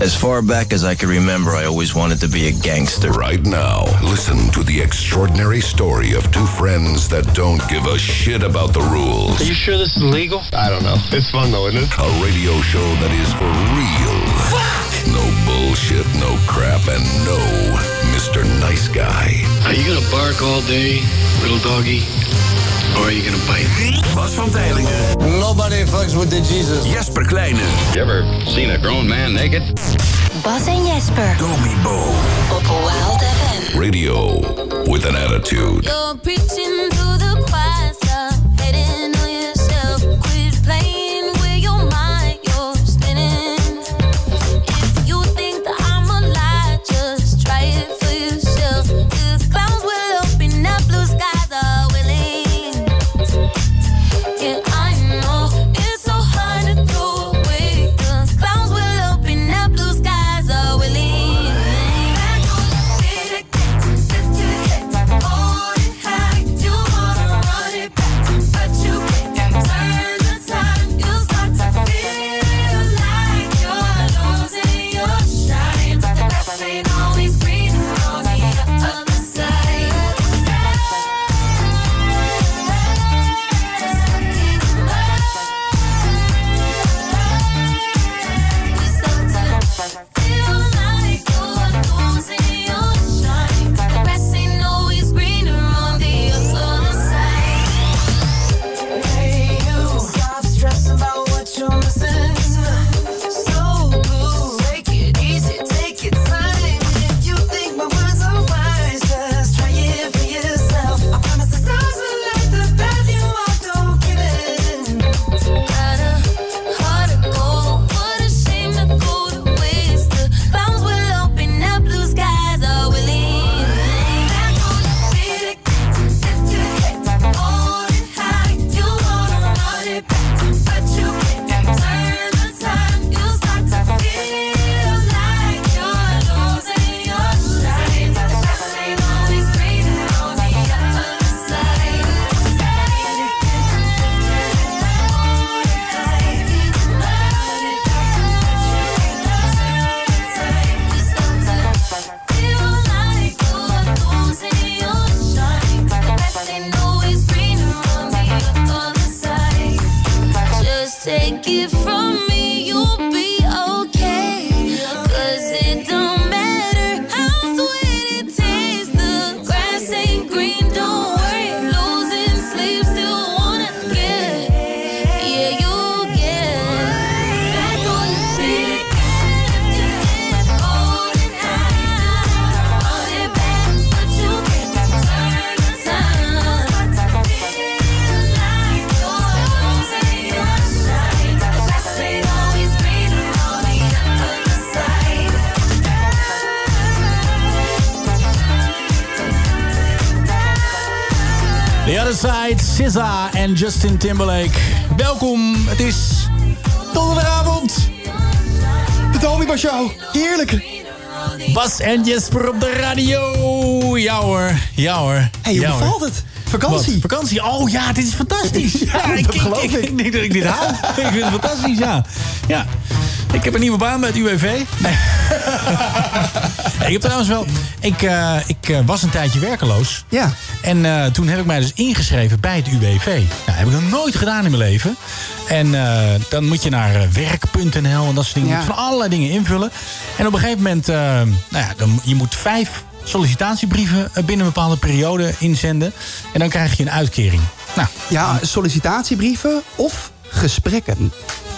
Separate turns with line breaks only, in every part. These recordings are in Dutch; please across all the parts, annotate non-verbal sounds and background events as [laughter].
As far back as I can remember, I always wanted to be a gangster.
Right now, listen to the extraordinary story of two friends that don't give a shit about the rules.
Are you sure this is legal?
I don't know. It's fun though, isn't it?
A radio show that is for real. no bullshit, no crap, and no Mr. Nice Guy.
Are you gonna bark all day, little doggy? Or are you gonna bite?
Bas van Tijlingen.
Nobody fucks with the Jesus.
Jesper Kleine.
You ever seen a grown man naked?
Bas en Jesper.
Domi Bo.
Op Wild FM.
Radio with an attitude.
You're preaching to the choir, stop hating on yourself. Quit playing with your mind, you're spinning. If you think that I'm a lie, just try it for yourself. The clouds will open up, blue skies are willing. Yeah, I know it's so hard to throw away. The clouds will open up, blue skies are willing. Back on the feet again, lift your head, hold it high. You wanna run it back, but you can't turn the time. You start to feel like you're losing your shine. The grass ain't always green on the other side.
Stop stressing about what you're missing. So blue, take it easy, take your time. If you think my words are wise, just try it for yourself. I promise the stars will light the path you are. Don't give in.
Just Take it from me, you'll be okay. Cause it don't matter how sweet it tastes. The grass ain't green, don't worry. Losing sleep, still wanna get. Yeah, you'll get. Back on your feet
The Other Side, SZA en Justin Timberlake. Welkom, het is donderdagavond.
De Tommy Bar Show, heerlijk.
Bas en Jesper op de radio. Ja hoor, ja hoor.
Hey, hoe bevalt het? Vakantie.
Wat? Vakantie, oh ja, dit is fantastisch.
Ja, dat geloof
ik. Ik denk dat ik dit hou. ik vind het fantastisch, ja. ja. Ik heb een nieuwe baan bij het UWV. ik heb trouwens wel... Ik, eh, ik eh, was een tijdje werkeloos.
Ja.
En eh, toen heb ik mij dus ingeschreven bij het UWV. Nou, heb ik nog nooit gedaan in mijn leven. En eh, dan moet je naar eh, werk.nl en dat soort dingen. Je
Ja.
moet van allerlei dingen invullen. En op een gegeven moment, eh, nou ja, dan, je moet vijf sollicitatiebrieven eh, binnen een bepaalde periode inzenden. En dan krijg je een uitkering. Nou,
Ja, sollicitatiebrieven of gesprekken.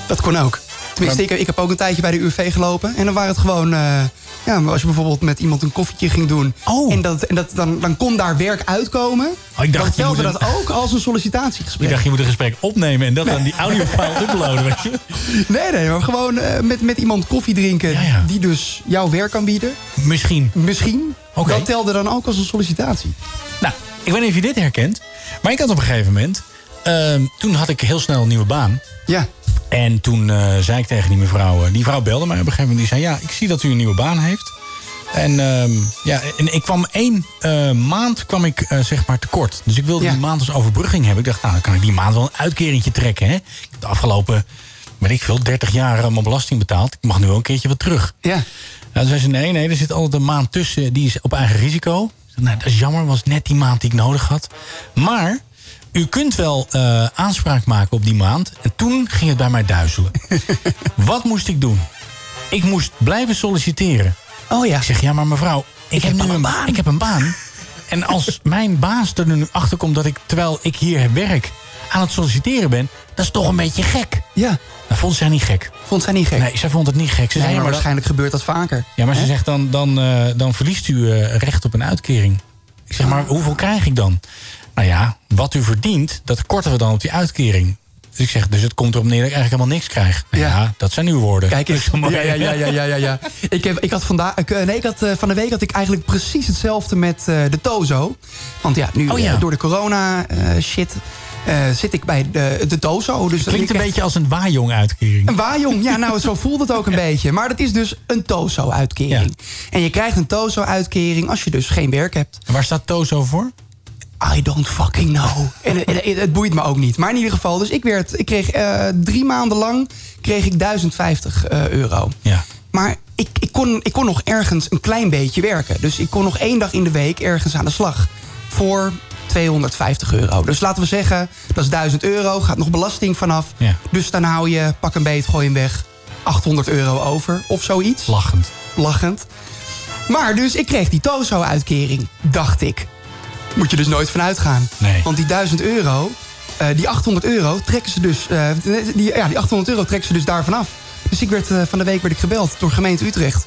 Dat kon ook. Tenminste, ik, ik heb ook een tijdje bij de UV gelopen. En dan waren het gewoon... eh, ja, als je bijvoorbeeld met iemand een koffietje ging doen...
Oh.
en, dat, en dat, dan, dan kon daar werk uitkomen...
dacht, je
dan telde
moet
Oh, dat ook als een sollicitatiegesprek.
ik dacht,
[laughs]
je moet een gesprek opnemen en dat dan die audiofile uploaden, weet je.
Nee, nee, maar gewoon eh, met, met iemand koffie drinken...
Ja, ja.
die dus jouw werk kan bieden.
Misschien.
Misschien.
Oké.
Dat telde dan ook als een sollicitatie.
Nou, ik weet niet of je dit herkent. Maar ik had op een gegeven moment... ehm, toen had ik heel snel een nieuwe baan.
Ja.
En toen eh, zei ik tegen die mevrouw... eh, die vrouw belde mij op een gegeven moment. Die zei, ja, ik zie dat u een nieuwe baan heeft. En, ehm, ja, en ik kwam één eh, maand kwam ik, eh, zeg maar tekort. Dus ik wilde
Ja.
die maand als overbrugging hebben. Ik dacht, nou, dan kan ik die maand wel een uitkeringetje trekken. Hè? Ik heb de afgelopen weet ik veel, 30 jaar allemaal belasting betaald. Ik mag nu wel een keertje wat terug.
Ja. Nou,
dan zei ze, nee, nee, er zit altijd een maand tussen. Die is op eigen risico. Ik zei, Nou, dat is jammer, was net die maand die ik nodig had. Maar u kunt wel eh, aanspraak maken op die maand. En toen ging het bij mij duizelen. wat moest ik doen? Ik moest blijven solliciteren.
Oh ja.
Ik zeg, ja, maar mevrouw, ik, heb, nu een baan. Ik heb een
[laughs]
baan. En als mijn baas er nu achter komt dat ik, terwijl ik hier werk, aan het solliciteren ben, dat is toch een beetje gek.
Ja.
Dat vond zij niet gek.
Vond zij niet gek?
Nee, zij vond het niet gek. Ze
Nee,
zei,
maar
ja, maar dat-
waarschijnlijk gebeurt dat vaker.
ja, maar ze
Hè?
zegt dan, dan, eh, dan verliest u eh, recht op een uitkering. Ik zeg maar, hoeveel krijg ik dan? Nou ja, wat u verdient, dat korten we dan op die uitkering. Dus ik zeg, dus het komt erop neer dat ik eigenlijk helemaal niks krijg. Nou
Ja.
ja. dat zijn uw woorden.
Kijk
Dat
eens.
is zo
[laughs]
mooi.
Ja, ja, ja, ja, ja, ja. ja. Ik, heb, ik had vandaag, ik, eh, nee, ik had, eh, van de week had ik eigenlijk precies hetzelfde met eh, de Tozo. Want ja, nu
Oh ja.
eh, door de corona eh, shit eh, zit ik bij de, de Tozo. Dus dat
Klinkt
ik
een
echt-
beetje als een waaijong uitkering.
Een waaijong, ja, nou, zo voelt het ook een beetje. Maar dat is dus een TOZO-uitkering. En je krijgt een TOZO-uitkering als je dus geen werk hebt.
Waar staat Tozo voor?
I don't fucking know. En, en- en het boeit me ook niet. Maar in ieder geval, dus ik, werd, ik kreeg eh, drie maanden lang kreeg ik 1050 eh, euro.
Ja.
Maar ik, ik, kon, ik kon nog ergens een klein beetje werken. Dus ik kon nog één dag in de week ergens aan de slag. Voor 250 euro. Dus laten we zeggen, dat is 1000 euro. Gaat nog belasting vanaf.
Ja.
Dus dan hou je, pak een beet, gooi hem weg. 800 euro over of zoiets
Lachend.
lachend. Maar dus ik kreeg die Tozo-uitkering, dacht ik. Moet je dus nooit van uitgaan.
Nee.
Want die 1000 euro, eh, die 800 euro trekken ze dus... eh, die, ja, die 800 euro trekken ze dus daarvan af. Dus ik werd, eh, van de week werd ik gebeld door gemeente Utrecht.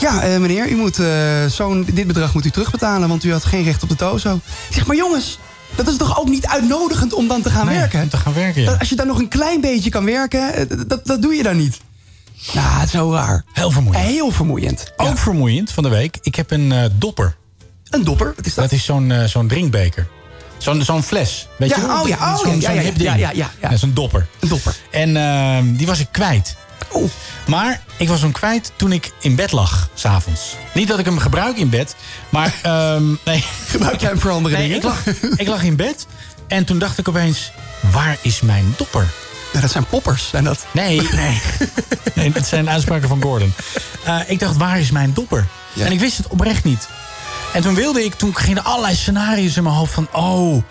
Ja, eh, meneer, u moet, eh, zo'n, dit bedrag moet u terugbetalen... want u had geen recht op de Tozo. Ik zeg, maar jongens, dat is toch ook niet uitnodigend om dan te gaan
Nee,
werken?
om te gaan werken, ja.
Dat- Als je dan nog een klein beetje kan werken, eh, dat- dat, dat doe je dan niet. Nou, het is zo raar.
Heel vermoeiend.
Heel vermoeiend.
Ook vermoeiend van de week. Ik heb een eh, dopper.
Een dopper, wat is dat?
Dat is zo'n eh, zo'n drinkbeker. Zo'n zo'n fles. Weet
Ja,
je wel?
oh ja, oh
Zo'n-
ja, ja,
zo'n
ja,
hip ding.
ja, ja, ja, ja.
Dat is een dopper.
Een dopper.
En ehm, die was ik kwijt.
Oeh.
Maar ik was hem kwijt toen ik in bed lag, s'avonds. Niet dat ik hem gebruik in bed,
[laughs]
maar... ehm, nee.
Gebruik jij hem voor andere
nee,
dingen?
Ik lag, ik lag in bed en toen dacht ik opeens... waar is mijn dopper?
Ja, dat zijn poppers, zijn dat? [laughs]
Nee, nee. [laughs] nee dat zijn uitspraken van Gordon. Eh, ik dacht, waar is mijn dopper?
Ja.
En ik wist het oprecht niet. En toen wilde ik, toen gingen er allerlei scenario's in mijn hoofd van... oh, ik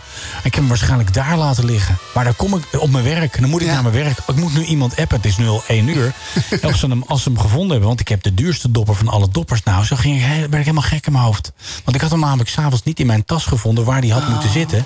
heb hem waarschijnlijk daar laten liggen. Maar dan kom ik op mijn werk, dan moet ik
Ja.
naar mijn werk. Ik moet nu iemand appen, het is nu al één
[laughs]
uur. En of ze hem, als ze hem gevonden hebben, want ik heb de duurste dopper van alle doppers. Nou, zo ging ik, he- werd ik helemaal gek in mijn hoofd. Want ik had hem namelijk s'avonds niet in mijn tas gevonden... waar die had
Ah.
moeten zitten.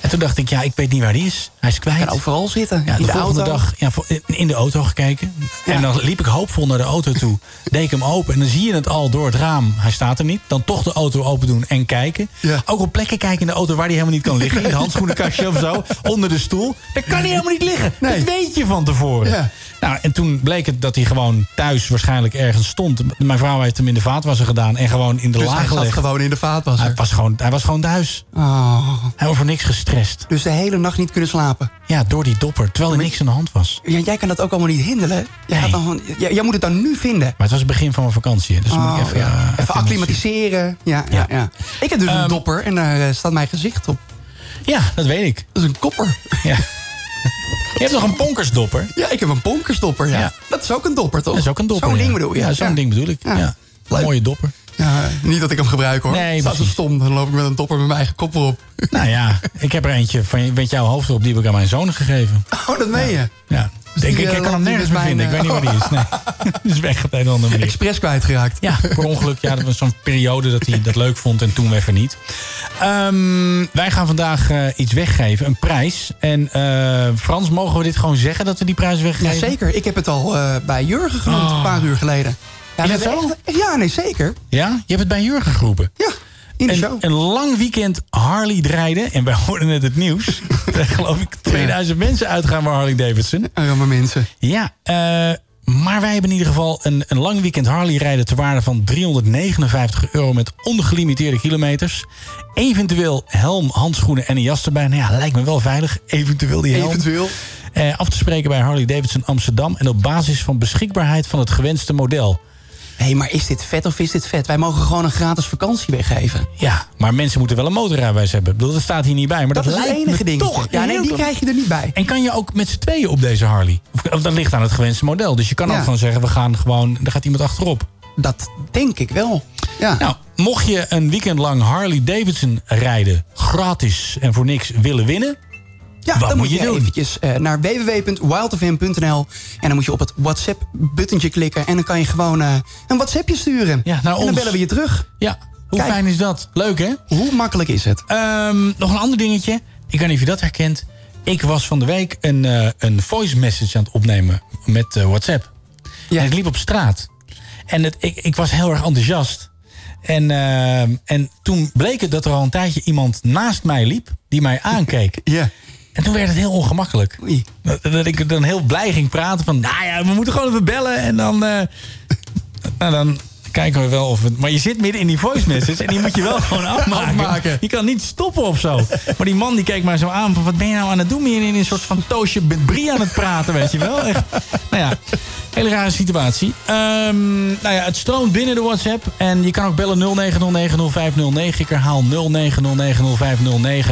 En toen dacht ik, ja, ik weet niet waar die is. Hij is kwijt.
Kan overal zitten.
Ja,
in
de,
de,
volgende
auto.
dag ja, vo- in de auto gekeken.
Ja.
En dan liep ik hoopvol naar de auto
[laughs]
toe. deed ik hem open. En dan zie je het al door het raam. Hij staat er niet. Dan toch de auto open doen en kijken.
Ja.
Ook op plekken kijken in de auto waar hij helemaal niet kan liggen. In het handschoenenkastje of
[laughs]
zo. Onder de stoel. Daar kan hij helemaal niet liggen.
Nee.
Dat weet je van tevoren.
Ja.
Nou, en toen bleek het dat hij gewoon thuis waarschijnlijk ergens stond. M- Mijn vrouw heeft hem in de vaatwasser gedaan. En gewoon in de
Dus
laag
hij zat
gelegd.
gewoon in de
Hij
vaatwasser.
was gewoon, hij was gewoon thuis.
Oh.
Hij was voor niks gestrest.
Dus de hele nacht niet kunnen slapen.
Ja, door die dopper. Terwijl er niks aan de hand was.
Ja, jij kan dat ook allemaal niet hinderen. Jij,
Nee.
gaat dan gewoon- jij, jij moet het dan nu vinden.
Maar het was het begin van mijn vakantie. hè, Dus dan moet ik
Oh,
even,
ja.
eh,
even
emotie-
acclimatiseren. Ja, ja.
Ja. Ehm,
Ja, Ik heb dus een dopper en daar eh, staat mijn gezicht op.
Ja, dat weet ik.
Dat is een kopper.
Ja. Je hebt nog een ponkersdopper?
Ja, ik heb een bonkersdopper, ja.
Ja.
Dat is ook een dopper, toch?
Dat is ook een dopper.
Zo'n
ja.
ding bedoel je?
Ja, zo'n ding bedoel ik.
Ja.
Ja.
Leuk.
Mooie dopper.
Ja, niet dat ik hem gebruik, hoor.
Nee,
Staat zo
precies.
stom, dan loop ik met een dopper met mijn eigen kopper op.
Nou ja, ik heb er eentje van, met jouw hoofd erop. Die heb ik aan mijn zoon gegeven.
Oh, dat meen je?
Ja.
Dus
ik,
die,
ik,
eh,
ik kan
laat
hem
die
nergens
met
meer vinden. Ik
mijn,
weet niet waar die is.
[laughs]
Nee. [laughs] Die is weg op een of andere manier.
Expres kwijtgeraakt. [laughs]
Ja, per ongeluk. Ja, dat was zo'n periode dat hij dat leuk vond en toen even niet. Ehm, wij gaan vandaag eh, iets weggeven, een prijs. En eh, Frans, mogen we dit gewoon zeggen dat we die prijs
Ja,
weggeven? Oh.
zeker. Ik heb het al eh, bij Jurgen genoemd, een paar uur geleden. Ja,
Is dat
hebben
zo?
we echt- ja, nee, zeker.
Ja? Je hebt het bij Jurgen geroepen.
Ja, in de
Een,
show.
een lang weekend Harley rijden. En wij hoorden net het
[laughs]
nieuws. Daar geloof ik 2000 mensen uitgaan voor Harley Davidson.
Arme mensen.
Ja, eh, maar wij hebben in ieder geval een, een lang weekend Harley rijden... ter waarde van 359 euro met ongelimiteerde kilometers. Eventueel helm, handschoenen en een jas erbij. Nou ja, lijkt me wel veilig. Eventueel die helm.
Eventueel.
Eh, af te spreken bij Harley Davidson Amsterdam... en op basis van beschikbaarheid van het gewenste model.
Hé, hey, maar is dit vet of is dit vet? Wij mogen gewoon een gratis vakantie weggeven.
Ja, maar mensen moeten wel een motorrijbewijs hebben. Ik bedoel, dat staat hier niet bij. Maar dat,
Dat, is het
lijkt
enige
me
ding.
Toch
ja, nee,
heel
die
klein.
krijg je er niet bij.
En kan je ook met z'n tweeën op deze Harley? Of, of dat ligt aan het gewenste model. Dus je kan ook
Ja.
gewoon zeggen, we gaan gewoon... Er gaat iemand achterop.
Dat denk ik wel. Ja.
Nou, mocht je een weekend lang Harley Davidson rijden... gratis en voor niks willen winnen...
Ja,
Wat
dan
moet
moet
je
je,
doen?
eventjes eh, naar www.wildfm.nl en dan moet je op het WhatsApp-buttentje klikken en dan kan je gewoon eh, een WhatsAppje sturen.
Ja, naar
en
ons.
dan bellen we je terug.
Ja, hoe
Kijk.
fijn is dat? Leuk, hè?
Hoe makkelijk is het?
Ehm, nog een ander dingetje. Ik weet niet of je dat herkent. Ik was van de week een, eh, een voice message aan het opnemen met eh, WhatsApp.
Ja.
En ik liep op straat. En het, ik, ik was heel erg enthousiast. En, ehm, en toen bleek het dat er al een tijdje iemand naast mij liep... die mij aankeek.
[laughs] Ja.
En toen werd het heel ongemakkelijk.
Oei.
Dat, dat ik dan heel blij ging praten van... nou ja, we moeten gewoon even bellen en dan... eh, [laughs] nou, dan kijken we wel of... Het, maar je zit midden in die voice message en die moet je wel gewoon afmaken.
[laughs] Afmaken.
Je kan niet stoppen of zo. Maar die man die keek mij zo aan van... wat ben je nou aan het doen? Ben je in een soort van toosje met Brie aan het praten, weet je wel? Echt, nou ja, hele rare situatie. Ehm, nou ja, het stroomt binnen de WhatsApp. En je kan ook bellen 09090509. Ik herhaal 09090509.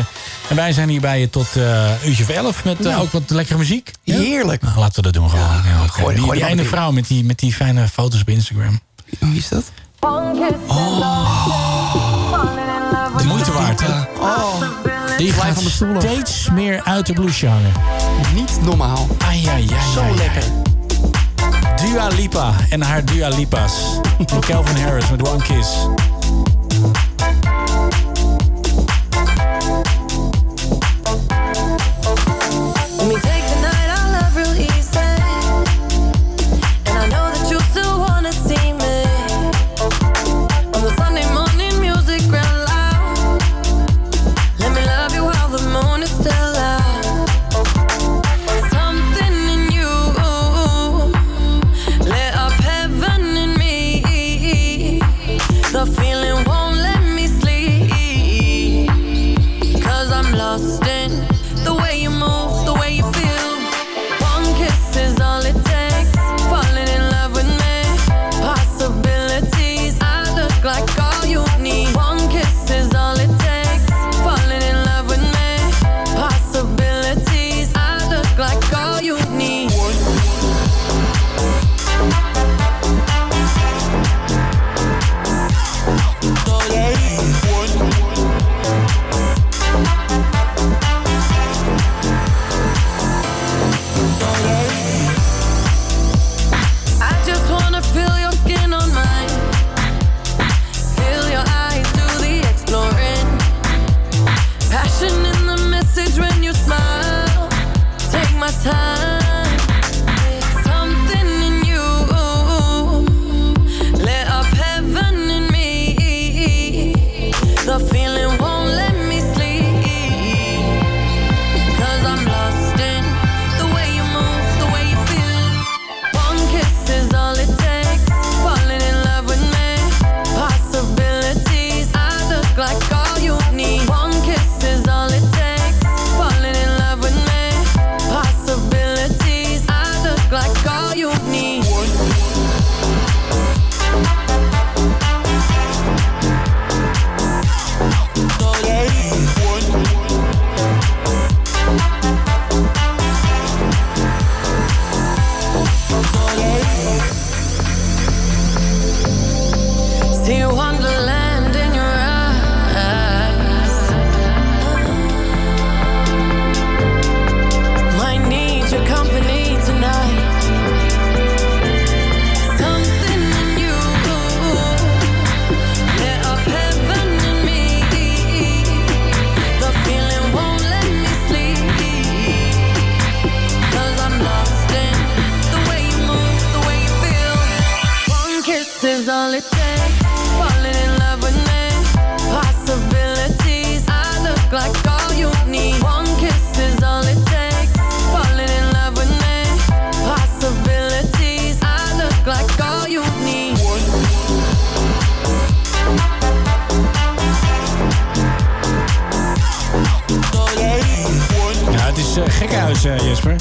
En wij zijn hier bij je tot eh uurtje of 11 met eh,
Nou.
ook wat lekkere muziek. Ja?
Heerlijk.
Nou, laten we dat doen gewoon. Ja, oké.
gooi-
die
gooi
die
er
ene
wat in.
vrouw met die, met die fijne foto's op Instagram.
Hoe is dat?
De moeite waard, hè?
Oh,
Die
Glij
gaat
van de stoel af.
steeds meer uit de blouse hangen.
niet normaal.
Ai, ai, ai,
Zo
ai, ai.
lekker.
Dua Lipa en haar Dua Lipa's. Calvin Harris met One Kiss.
Let me take the night I love real easy. And I know that you still wanna see me. On the Sunday morning music ran loud. Let me love you while the moon is still out. Something in you lit up heaven in me. The feeling won't let me sleep. Cause I'm lost in the way you move, the way you feel. One kiss is all it takes. Falling in love with me. Possibilities, I look like all you need. One kiss is all it takes. Falling in love with me. Possibilities, I look like all you need. I just wanna feel your skin on mine. Feel your eyes do the exploring. Passion in the message when you smile. Take my time. Something in you lit up heaven in me. The feeling won't let me sleep. Cause I'm lost in the way you move, the way you feel. One kiss is all it takes. Falling in love with me. Possibilities, I look like all you need. One kiss is all it takes. Falling in love with me. Possibilities, I look like all you need. See wonderland in your eyes. Might need your company tonight. Something in you lit up heaven in me. The feeling won't let me sleep. 'Cause I'm lost in the way you move, the way you feel. One kiss is all it takes. Falling in love with me. Possibilities, I look like all you need. One kiss is all it takes. Falling in love with me. Possibilities, I look like all you need.
Ja, het is eh, gekhuis, eh, Jesper.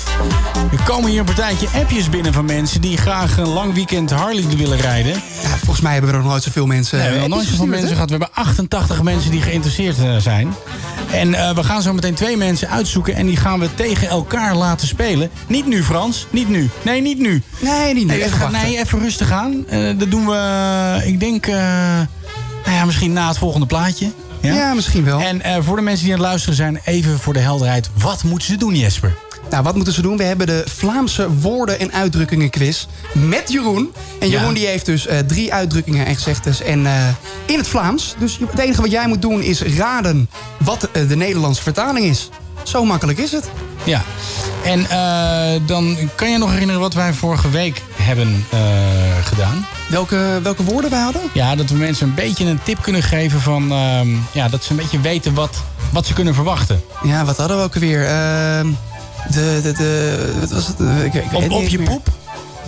Er komen hier een partijtje appjes binnen van mensen... die graag een lang weekend Harley willen rijden.
Ja, volgens mij hebben we er nog nooit zoveel mensen...
We hebben nog nooit
appjes
zoveel
gestuurd,
mensen
hè?
gehad. We hebben 88 mensen die geïnteresseerd eh, zijn. En eh, we gaan zo meteen twee mensen uitzoeken... en die gaan we tegen elkaar laten spelen. Niet nu, Frans. Niet nu. Nee, niet nu.
Nee, niet nu.
Nee,
Even
even,
wachten.
nee, even rustig aan. Eh, dat doen we, ik denk, eh, nou ja, misschien na het volgende plaatje. Ja?
Ja, misschien wel.
En eh, voor de mensen die aan het luisteren zijn, even voor de helderheid. Wat moeten ze doen, Jesper?
Nou, wat moeten ze doen? We hebben de Vlaamse woorden en uitdrukkingen quiz met Jeroen. En
Ja.
Jeroen die heeft dus eh, drie uitdrukkingen en gezegdes en, eh, in het Vlaams. Dus je- het enige wat jij moet doen is raden wat eh, de Nederlandse vertaling is. Zo makkelijk is het.
Ja. En eh, dan kan je nog herinneren wat wij vorige week hebben eh, gedaan.
Welke, welke woorden wij hadden?
Ja, dat we mensen een beetje een tip kunnen geven van... ehm, ja, dat ze een beetje weten wat, wat ze kunnen verwachten.
Ja, wat hadden we ook weer? Ehm de, de, de, wat was het? Eh, Ik, ik weet het
Op,
niet
op
eens
je
meer.
poep.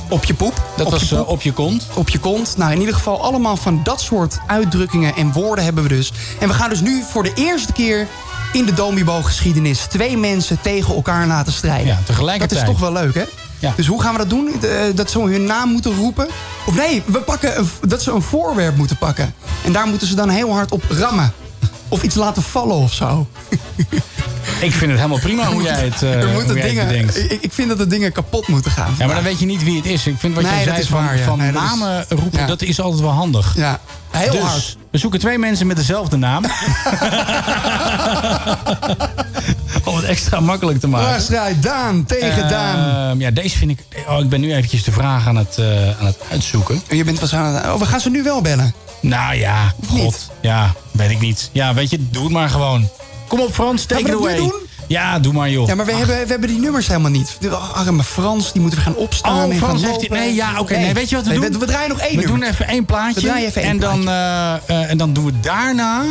Op je poep.
Dat
op
was
je
eh,
poep.
op je kont.
op je kont. Nou, in ieder geval allemaal van dat soort uitdrukkingen en woorden hebben we dus. En we gaan dus nu voor de eerste keer in de Domibo-geschiedenis... twee mensen tegen elkaar laten strijden.
Ja, tegelijkertijd.
Dat is toch wel leuk, hè?
Ja.
Dus hoe gaan we dat doen? Eh, Dat ze hun naam moeten roepen? Of nee, we pakken een, dat ze een voorwerp moeten pakken. En daar moeten ze dan heel hard op rammen. Of iets laten vallen of zo.
Ik vind het helemaal prima hoe jij het, eh
Nou, [laughs] Er
hoe
moeten
jij het
dingen,
bedenkt.
ik, ik vind dat de dingen kapot moeten gaan.
Ja, maar dan weet je niet wie het is. Ik vind wat
Nee,
jij
dat
zei
is
van,
waar, ja.
van
Nee, dat is-
namen roepen,
ja.
dat is altijd wel handig.
Ja, heel
dus,
hard.
we zoeken twee mensen met
[laughs]
dezelfde naam. Om het extra makkelijk te
Waar
maken.
strijd Daan tegen Daan?
Ehm, ja, deze vind ik... Oh, ik ben nu eventjes de vraag aan het, eh, aan het uitzoeken.
Je bent was aan het... Oh, we gaan ze nu wel bellen.
Nou ja, god.
niet?
Ja, weet ik niet. Ja, weet je, doe het maar gewoon. Kom op Frans, take
Gaan
it
we dat
away.
nu doen?
Ja, doe maar joh.
Ja, maar we, hebben, we hebben die nummers helemaal niet. De arme Frans, die moeten we gaan opstaan.
Oh,
en gaan
Frans heeft die...
lopen.
Nee, ja, oké. nee, weet je wat we doen?
We, we draaien nog één
We
nummer.
doen even één plaatje.
We draaien even één
en, dan, eh, eh, en dan doen we daarna...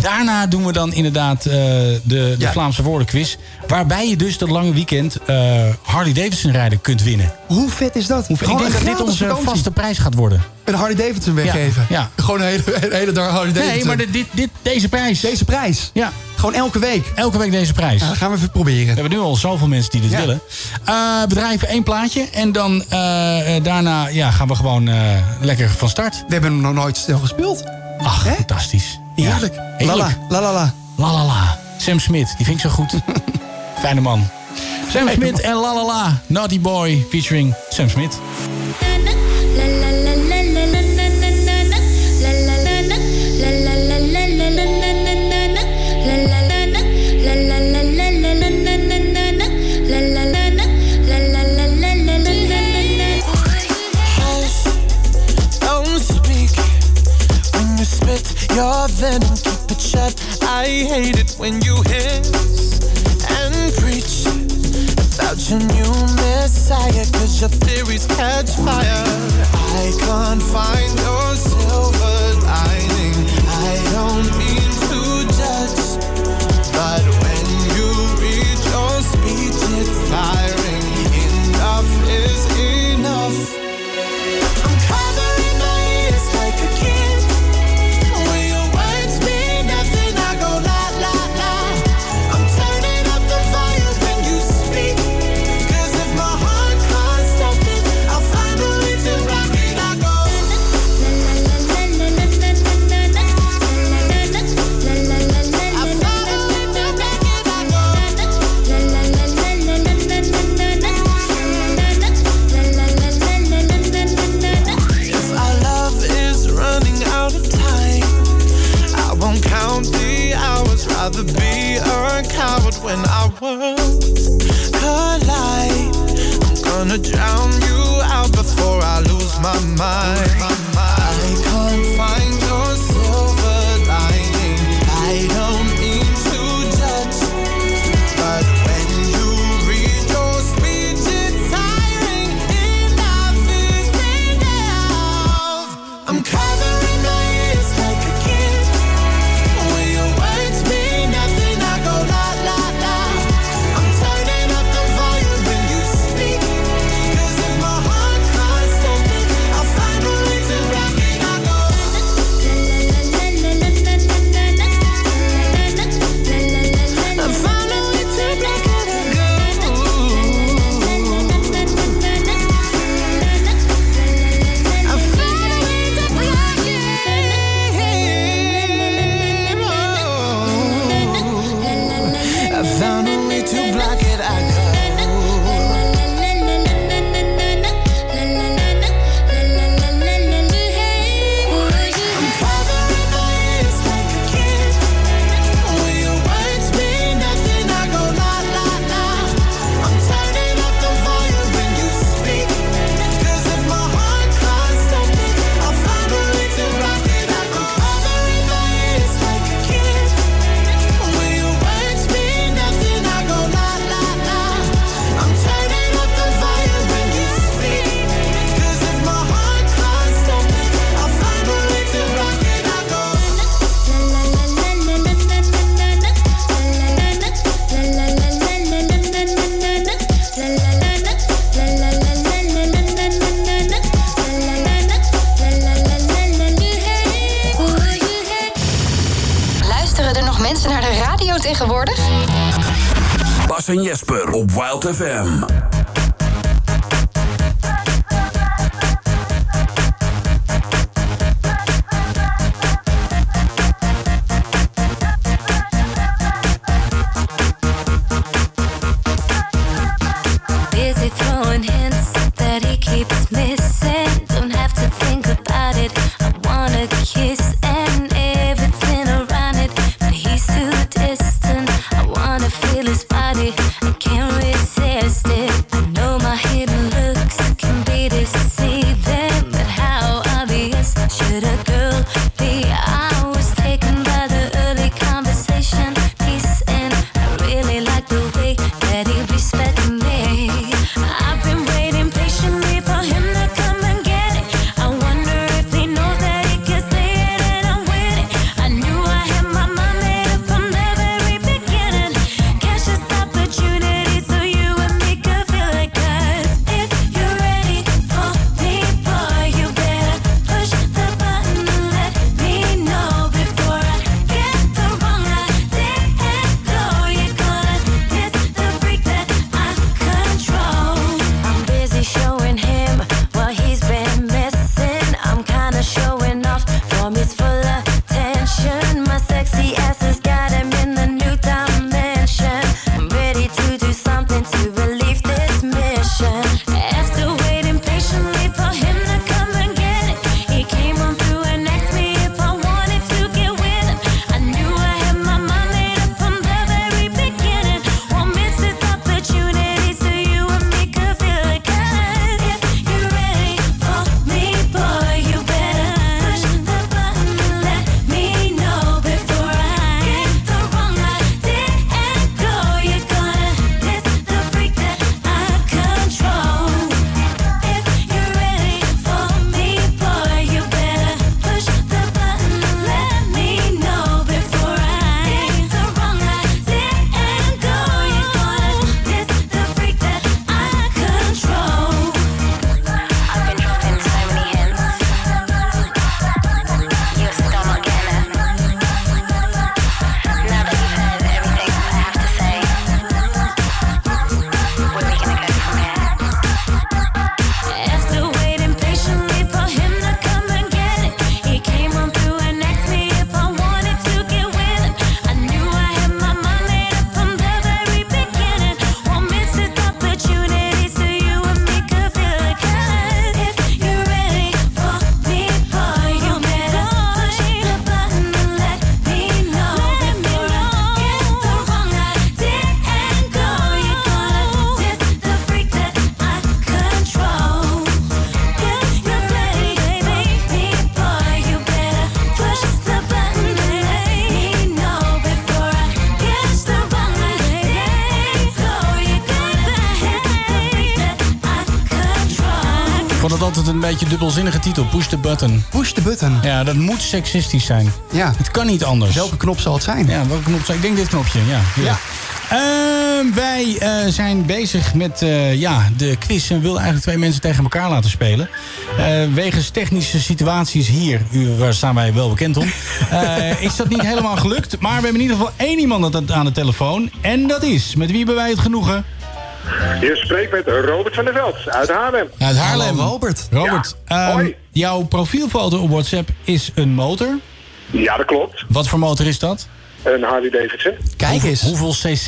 Daarna doen we dan inderdaad eh, de, de
Ja.
Vlaamse woordenquiz. Waarbij je dus dat lange weekend eh, Harley Davidson rijden kunt winnen.
Hoe vet is dat?
Ik denk dat dit onze vaste prijs gaat worden.
Een Harley Davidson
Ja,
weggeven.
ja.
Gewoon een hele, een hele dag Harley Davidson.
Nee, maar dit, dit, dit- deze prijs.
eh. Deze prijs.
Ja,
Gewoon elke week.
elke week deze prijs.
Ja, dat gaan we even proberen.
We hebben nu al zoveel mensen die dit
Ja.
willen. Eh we draaien even één plaatje. En dan eh, eh, daarna ja, gaan we gewoon eh, lekker van start.
We hebben hem nog nooit snel gespeeld.
Ach,
Hè?
fantastisch. Ja,
Heerlijk. La
Heerlijk.
la, la la la.
La La La. Sam Smit, die vind ik zo
[laughs]
goed. Fijne man. Sam Smit en La La La. Naughty Boy featuring Sam Smit.
Don't speak when you spit your venom. Keep it shut. I hate it when you hiss and preach about your new messiah. Cause your theories catch fire. I can't find your silver lining. I don't mean to judge, but when you read your speech, it's tiring. Enough is enough. I'm covering my ears like a kid. When your words mean nothing, I go la la la. I'm turning up the volume when you speak. 'Cause if my heart can't stop it, I'll find a way to rock it. I go I find a way to rock it. I go If our love is running out of time, I won't count the hours. Rather be a coward when our worlds collide. I'm gonna drown you out before I lose my mind. I can't find your silver lining. I don't mean to judge. But when you read your speech, it's tiring. Enough is enough. I'm covering my ears like a kid. When your words mean nothing, I go la la la. I'm turning up the volume when you speak. 'Cause if my heart can't stop it, I'll find a way to rock it. I go.
tegenwoordig?
Bas en Jesper op Wild FM.
Busy throwing hints that he keeps missing. Don't have to think about it. I wanna kiss and everything around it, but he's too distant. I wanna feel his body. I can't resist it. I know my hidden looks can be deceiving, but how obvious should a girl be? I was taken by the early conversation, peace and I really like the way that he respects me. I've been waiting patiently for him to come and get it. I wonder if he knows that he can say it and I'm with it. I knew I had my mind made up from the very beginning. Catch this opportunity so you and me could feel like us. If you're ready for me, boy, you better push the button and let me know before I get the wrong idea and go. You're gonna miss the freak that I control. I'm busy showing him what he's been missing. I'm kinda showing off from his full attention. My sexy ass has got him in the new dimension. I'm ready to do something to relieve this mission. After waiting patiently for him to come and get it, he came on through and asked me if I wanted to get with him. I knew I had my mind made up from the very beginning. Won't miss this opportunity so you and me could feel like us. If you're ready for me, boy, you better push the button and let me know before I get the wrong idea and go. You're gonna miss the freak that I control. If you're ready for me, boy, you better push the button and let me know before I get the wrong idea and go. You're gonna miss the freak that I control. I've been dropping so many hints. You're still not getting it. Now that you've heard everything I have to say, where are we gonna go from here? After waiting patiently for him to come and get it, he came on through and asked me if I wanted to get with him. I knew I had my mind made up from the very beginning. Won't miss this opportunity, so you and me could feel like us. If you're ready for me, boy, you better push the button and let me know. Let me know. Get the wrong idea and go. You're gonna miss the freak that I control.
Ik vond het altijd een beetje dubbelzinnige titel. Push the button.
Push the button.
Ja, dat moet seksistisch zijn.
Ja.
Het kan niet anders. Welke
knop zal het zijn?
Ja, welke knop zal Ik denk dit knopje, ja. ja. wij eh, zijn bezig met eh, ja, de quiz en we willen eigenlijk twee mensen tegen elkaar laten spelen. Eh, wegens technische situaties hier, u, waar staan wij wel
[laughs]
bekend om, eh, is dat niet helemaal gelukt. Maar we hebben in ieder geval één iemand aan de- aan de telefoon. En dat is, met wie hebben wij het genoegen?
Je spreekt met Robert van der Veld uit Haarlem.
Uit Haarlem.
Robert.
Robert, ehm, jouw profielfoto op WhatsApp is een motor.
Ja, dat klopt.
Wat voor motor is dat?
Een Harley Davidson.
Kijk eens. Hoeveel cc?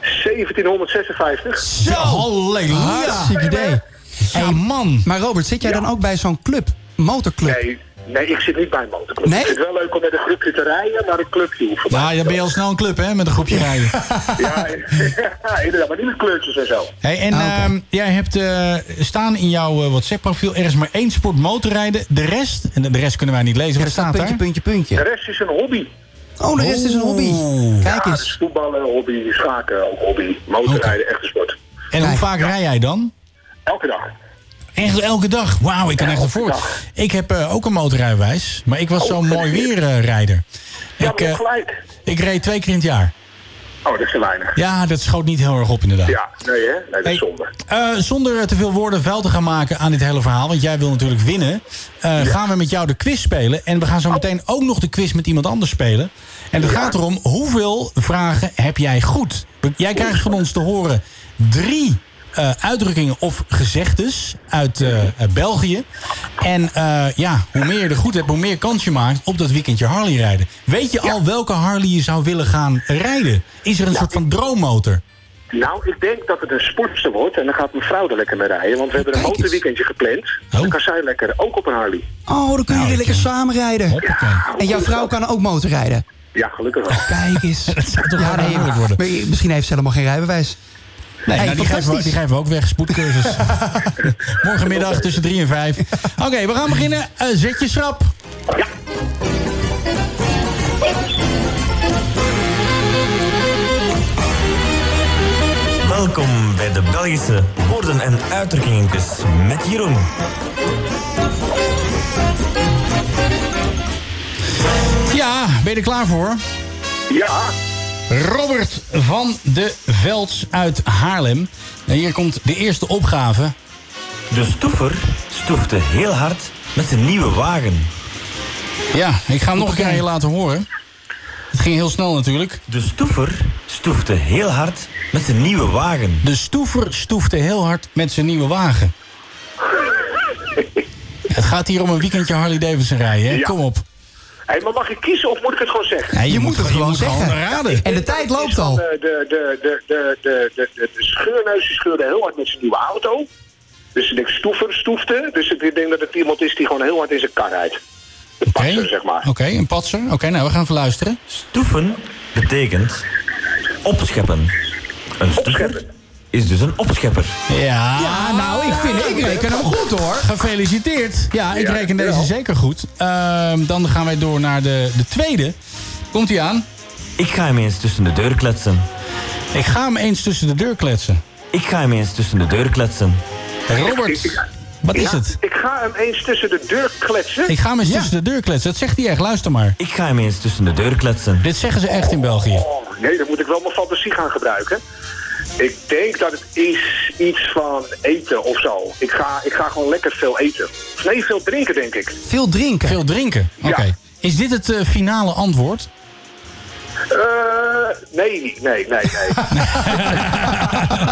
1756.
Zo! Halleluja!
Hartstikke idee.
Hey man.
Maar Robert, zit jij dan ook bij zo'n club? Motorclub?
Nee, nee, ik zit niet bij een motorclub.
Nee?
Ik vind het wel leuk om met een groepje te rijden, maar een clubje hoeven.
Nou, dan ben je al snel een club, hè, met een groepje
[laughs]
rijden.
Ja, [laughs] inderdaad, maar niet met kleurtjes en zo.
Hey,
Ah,
en ehm, jij hebt eh, staan in jouw eh, WhatsApp-profiel... er is maar één sport motorrijden. De rest, en de rest kunnen wij niet lezen, wat staat daar?
puntje, puntje.
De rest is een hobby.
Oh, de rest is een hobby.
Oh.
Kijk
ja,
eens.
dus voetballen, hobby, schaken, ook hobby. Motorrijden, echte sport.
En hoe vaak rij jij dan?
Elke dag.
Echt elke dag? Wauw, ik kan echt ervoor. Ik heb eh, ook een motorrijbewijs, maar ik was zo'n mooi weerrijder.
Oh. Ja,
ik, eh,
gelijk.
ik reed twee keer in het jaar.
Oh, dat is te weinig.
Ja, dat schoot niet heel erg op inderdaad.
Ja, nee hè? Nee, dat
Hey,
is zonde.
eh, zonder eh, te veel woorden vuil te gaan maken aan dit hele verhaal, want jij wil natuurlijk winnen, eh, gaan we met jou de quiz spelen. En we gaan zo meteen ook nog de quiz met iemand anders spelen. En het gaat erom, hoeveel vragen heb jij goed? Be- Jij krijgt van ons te horen drie eh, uitdrukkingen of gezegdes uit eh, eh, België. En eh, ja, hoe meer je er goed hebt, hoe meer kans je maakt op dat weekendje Harley rijden. Weet je al welke Harley je zou willen gaan rijden? Is er een soort van droommotor?
Nou, ik denk dat het een sportster wordt en dan gaat mijn vrouw er lekker mee rijden. Want we hebben een motorweekendje gepland.
Oh.
Dan kan zij lekker, ook op een Harley.
Oh, dan
Nou,
kunnen jullie lekker
eh,
samenrijden. en jouw vrouw kan ook motorrijden.
Ja, gelukkig wel.
Kijk eens. [laughs] Dat
zou toch wel heerlijk worden.
Misschien heeft ze helemaal geen rijbewijs.
Nee, nou, die, geven we, die geven we ook weg. Spoedcursus. Morgenmiddag tussen 3 en 5. Oké, we gaan beginnen. Eh, zet je schrap.
Welkom bij de Belgische woorden en uitdrukkingenkus met Jeroen.
Ja, ben je er klaar voor?
Ja.
Robert van de Velds uit Haarlem. En hier komt de eerste opgave.
De stoever stoefte heel hard met zijn nieuwe wagen.
Ja, ik ga hem nog een keer aan je laten horen. Het ging heel snel natuurlijk.
De stoever stoefte heel hard met zijn nieuwe wagen.
De stoever stoefte heel hard met zijn nieuwe wagen. Het gaat hier om een weekendje Harley Davidson rijden, hè?
Ja.
Kom op.
Hé, maar mag ik kiezen of moet ik het gewoon zeggen?
Ja, je Je moet moet het gewoon- je gewoon moet zeggen. gewoon raden. En de tijd loopt al.
De, de, de, de, de, de, de, de, de scheurneus die scheurde heel hard met zijn nieuwe auto. Dus ik denk stoever, stoefte. Dus ik denk dat het iemand is die gewoon heel hard in zijn kar rijdt.
Oké, Oké, een patser. Oké, nou, we gaan even luisteren.
Stoeven betekent opscheppen. Een stoever is dus een opschepper.
Ja, nou, ik vind ik reken hem goed hoor. Gefeliciteerd. Ja, ik
Ja,
reken deze
dankjewel.
zeker goed. Ehm, dan gaan wij door naar de, de tweede. Komt hij aan?
Ik ga hem eens tussen de deur kletsen.
Ik ga hem eens tussen de deur kletsen.
Ik ga hem eens tussen de deur kletsen.
Robert, wat is
Ja.
het?
Ik ga hem eens tussen de deur kletsen.
Ik ga hem eens tussen de deur kletsen. Dat zegt hij echt. Luister maar.
Ik ga hem eens tussen de deur kletsen.
Dit zeggen ze echt in België.
Oh, nee, dan moet ik wel mijn fantasie gaan gebruiken. Ik denk dat het is iets van eten of zo. Ik ga, ik ga gewoon lekker veel eten. Of Nee, veel drinken, denk ik.
Veel drinken. Veel drinken. Oké. Is dit het eh, finale antwoord?
Eh, nee, nee, nee, nee.
[laughs]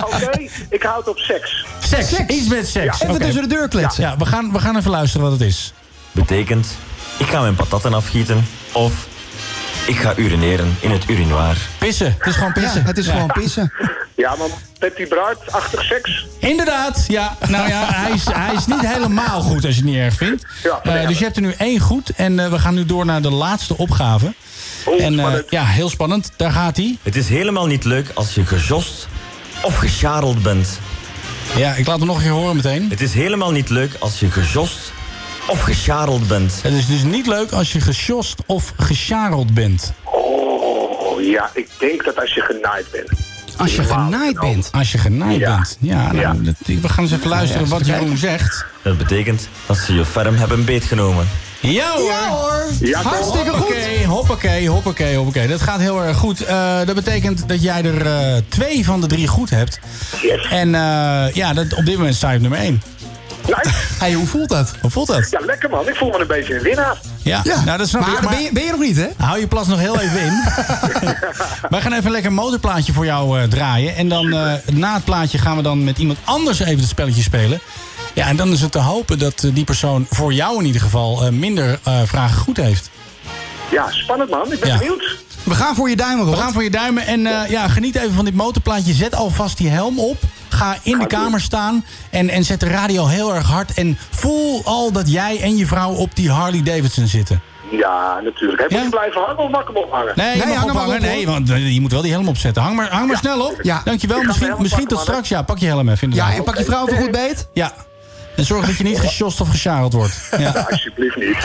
Oké, ik houd op seks.
Seks. Iets met seks.
Ja. Even
Oké.
tussen de deur kletsen.
Ja, we, gaan, we gaan even luisteren wat het is.
Betekent, ik ga mijn patatten afgieten of ik ga urineren in het urinoir.
Pissen. Het is gewoon pissen.
het is gewoon pissen.
Ja, maar Petty Braart-achtig seks.
Inderdaad, ja. Nou ja, hij is, hij is niet helemaal goed als je het niet erg vindt. Eh, dus je hebt er nu één goed en eh, we gaan nu door naar de laatste opgave. en eh, ja, heel spannend. Daar gaat hij.
Het is helemaal niet leuk als je gejost of gesjareld bent.
Ja, ik laat hem nog een keer horen meteen.
Het is helemaal niet leuk als je gejost of gesjareld bent.
Het is dus niet leuk als je gesjost of gesjareld bent.
Oh, ja, ik denk dat als je genaaid bent.
Als je genaaid bent. Als je genaaid bent. nou. Ja, nou, dat- we gaan eens even luisteren
Ja,
wat
even
Jeroen zegt.
Dat betekent dat ze je ferm hebben beetgenomen.
Ja hoor. Ja hoor.
Ja, toch?
Hartstikke hoppakee, goed. Hoppakee, hoppakee, hoppakee. Dat gaat heel erg goed. Eh, dat betekent dat jij er eh, twee van de drie goed hebt. En eh, ja, dat, op dit moment sta je op nummer één. [laughs]
Hey, hoe voelt dat?
Hoe voelt dat?
Ja, lekker man. Ik voel me een beetje een winnaar.
Ja, nou, dat snap
maar
ik,
daar Ben, je, ben je nog niet, hè?
Hou je plas nog heel even
[laughs]
in. Wij gaan even een lekker motorplaatje voor jou eh, draaien. En dan eh, na het plaatje gaan we dan met iemand anders even het spelletje spelen. Ja, en dan is het te hopen dat eh, die persoon voor jou in ieder geval eh, minder eh, vragen goed heeft.
Ja, spannend man. Ik ben
Ja.
benieuwd.
We gaan voor je duimen,
We gaan voor je duimen. En eh, ja, geniet even van dit motorplaatje. Zet alvast die helm op. Ga in de kamer staan. En, en zet de radio heel erg hard. En voel al dat jij en je vrouw op die Harley Davidson zitten.
Ja, natuurlijk. Hij moet je blijven hangen of mag ik hem ophangen?
Nee, je mag ophangen. nee, want eh, je moet wel die helm opzetten. Hang maar, hang maar snel op.
Ja.
Dankjewel.
Ik ga mijn
Misschien,
helm
misschien tot
pakken,
straks. Ja, pak je helm even. inderdaad.
Ja, en pak je vrouw even goed beet.
Ja. En zorg dat je
[laughs]
niet gesjost of gesjareld wordt. Ja.
alsjeblieft niet.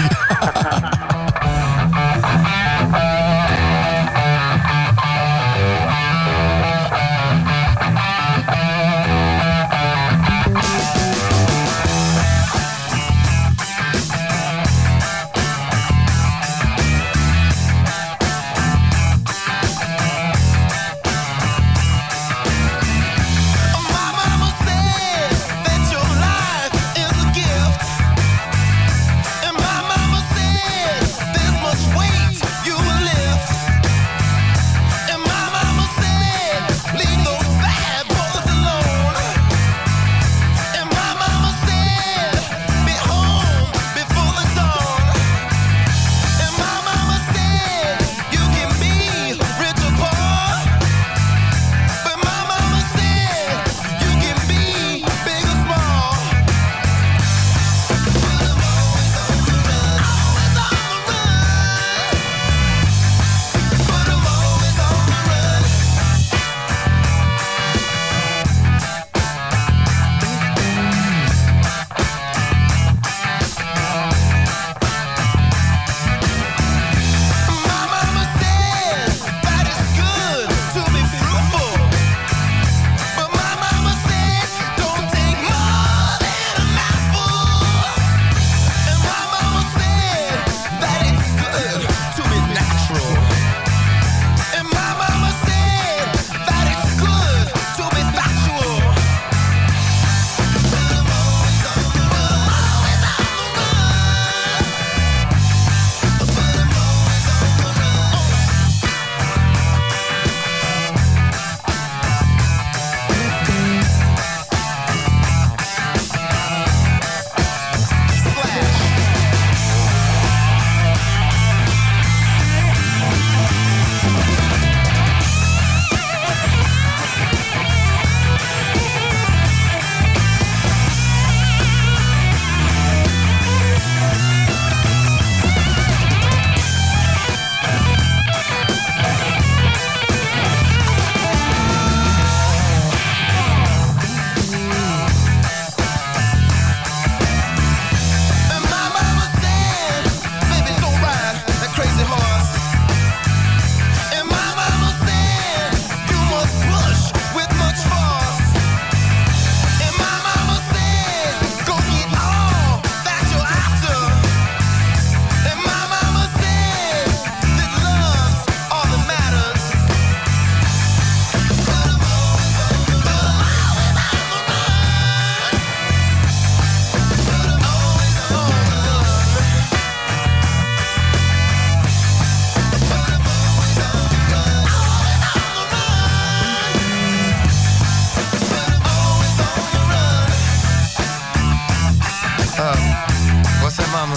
Uh, mama.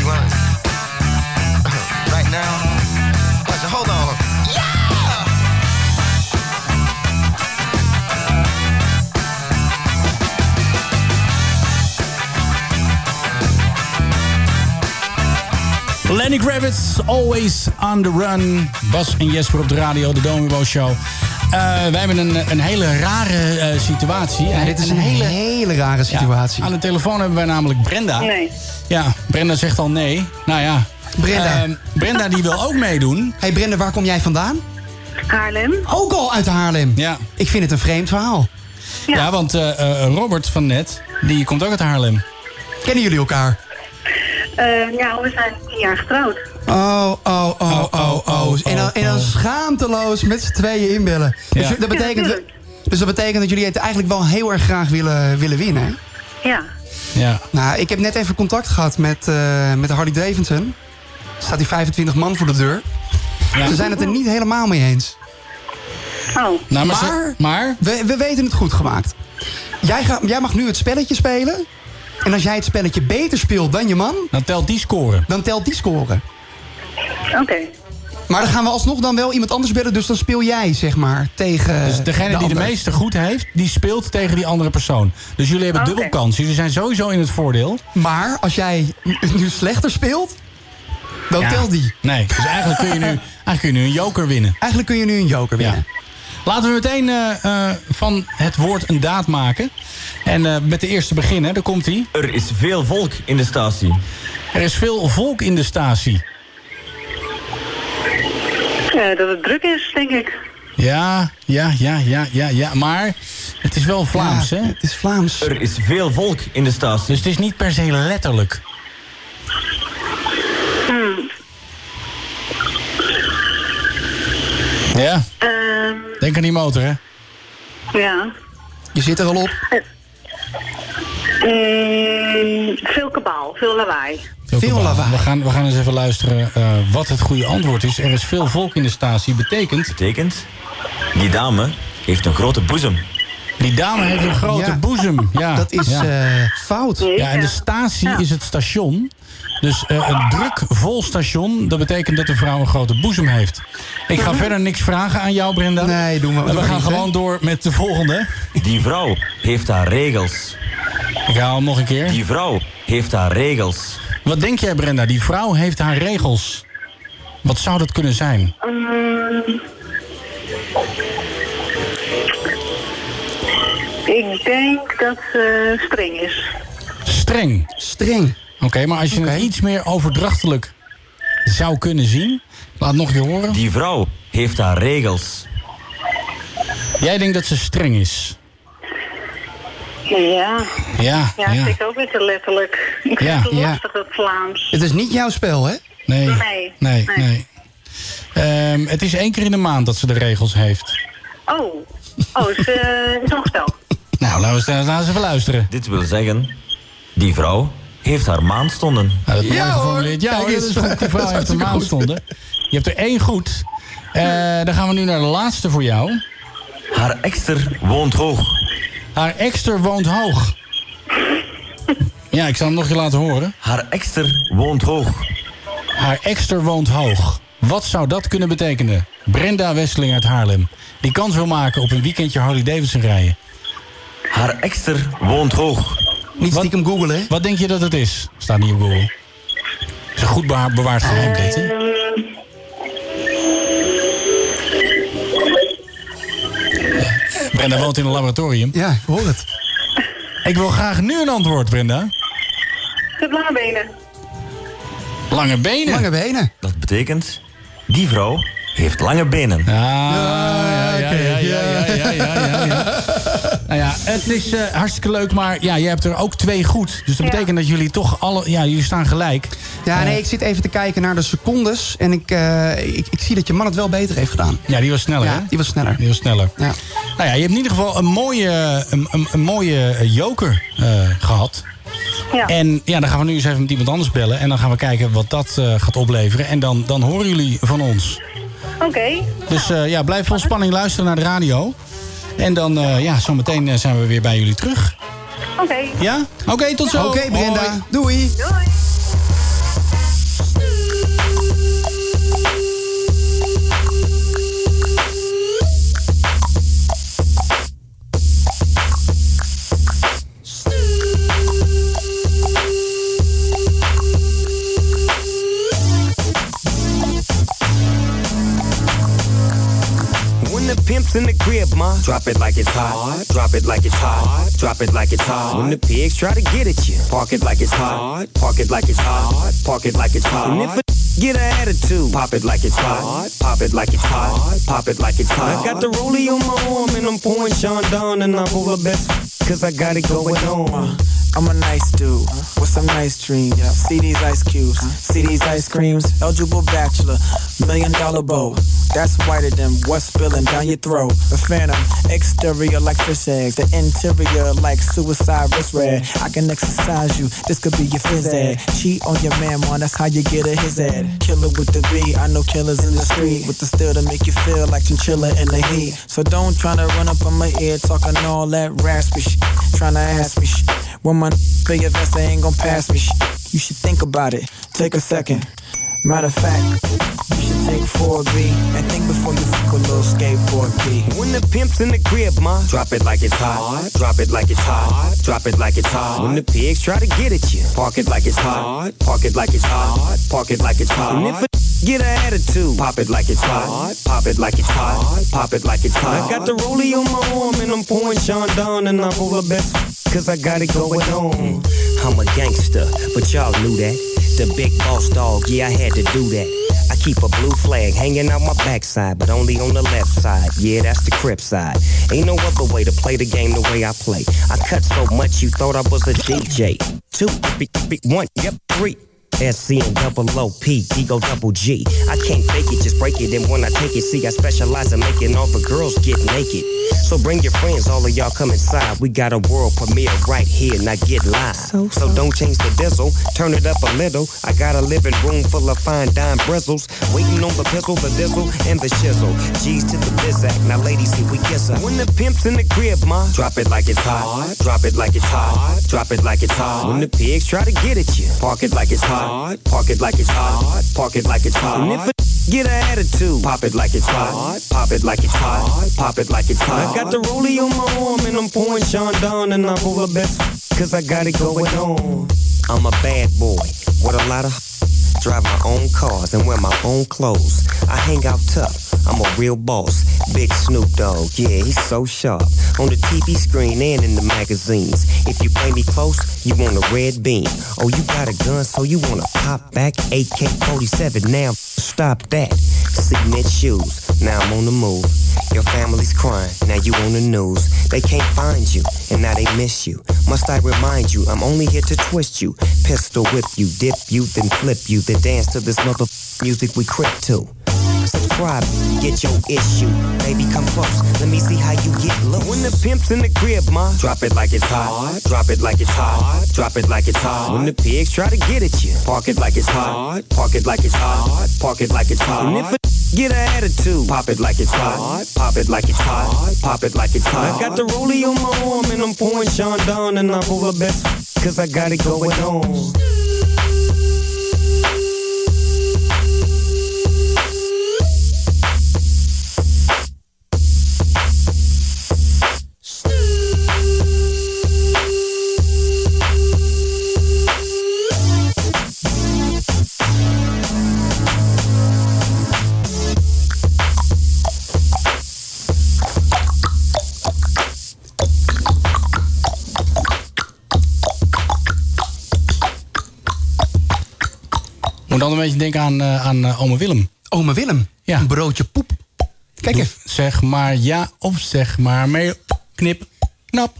You want it? [laughs] right now? Watch it, hold on.
Lenny Kravitz, Always on the Run. Bas en Jesper op de radio, de Domibo Show. Eh, wij hebben een, een hele rare eh, situatie.
Ja, dit is een hele, hele rare situatie.
aan de telefoon hebben wij namelijk Brenda.
Nee.
Ja, Brenda zegt al nee. Nou ja.
Brenda.
Ehm, Brenda die wil ook meedoen.
hey Brenda, waar kom jij vandaan?
Haarlem.
Ook al uit Haarlem?
Ja.
[laughs] Ik vind het een vreemd verhaal.
Ja, want eh, eh, Robert van net, die komt ook uit Haarlem.
Kennen jullie elkaar?
Eh, ja, we zijn tien jaar getrouwd.
Oh, oh, oh, oh, oh. En dan, en dan schaamteloos met z'n tweeën inbellen.
Ja.
Dus, dat
Ja,
betekent,
tuurlijk.
dus dat betekent dat jullie het eigenlijk wel heel erg graag willen, willen winnen. hè?
Ja.
Ja.
Nou, ik heb net even contact gehad met, eh, met Harley Davidson. Er staat die 25 man voor de deur. Ze zijn het er niet helemaal mee eens.
Oh.
Nou, maar
maar
ze-
We, we weten het goed gemaakt. Jij, gaat, jij mag nu het spelletje spelen. En als jij het spelletje beter speelt dan je man...
Dan telt die score.
Dan telt die score.
Oké.
Maar dan gaan we alsnog dan wel iemand anders bellen. Dus dan speel jij, zeg maar, tegen
Dus degene die de
ander.
meeste goed heeft, die speelt tegen die andere persoon. Dus jullie hebben
Ah, Oké.
dubbel kans. Jullie zijn sowieso in het voordeel.
Maar als jij nu slechter speelt, dan
Ja.
telt die.
Nee, dus eigenlijk kun je
[laughs]
nu, eigenlijk kun je nu een joker winnen.
Eigenlijk kun je nu een joker
winnen. Laten we meteen eh, eh, van het woord een daad maken. En eh, met de eerste beginnen, daar komt hij.
Er is veel volk in de statie.
Er is veel volk in de statie.
Eh, dat het druk is, denk ik.
Ja, ja, ja, ja, ja, ja. Maar het is wel Vlaams, hè? Het
is Vlaams.
Er is veel volk in de statie.
Dus het is niet per se letterlijk.
Hmm.
Ja,
Ehm,
denk aan die motor, hè?
ja.
Je zit er al op.
Mm, veel kabaal, veel lawaai.
Veel lawaai. We gaan, we gaan eens even luisteren eh, wat het goede antwoord is. Er is veel volk in de statie. Betekent?
Betekent? Die dame heeft een grote boezem.
Die dame heeft een grote
Ja.
boezem. Ja,
Dat is,
ja.
fout.
eh, Ja, en de statie is het station. Dus eh, een druk vol station, dat betekent dat de vrouw een grote boezem heeft. Ik ga verder niks vragen aan jou, Brenda. Nee, doen we. En we gaan gewoon door met de volgende.
Die vrouw heeft haar regels.
Ik haal hem nog een keer.
Die vrouw heeft haar regels.
Wat denk jij, Brenda? Die vrouw heeft haar regels. Wat zou dat kunnen zijn?
Mm. ik denk dat ze streng is.
Streng.
Streng.
Oké, maar als je het iets meer overdrachtelijk zou kunnen zien... Laat nog je horen.
Die vrouw heeft haar regels.
Jij denkt dat ze streng is.
Ja.
Ja,
Ja,
ja.
vind ik ook weer te letterlijk. Ik
Ja,
vind het
ja.
lastig, dat Vlaams.
Het is niet jouw spel, hè?
Nee.
Nee, nee.
Nee, nee. Ehm, het is één keer in de maand dat ze de regels heeft.
Oh, oh, het is, eh, is nog spel.
Nou, laten we eens- laten we eens even luisteren.
Dit wil zeggen, die vrouw heeft haar maandstonden.
Nou, dat Mooi geformuleerd. Ja, hoor, [laughs] dat is goed. Die vrouw heeft een maand stonden. Je hebt er één goed. Eh, dan gaan we nu naar de laatste voor jou.
Haar ekster woont hoog.
Haar ekster woont hoog. Ja, ik zal hem nog je laten horen.
Haar ekster woont hoog.
Haar ekster woont hoog. Wat zou dat kunnen betekenen? Brenda Wesseling uit Haarlem. Die kans wil maken op een weekendje Harley Davidson rijden.
Haar ekster woont hoog.
Niet stiekem googelen, hè?
Wat denk je dat het is? Staat niet op Google. Het is een goed beha- bewaard geheim, dit, hè?
Ehm,
Brenda woont in een laboratorium.
Ja, ik hoor het.
Ik wil graag nu een antwoord, Brenda.
Ik heb lange benen.
Lange benen.
Lange benen.
Dat betekent, die vrouw heeft lange benen. Ah,
ja, ja, ja, ja, ja, ja, ja, ja. Nou ja, het is eh, hartstikke leuk, maar ja, je hebt er ook twee goed. Dus dat betekent dat jullie toch alle... Ja, jullie staan gelijk.
Ja,
Eh,
nee, ik zit even te kijken naar de secondes. En ik, eh, ik, ik zie dat je man het wel beter heeft gedaan.
Ja, die was sneller,
Ja, die was sneller.
Die was sneller.
Ja.
Nou ja, je hebt in ieder geval een mooie, een, een, een mooie eh, joker eh, gehad. En ja, dan gaan we nu eens even met iemand anders bellen. En dan gaan we kijken wat dat eh, gaat opleveren. En dan, dan horen jullie van ons.
Oké.
Dus eh, ja, blijf vol spanning luisteren naar de radio. En dan, eh ja, zometeen eh, zijn we weer bij jullie terug.
Oké.
Ja? Oké, tot zo.
Oké, Brenda.
Hoi.
Doei.
When the pimp's in the crib, ma, drop it like it's hot. Drop it like it's hot. Drop it like it's hot. When the pigs try to get at you, park it like it's hot. Park it like it's hot. Park it like it's hot. And if a [laughs] get an attitude, pop it like it's hot. Pop it like it's hot. Pop it like it's hot. I got the rollie on my arm and I'm pouring Sean Don and I'm all the best cause I got it going on.
Uh, I'm a nice dude with some nice dreams. See these ice cubes, see these ice creams. Eligible bachelor, million dollar bow. That's whiter than what's spilling down your throat. A phantom, exterior like fish eggs, the interior like suicide wrist red. I can exercise you, this could be your phys ed. Cheat on your man, man, that's how you get a his ad. Killer with the B, I know killers in the street with the steel to make you feel like chinchilla in the heat. So don't try to run up on my ear talking all that raspy shit, trying to ask me shit. When my pay your vest, they ain't gon' pass me shit. You should think about it, take a second. Matter of fact, you should take 4B and think before you fuck with little skateboard B.
When the pimp's in the crib, ma, drop it like it's hot. Drop it like it's hot. Drop it like it's hot. When the pigs try to get at you, park it like it's hot. Park it like it's hot. Park it like it's hot. And if a [laughs] get an attitude, pop it like it's hot. Pop it like it's hot. Pop it like it's hot. I got the rollie on my arm and I'm pouring Sean Don and I'm all the best cause I got it going on.
I'm a gangster, but y'all knew that. The big boss dog, yeah, I had to do that. I keep a blue flag hanging out my backside, but only on the left side. Yeah, that's the crip side. Ain't no other way to play the game the way I play. I cut so much you thought I was a DJ. Two, b- b- one, yep, three. SC and double OP, ego double G. I can't fake it, just break it. And when I take it, see, I specialize in making all the girls get naked. So bring your friends, all of y'all come inside. We got a world premiere right here, now get live. So, don't change the diesel, turn it up a little. I got a living room full of fine dime bristles. Waiting on the pistol, the dizzle, and the shizzle. G's to the bizac, now ladies, see, we kiss her.
When the pimp's in the crib, ma, drop it like it's hot. Drop it like it's hot. Drop it like it's hot. When the pigs try to get at you, park it like it's hot. Park it like it's hot. Park it like it's hot. And if a [laughs] get an attitude, pop it like it's hot. Pop it like it's hot. Pop it like it's hot. I got the rollie on my arm and I'm pouring Sean Don and I'm all the best cause I got it going on.
I'm a bad boy with a lot of drive my own cars and wear my own clothes. I hang out tough. I'm a real boss. Big Snoop Dogg, yeah, he's so sharp. On the TV screen and in the magazines. If you play me close, you want a red beam. Oh, you got a gun, so you want to pop back AK 47. Now, stop that. Cement shoes, now I'm on the move. Your family's crying, now you on the news. They can't find you, and now they miss you. Must I remind you, I'm only here to twist you. Pistol whip you, dip you, then flip you, then dance to this mother music we crip to. Subscribe, get your issue. Baby, come close, let me see how you get loose.
When the pimp's in the crib, ma, drop it like it's hot. Drop it like it's hot. Drop it like it's hot. When the pigs try to get at you, park it like it's hot. Park it like it's hot. Park it like it's hot. And if a get an attitude, pop it like it's hot. Pop it like it's hot. Pop it like it's hot. I got the rollie on my arm and I'm pouring Sean Don and I'm all the best cause I got it going on.
Moet dan een beetje denken aan, eh, aan eh, oma Willem.
Oma Willem?
Ja.
Een broodje poep. Kijk
even. Zeg maar ja of zeg maar mee. Knip, knap,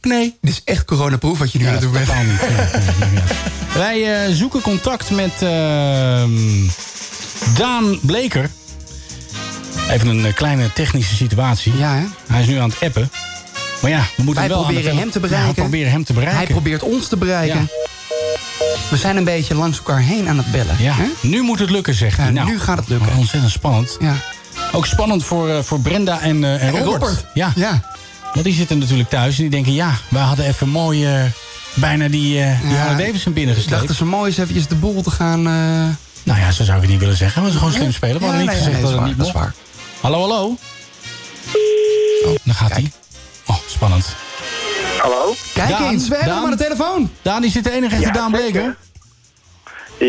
nee.
Dit is echt coronaproof wat je nu aan het doen bent.
Totaal niet.
[laughs]
Ja, ja, ja. Wij eh, zoeken contact met ehm, Daan Bleker. Even een eh, kleine technische situatie. Ja, Hij is nu aan het appen. Maar ja, we moeten
Wij
wel aan de
proberen hem
tele-
te
Ja, we
bereiken.
proberen hem te bereiken.
Hij probeert ons te bereiken. We zijn een beetje langs elkaar heen aan het bellen.
Ja, nu moet het lukken, zegt hij. nou, nu gaat het lukken. Ontzettend spannend. Ook spannend voor, eh, voor Brenda en, eh, en
En
Robert.
Robert.
Ja.
ja.
Want die zitten natuurlijk thuis en die denken... ja, wij hadden even mooi eh, bijna die, eh die Harley Davidson binnengesteld.
Dachten ze mooi eens eventjes de boel te gaan... eh,
Nou ja, zo zou ik het niet willen zeggen. Maar ze gewoon slim spelen. We hadden niet gezegd dat het niet mocht. Hallo, hallo. Oh, dan gaat hij. Oh, spannend.
Hallo?
Kijk eens, we hebben hem aan de telefoon.
Daan, die zit de enige echte
Ja,
Daan
zeker.
Bleker.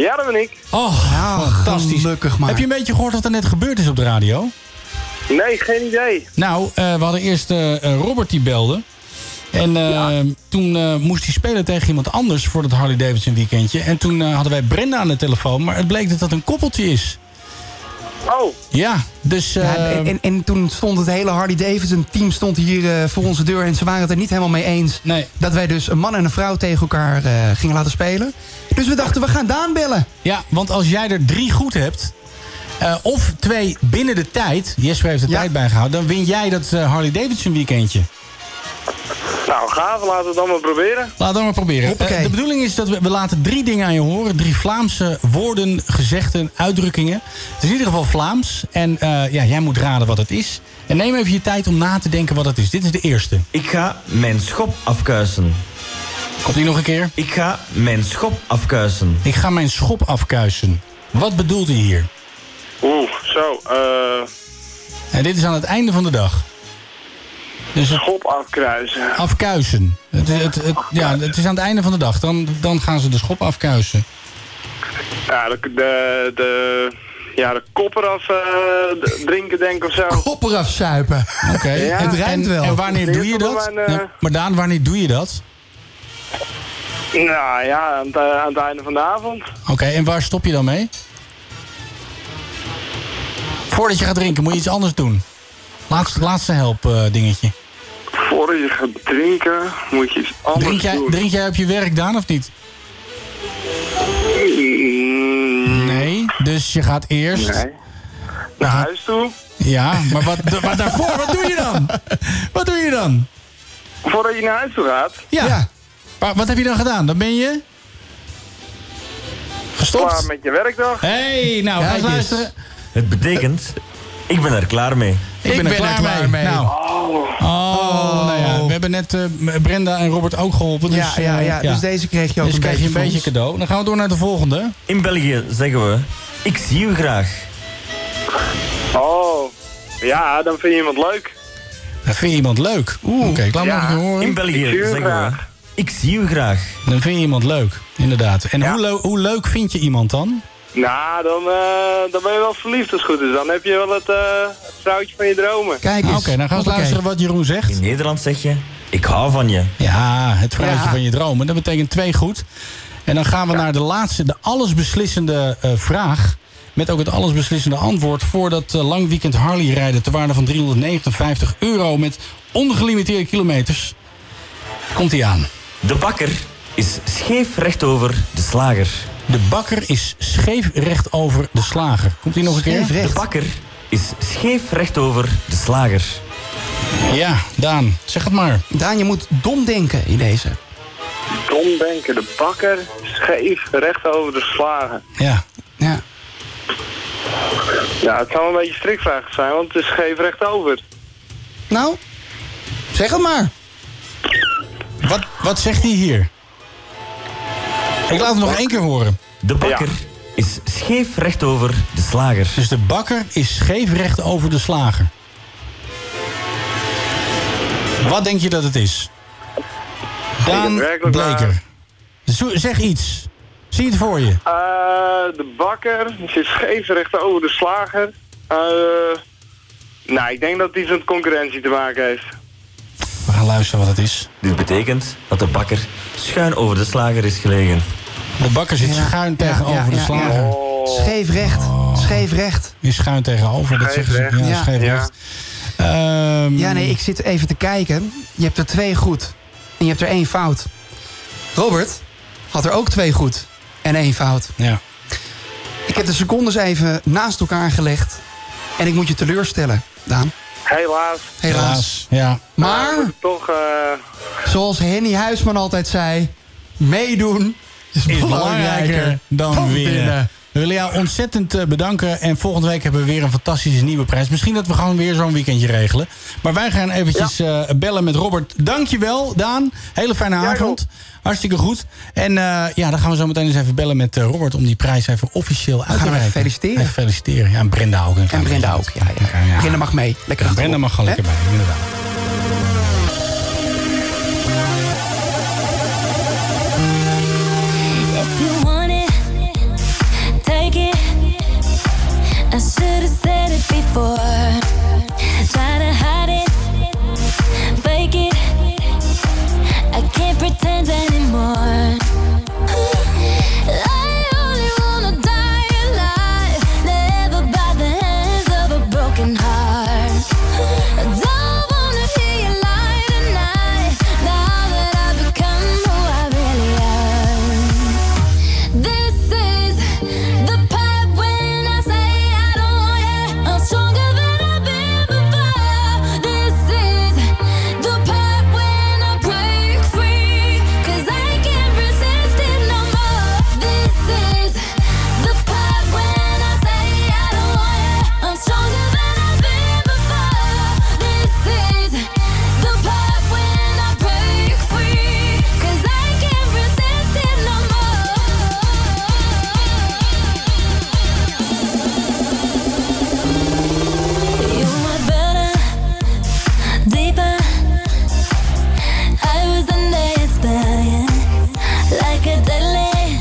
Ja, dat ben ik.
Oh, fantastisch.
Gelukkig maar.
Heb je een beetje gehoord wat er net gebeurd is op de radio?
Nee, geen idee.
Nou, eh, we hadden eerst eh, eh, Robert die belde. En eh, toen eh, moest hij spelen tegen iemand anders voor dat Harley Davidson weekendje. En toen eh, hadden wij Brenda aan de telefoon, maar het bleek dat dat een koppeltje is.
Oh.
Ja, dus...
Ja,
eh,
en, en, en toen stond het hele Harley Davidson team stond hier eh, voor onze deur... en ze waren het er niet helemaal mee eens... dat wij dus een man en een vrouw tegen elkaar eh, gingen laten spelen. Dus we dachten, we gaan Daan bellen.
Ja, want als jij er drie goed hebt... eh, of twee binnen de tijd, Jesper heeft de tijd bijgehouden... dan win jij dat eh, Harley Davidson weekendje.
Nou, gaaf. Laten we het dan maar proberen.
Laten we maar proberen. Eh, de bedoeling is dat we, we laten drie dingen aan je horen. Drie Vlaamse woorden, gezegden, uitdrukkingen. Het is in ieder geval Vlaams. En eh, ja, jij moet raden wat het is. En neem even je tijd om na te denken wat het is. Dit is de eerste.
Ik ga mijn schop afkuisen.
Komt die nog een keer?
Ik ga mijn schop afkuisen.
Ik ga mijn schop afkuisen. Wat bedoelt hij hier?
Oeh, zo. eh
En dit is aan het einde van de dag. Dus het-
schop afkruisen.
afkuisen. Het, is- het, het- ja, het is aan het einde van de dag. Dan, dan gaan ze de schop afkuisen.
Ja, de, de, de, ja, de kop eraf eh, d- drinken, denk ik, of zo.
Kopper afzuipen.
Oké,
Ja.
het rijmt
En-
wel.
en
wanneer doe je dat?
Mijn, eh,
Ja, maar Daan, wanneer doe je dat?
Nou ja, aan het, eh, aan het einde van de avond.
Oké, en waar stop je dan mee? Voordat je gaat drinken, moet je iets anders doen. Laatste, laatste help eh, dingetje.
Voordat je gaat drinken, moet je iets anders
Drink jij,
doen.
drink jij op je werk, Daan, of niet? Nee, dus je gaat eerst...
Naar huis toe.
Ja, maar, wat, d- maar daarvoor, wat doe je dan? Wat doe je dan?
Voordat je naar huis toe gaat.
Ja. Maar wat heb je dan gedaan? Dan ben je... Gestopt?
Klaar met je werkdag.
hey, nou, ga eens luisteren.
Het betekent, ik ben er klaar mee.
Ik, ben, er klaar, mee. Nou.
Oh.
nou ja, we hebben net eh, Brenda en Robert ook geholpen.
Ja,
Dus,
ja, ja,
eh,
dus deze kreeg je ook
Dus
een
krijg je
beetje
een
van
beetje
ons.
cadeau. Nou, Dan gaan we door naar de volgende.
In België zeggen we, ik zie u graag.
Oh. Ja, dan vind je iemand leuk.
Dan vind je iemand leuk. Oeh, Oké, ik laat me nog even horen.
In België zeggen we, ik zie u graag.
Dan vind je iemand leuk, inderdaad. En hoe, leu- hoe leuk vind je iemand dan?
Nou, dan, eh, dan ben je wel verliefd als het goed is. Dan heb je wel het, eh, het vrouwtje van je dromen.
Ah, Oké, dan gaan we eens luisteren wat Jeroen zegt.
In Nederland zeg je, ik hou van je.
Ja, het vrouwtje
Ja.
van je dromen. Dat betekent twee goed. En dan gaan we naar de laatste, de allesbeslissende eh, vraag. Met ook het allesbeslissende antwoord voor dat eh, lang weekend Harley rijden... ter waarde van 359 euro met ongelimiteerde kilometers. Komt hij aan.
De bakker is scheef rechtover de slager.
De bakker is scheef recht over de slager. Komt hij nog een keer?
De bakker is scheef rechtover de slager.
Ja, Daan, zeg het maar.
Daan, je moet dom denken in deze.
Domdenker, de bakker, scheef, recht over de slagen.
Ja.
Ja.
Ja, het zou een beetje strikvraag zijn, want het is scheef recht over.
Nou, zeg het maar.
Wat, wat zegt hij hier? Ik laat hem nog één keer horen.
De bakker is scheef rechtover de slager.
Dus de bakker is scheef recht over de slager. Wat denk je dat het is? Daan Bleker. Zo- zeg iets. Zie het voor je.
Eh, de bakker zit scheef recht over de slager. Eh, nou, ik denk dat het iets met concurrentie te maken heeft.
We gaan luisteren wat het is.
Dit betekent dat de bakker schuin over de slager is gelegen.
De bakker zit schuin tegenover de slager.
Scheef recht, scheef recht.
Is schuin tegenover, dat
Scheef
zeggen ze.
recht.
Ja,
Ja.
scheef
Ja.
recht. Ehm,
Ja, nee, ik zit even te kijken. Je hebt er twee goed. En je hebt er één fout. Robert had er ook twee goed. En één fout.
Ja.
Ik heb de secondes even naast elkaar gelegd. En ik moet je teleurstellen, Daan.
Helaas.
Helaas.
Ja.
Maar,
Toch, eh,
zoals Henny Huisman altijd zei... meedoen
is belangrijker
belangrijker
dan,
dan
winnen.
winnen.
We willen jou ontzettend eh, bedanken. En volgende week hebben we weer een fantastische nieuwe prijs. Misschien dat we gewoon weer zo'n weekendje regelen. Maar wij gaan eventjes eh, bellen met Robert. Dankjewel, Daan. Hele fijne avond. Hartstikke goed. En eh, ja, dan gaan we zo meteen eens even bellen met eh, Robert... om die prijs even officieel uit te
hem
reiken.
Oh, even feliciteren.
Even feliciteren. Ja, en Brenda ook. En Brenda ook, ja.
Brenda mag mee. Lekker
ja, Brenda
achterop,
mag gewoon
hè?
lekker bij, inderdaad.
If you want it, take it. I should have said it before. Try to hide it, fake it. I can't pretend anymore. I only wanna die alive, never by the hands of a broken heart. I don't wanna hear you lie tonight. Now that I've become who I really am. This is the part when I say I don't want you. I'm stronger than I've been before. This is the part when I break free. 'Cause I can't resist it no more. This is the part when I say I don't want you. I'm stronger than I've been before. This is the part when I break free. 'Cause I can't resist it no more. You were better, deeper. I was under your spell, yeah. Like a deadly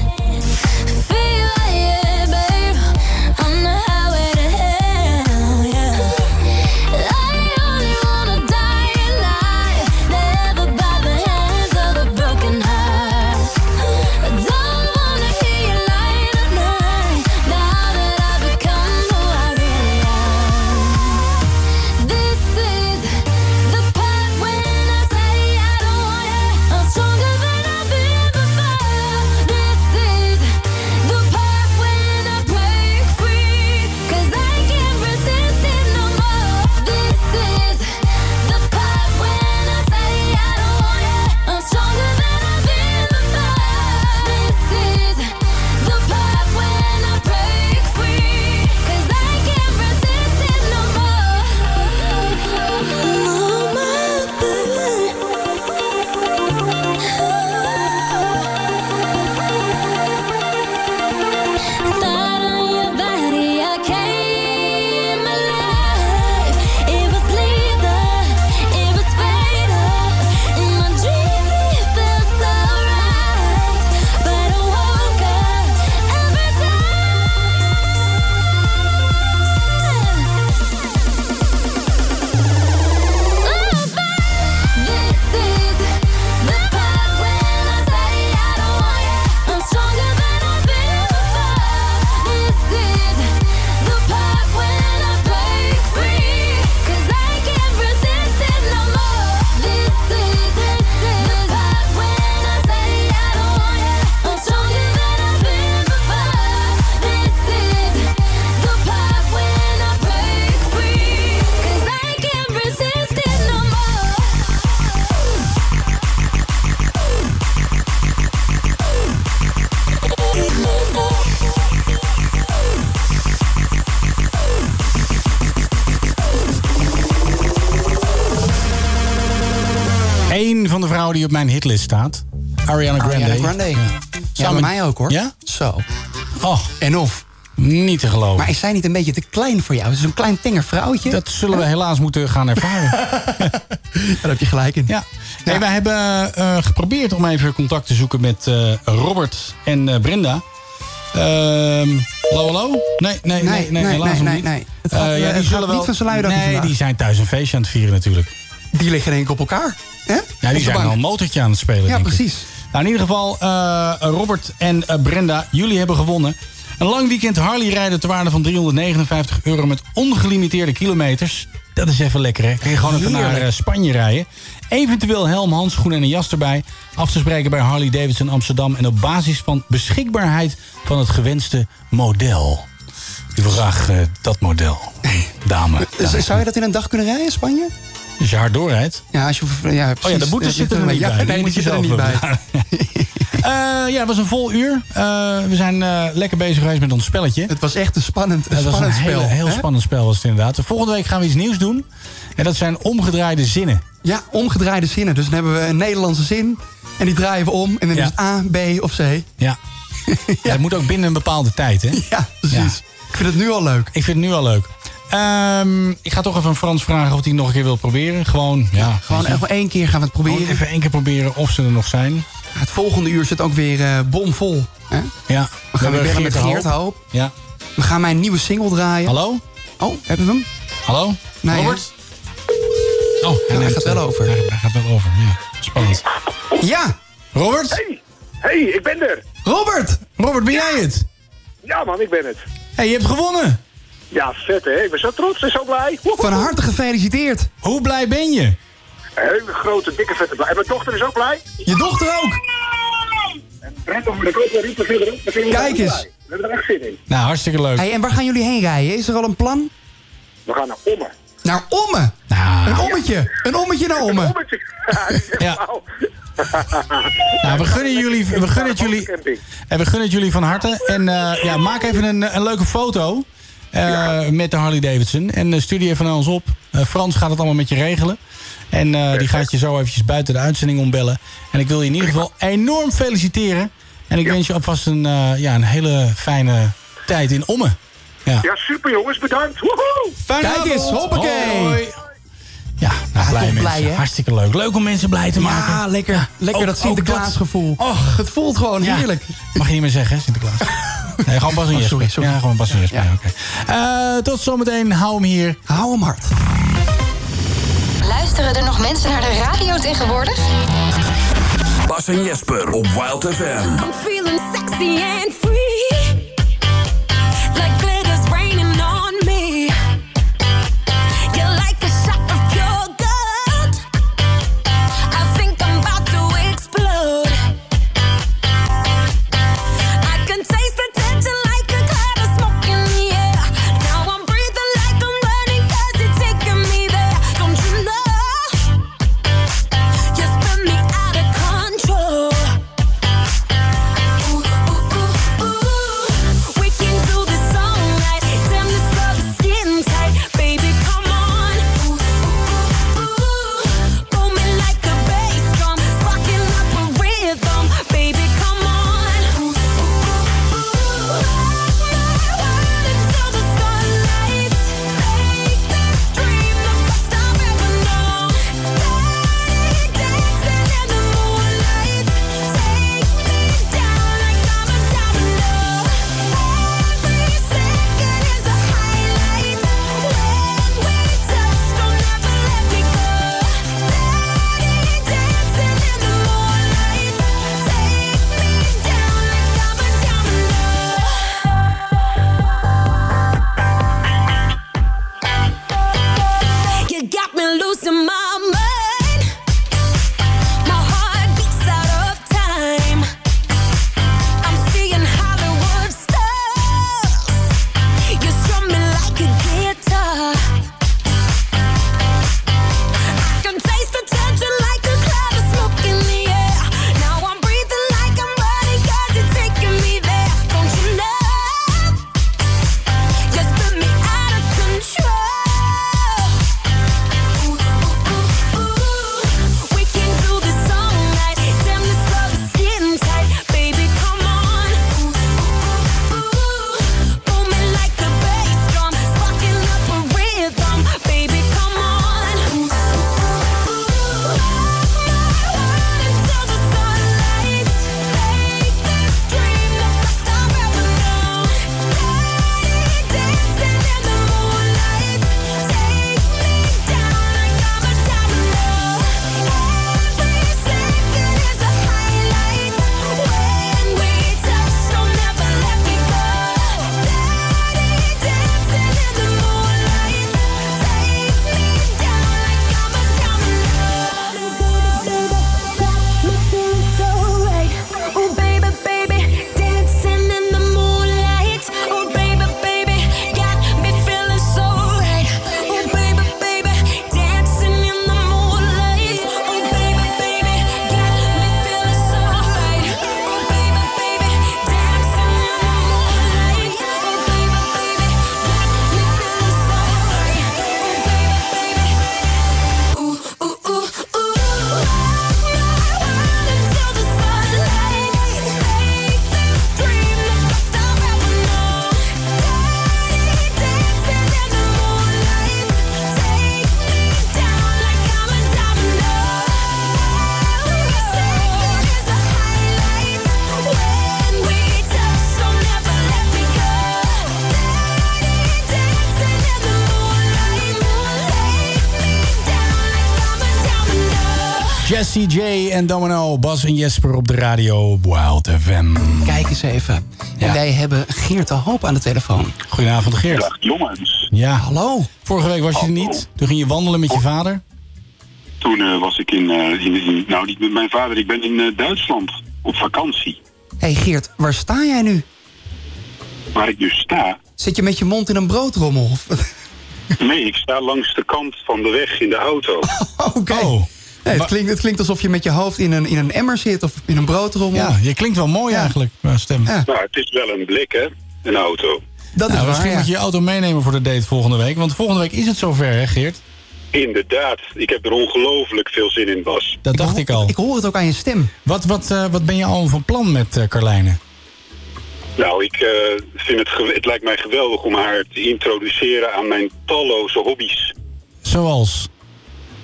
fever, yeah, babe. On the highway to hell, yeah. I only wanna die alive, never by the hands of a broken heart. I don't wanna hear you lie tonight. Now that I've become who I really am. This is the part when I say I don't want you. I'm stronger than I've been before. This is the part when I break free. 'Cause I can't resist it no more. This is the part when I say I don't want you. I'm stronger than I've been before. This is the part when I break free. 'Cause I can't resist it no more. Thought on your body, I came alive. It was leather, it was fatal. In my dreams, it felt so right, but I woke up every Resist it no more.
Eén van de vrouwen die op mijn hitlist staat. Ariana Grande.
Ariana Grande. Ja, bij mij ook, hoor.
Ja?
Zo.
Oh.
En of.
Niet te geloven.
Maar is zij niet een beetje te klein voor jou? Ze is een klein tenger vrouwtje.
Dat zullen we helaas moeten gaan
[laughs]
ervaren.
Daar heb je gelijk in.
Ja. Nee, wij hebben eh, geprobeerd om even contact te zoeken met eh, Robert en eh, Brenda. Ehm hallo, hallo? Nee, nee, nee, nee,
nee,
helaas
nee,
nog
nee,
niet.
nee. Het gaat,
Eh,
eh,
ja,
het
die
gaat
zullen
niet
wel...
van zijn luie dag
Nee,
vandaag.
die zijn thuis een feestje aan het vieren natuurlijk.
Die liggen denk ik op elkaar. Hè?
Ja,
Op
die
de
zijn
bank.
al een motortje aan het spelen.
Ja,
denk ik.
precies.
Nou, in ieder geval, eh, Robert en eh, Brenda, jullie hebben gewonnen. Een lang weekend Harley rijden ter waarde van 359 euro met ongelimiteerde kilometers. Dat is even lekker, hè? Kun je gewoon even naar
Heerlijk.
eh, Spanje rijden. Eventueel helm, handschoenen en een jas erbij. Af te spreken bij Harley Davidson Amsterdam. En op basis van beschikbaarheid van het gewenste model. Ik wil graag eh, dat model, dame.
Eh, Z- Zou je dat in een dag kunnen rijden in Spanje?
Als je hard doorrijdt.
Ja, als je, ja, precies.
Oh ja, de boetes
Eh,
zitten er niet
ja,
bij.
Nee, die
moet je
zitten er
zelf
niet bij.
hebben. Eh,
[laughs]
ja, het was een vol uur. Eh, we zijn eh, lekker bezig geweest met ons spelletje. Het
was echt een spannend,
het was
spannend
een hele-
spel,
heel
hè?
spannend spel was het inderdaad. Volgende week gaan we iets nieuws doen. En dat zijn omgedraaide zinnen.
Ja, omgedraaide zinnen. Dus dan hebben we een Nederlandse zin. En die draaien we om. En dan is het A, B of C. [laughs]
Ja. Dat moet ook binnen een bepaalde tijd, hè?
Ja, precies. Ik vind het nu al leuk.
Ik vind het nu al leuk. Ehm, ik ga toch even aan Frans vragen of hij het nog een keer wil proberen. Gewoon, ja.
Gewoon even één keer gaan we het proberen.
even één keer proberen of ze er nog zijn.
Het volgende uur zit ook weer eh, bomvol. Hè?
Ja.
We gaan weer bellen met Geert Hoop.
Ja.
We gaan mijn nieuwe single draaien.
Hallo?
Oh, hebben we hem?
Hallo?
Nee, hè?
Robert? Oh, hij, neemt,
gaat wel
eh,
over.
Hij, hij gaat wel over, ja. Spannend.
Ja!
Robert?
Hey, hey, ik ben er.
Robert! Robert, ben jij het?
Ja man, ik ben het.
hey, je hebt gewonnen.
Ja, vet hè. Ik ben zo trots en zo blij. Woehoe.
Van harte gefeliciteerd.
Hoe blij ben je?
Een hele grote, dikke, vette blij. En mijn dochter is ook blij.
Je dochter ook?
En Brent over de koper riepen verder op.
Kijk eens.
We hebben er echt zin in.
Nou, hartstikke leuk.
Hey, en waar gaan jullie heen rijden? Is er al een plan?
We gaan naar Ommen.
Naar Ommen?
Nou.
Een ommetje. Een ommetje naar Ommen.
Ja. Nou, we gunnen, jullie, we, gunnen het jullie, en we gunnen het jullie van harte. En eh, ja, maak even een, eh, een leuke foto eh, met de Harley Davidson. En eh, stuur die even naar ons op. Eh, Frans gaat het allemaal met je regelen. En eh, die gaat je zo eventjes buiten de uitzending ombellen. En ik wil je in ieder geval enorm feliciteren. En ik wens je alvast een, eh, ja, een hele fijne tijd in Ommen. Ja.
Ja, super jongens, bedankt. Woehoe!
Fijne
Kijk eens,
avond.
hoppakee.
Hoi. Ja, nou, blij
toch
mensen.
blij, hè?
Hartstikke leuk. Leuk om mensen blij te maken.
Ja, lekker, lekker
ook-
dat
ook
Sinterklaasgevoel. Och, het voelt gewoon
Oh, Ja.
heerlijk.
Mag je niet meer zeggen,
[laughs]
hè, Sinterklaas? Nee, gewoon Bas en
Oh,
Jesper.
sorry, sorry.
Ja, gewoon Bas en Jesper. ja, oké. Eh, tot zometeen. Hou hem hier.
Hou hem hard.
Luisteren er nog mensen naar de radio tegenwoordig?
Bas en Jesper op Wild FM.
I'm feeling sexy and free. Like glitter's raining on me. You're like a shot of pure gold. I think I'm about to explode. I can taste the tension like a cloud of smoke in the air. Now I'm breathing like I'm running 'cause you're taking me there. Don't you know? You spin me out of control. Ooh, ooh, ooh. Oh, Oh, Oh, Oh, Oh, Oh, Oh,
Jesse J en Domino, Bas en Jesper op de radio op Wild FM.
Kijk eens even. En wij hebben Geert de Hoop aan de telefoon.
Goedenavond Geert.
Dag jongens.
Ja. Hallo. Vorige week was je er niet. Toen ging je wandelen met je vader.
Toen eh, was ik in, eh, in, in- nou niet met mijn vader, ik ben in eh, Duitsland op vakantie.
hey Geert, waar sta jij nu?
Waar ik dus [laughs] sta,
Zit je met je mond in een broodrommel? [laughs] Of-
nee, ik sta langs de kant van de weg in de [laughs] auto.
Oké.
Oh.
Nee, het, klinkt, het klinkt alsof je met je hoofd in een, in een emmer zit of in een broodrommel. Ja,
je klinkt wel mooi eigenlijk, eh, stem.
Nou, het is wel een blik hè, een auto.
Dat
is waar,
Nou, misschien
ja.
moet je je auto meenemen voor de date volgende week. Want volgende week is het zover, hè Geert?
Inderdaad, ik heb er ongelooflijk veel zin in Bas.
Dat dacht ik al. Ik
hoor het ook aan je stem.
Wat, wat, eh, wat ben je al van plan met eh Carlijne?
Nou, ik eh, vind het, ge- het lijkt mij geweldig om haar te introduceren aan mijn talloze hobby's.
Zoals?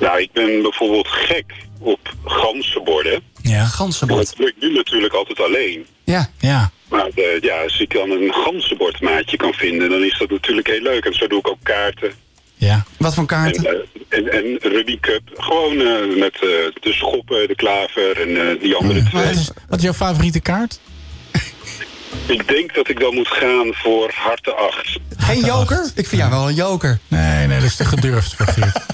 Nou, ik ben bijvoorbeeld gek op ganzenborden.
Ja,
ganzenbord. Dat doe ik nu natuurlijk altijd alleen.
Ja. ja.
Maar eh, ja, als ik dan een ganzenbordmaatje kan vinden, dan is dat natuurlijk heel leuk. En zo doe ik ook kaarten.
Wat voor kaarten?
En, eh, en, en Rubik's Cup. Gewoon eh, met eh, de schoppen, de klaver en eh, die andere twee.
Wat is, wat is jouw favoriete kaart?
Ik denk dat ik dan moet gaan voor harte acht.
Geen joker? Ik vind jou wel een joker.
Nee, nee, dat is te gedurfd voor
[laughs]
Geert.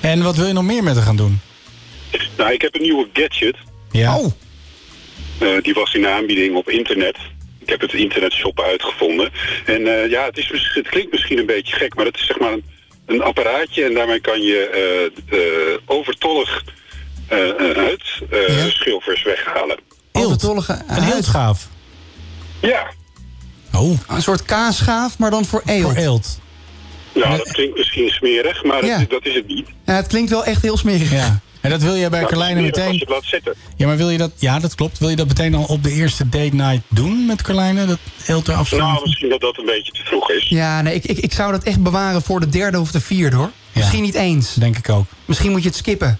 En wat wil je nog meer met haar gaan doen?
Nou, ik heb een nieuwe gadget.
Ja.
Eh, die was in de aanbieding op internet. Ik heb het internetshop uitgevonden. En eh, ja, het, is, mis- het klinkt misschien een beetje gek, maar het is zeg maar een, een apparaatje en daarmee kan je eh, eh, overtollig eh, een hut eh, schilfers weghalen.
Overtollige Een
eeltgaaf.
Ja,
Oh.
Een soort kaasgaaf, maar dan voor eelt. Voor
eelt.
nou dat klinkt misschien smerig, maar dat- dat, is het niet.
Ja, het klinkt wel echt heel smerig.
Ja. En dat wil je bij
Nou,
Carlijne
smerig Als
meteen...
je het laat zitten.
Ja, maar wil je dat... Ja, dat klopt. Wil je dat meteen al op de eerste date night doen met Carlijne? Dat heel te
Nou,
afslaan?
misschien dat dat een beetje te vroeg is.
Ja, nee, ik, ik, ik zou dat echt bewaren voor de derde of de vierde hoor. Misschien niet eens.
Denk ik ook.
Misschien moet je het skippen.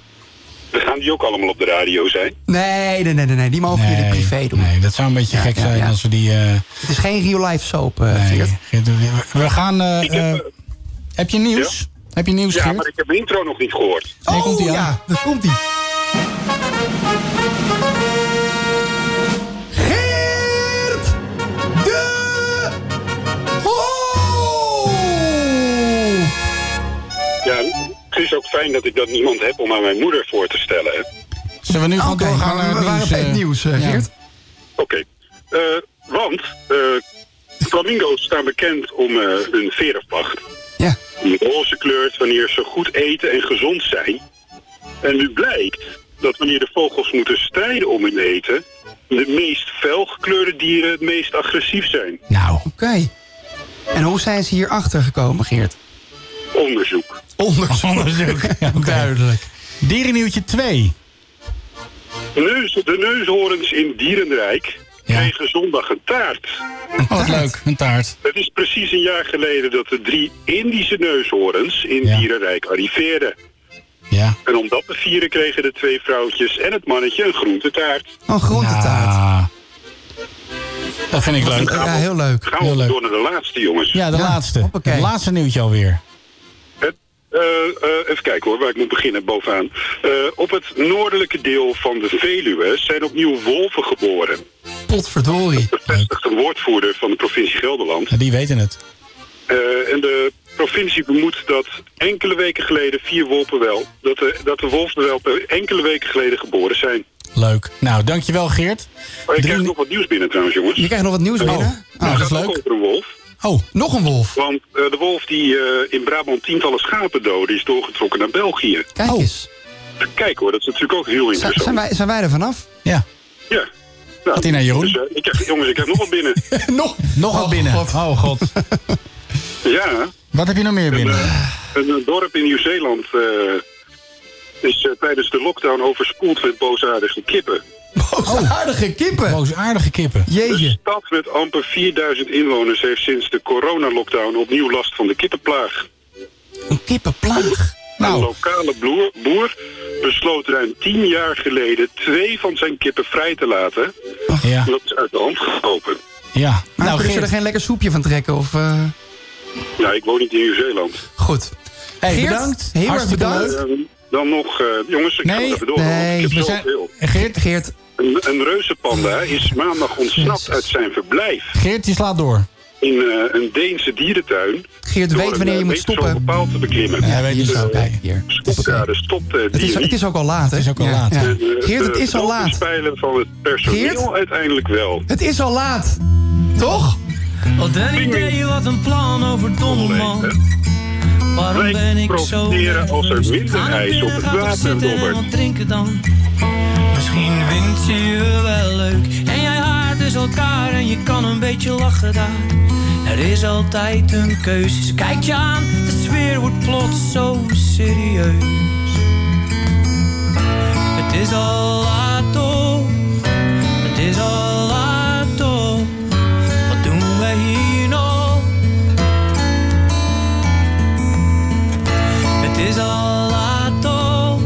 We gaan die ook allemaal op de radio zijn.
Nee, nee, nee, nee, nee, die mogen jullie privé doen.
Nee, dat zou een beetje gek zijn als we die... eh,
Het is geen real life soap, eh,
nee,
Geert.
Geert, we- we gaan... eh, eh, heb je nieuws? Heb je nieuws,
Ja,
Geert?
maar ik heb de intro nog niet gehoord.
Nee, komt die aan?
Oh, Ja, daar komt ie. Geert de Hoop!
Ja, het is ook fijn dat ik dat niemand heb om aan mijn moeder voor te stellen. hè.
Zullen we nu gewoon
Oké,
doorgaan
maar
naar
we waren
het nieuws?
bij het
eh?
nieuws, eh,
ja.
Geert.
Oké. Eh, want eh, flamingo's staan bekend om eh, hun verenvacht. Ja. Die roze kleurt wanneer ze goed eten en gezond zijn. En nu blijkt dat wanneer de vogels moeten strijden om hun eten... de meest felgekleurde dieren het meest agressief zijn.
Oh.
Oké. En hoe zijn ze hier achter gekomen, Geert? Oh.
Onderzoek.
Onderzoek. [laughs]
Onderzoek. Ja, Duidelijk. Dierennieuwtje 2.
Neus, de neushoorns in Dierenrijk kregen zondag een taart.
Oh, wat leuk. Een taart.
Het is precies een jaar geleden dat de drie Indische neushoorns in Dierenrijk arriveerden.
Ja.
En om dat te vieren kregen de twee vrouwtjes en het mannetje een groentetaart.
Oh,
Een groentetaart.
Dat vind ik leuk.
Ja, heel leuk.
Gaan we door naar de laatste, jongens.
Ja, de laatste. Het laatste nieuwtje alweer.
Eh, eh, even kijken hoor, waar ik moet beginnen, bovenaan. Eh, op het noordelijke deel van de Veluwe zijn opnieuw wolven geboren.
Potverdorie.
Zegt een woordvoerder van de provincie Gelderland.
Ja, die weten het.
Eh, en de provincie bemoedt dat enkele weken geleden vier wolven wel... dat de, dat de wolven wel per enkele weken geleden geboren zijn.
Leuk. Nou, dankjewel Geert.
Oh, ik krijg nog wat nieuws binnen trouwens, jongens.
Je krijgt nog wat nieuws binnen. Ah,
Nou, dat is leuk. over een wolf.
Oh,
nog een wolf.
Want eh, de wolf die eh, in Brabant tientallen schapen doodde... is doorgetrokken naar België. Oh.
Kijk eens.
Kijk hoor, dat is natuurlijk ook heel
Zijn,
interessant.
zijn wij, zijn wij er vanaf?
Ja. Nou,
Gaat die naar Jeroen?
dus, eh, ik heb, jongens, ik heb nog wat binnen.
nog
[laughs] nog wat binnen. Oh god.
[laughs] Ja,
Wat heb je nog meer binnen?
een eh, dorp in Nieuw-Zeeland eh, is eh, tijdens de lockdown overspoeld met boosaardige kippen.
Boosaardige kippen.
Boosaardige Oh. kippen.
De stad met amper 4000 inwoners heeft sinds de coronalockdown opnieuw last van de kippenplaag.
Een kippenplaag?
Nou.
Een lokale bloer- boer besloot ruim 10 jaar geleden twee van zijn kippen vrij te laten.
Ja.
Dat is uit de hand gelopen.
Ja.
Maar
nou,
kunnen ze er
Geert.
geen lekker soepje van trekken? Of, eh,
Nou, ik woon niet in Nieuw-Zeeland.
Goed.
Hey,
Geert,
bedankt.
Heel erg
Hartstikke
bedankt.
leuk.
dan nog... eh, jongens, ik ga
Nee,
nog even door.
nee,
want ik
we
heb
zijn-
zoveel.
Geert, Geert,
Een, een reuzenpanda is maandag ontsnapt uit zijn verblijf
Geert, je slaat door.
in eh, een Deense dierentuin.
Geert,
door
weet
een,
wanneer je
eh,
moet
weekzoom
stoppen.
bepaald te beklimmen.
Ja, hij weet niet
Dus,
zo,
eh,
kijk, hier.
Stop daar, er stopt eh,
Het is,
dier
het
niet.
is ook al laat, hè? Het is ook al laat.
De-
Geert, het
de-
is al
eh, de
laat.
spijlen van het personeel
Geert?
uiteindelijk wel.
Het is al laat. Toch?
Wat een idee, wat een plan over Dommelman. Waarom ben ik zo
profiteren als er minder
aan het
ijs op
binnen
het
gaan toch
water
zitten en
dobbert.
wat drinken dan? Misschien vindt ze je wel leuk en jij haart dus elkaar en je kan een beetje lachen daar. Er is altijd een keuze, ze kijkt je aan, de sfeer wordt plots zo serieus. Het is al laat toch, het is al laat toch, wat doen wij hier nog? Het is al laat toch,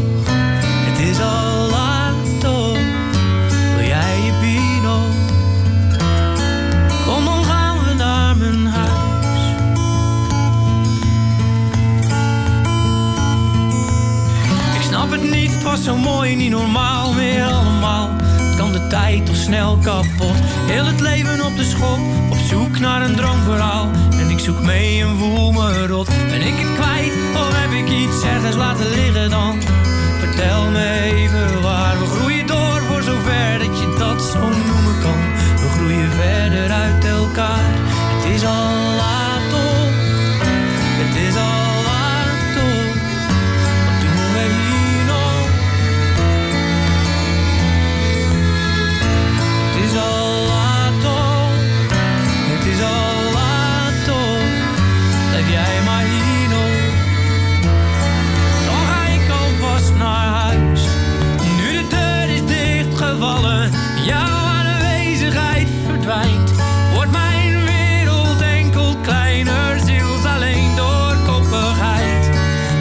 het is al laat toch, wil jij je bier nog? Kom dan gaan we naar mijn huis. Ik snap het niet, het was zo mooi, niet normaal meer allemaal. Het kan de tijd toch snel kapot. Heel het leven op de schop, op zoek naar een droomverhaal. En ik zoek mee en voel me rot. Ben ik het kwijt of heb ik iets ergens laten liggen dan? Vertel me even waar. We groeien door voor zover dat je dat zo noemen kan. We groeien verder uit elkaar. Het is al laat toch? Het is al laat toch? Wat doen we hier nog? Het is al laat toch? Het is al laat toch? Blijf jij maar hier nog? Dan ga ik alvast naar huis. Nu de deur is dichtgevallen, jouw aanwezigheid verdwijnt. Wordt mijn wereld enkel kleiner, ziels alleen door koppigheid.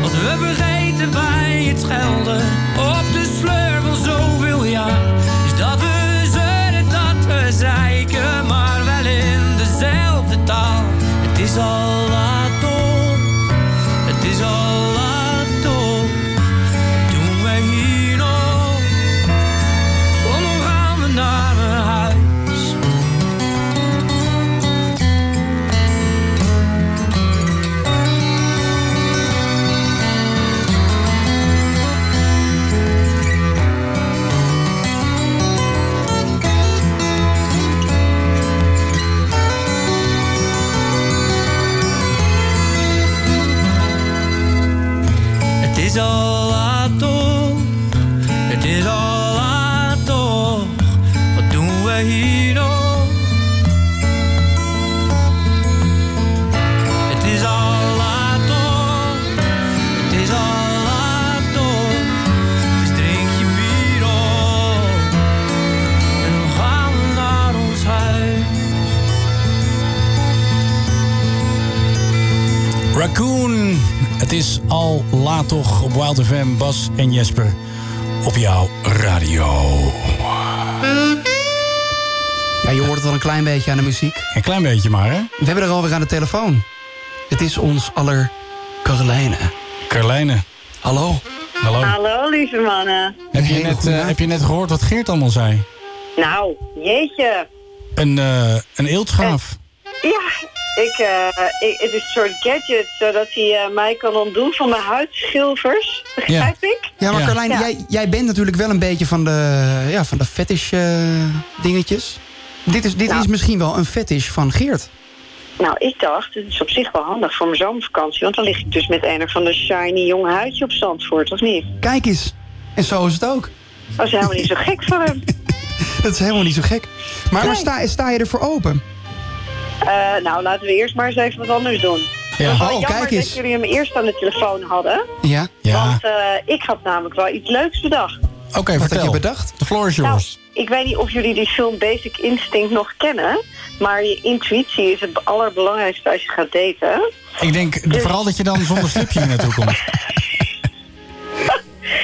Wat we vergeten bij het schelden op de sleur van zoveel jaar. Is dat we zeuren, dat we zeiken, maar wel in dezelfde taal. Het is al laat toch, het is al laat toch. Wat doen wij hier nog? Kom, dan gaan we naar mijn huis. Het is al laat toch, het is al laat toch. Wat doen we hier nog? Het is al laat toch, het is al laat toch. Dus drink je bier op en dan gaan we naar ons huis.
Raccoon. Het is al laat toch op Wild FM, Bas en Jesper. Op jouw radio.
Ja, je hoort het al een klein beetje aan de muziek.
Een klein beetje maar, hè?
We hebben er alweer aan de telefoon. Het is ons aller Carolijne.
Carlijne.
Hallo.
Hallo.
Hallo, lieve mannen.
Heb je, net, eh, heb je net gehoord wat Geert allemaal zei?
Nou, jeetje.
Een, eh een eeltschaaf.
Ja, ik, eh, ik, het is een soort gadget zodat hij eh, mij kan ontdoen van mijn huidschilfers. Begrijp ik?
Ja, maar Carlijn,
Ja.
Jij, jij bent natuurlijk wel een beetje van de, ja, van de fetish eh, dingetjes. Dit, is, dit is misschien wel een fetish van Geert.
Nou, ik dacht, het is op zich wel handig voor mijn zomervakantie. Want dan lig ik dus met een of ander shiny jong huidje op Zandvoort, of niet?
Kijk eens. En zo is het ook.
Dat is helemaal niet zo gek van hem.
[laughs] Dat is helemaal niet zo gek. Maar, maar sta, sta je ervoor open?
Eh, nou, laten we eerst maar eens even wat anders doen.
Ja.
Het was wel
Oh,
jammer
kijk eens. Ah.
dat jullie hem eerst aan de telefoon hadden.
Ja.
Want eh, ik had namelijk wel iets leuks bedacht.
Oké, vertel.
heb je bedacht?
The floor is yours.
Ik weet niet of jullie die film Basic Instinct nog kennen. Maar je intuïtie is het allerbelangrijkste als je gaat daten.
Ik denk vooral dat je dan zonder slipje hier naartoe [laughs] komt.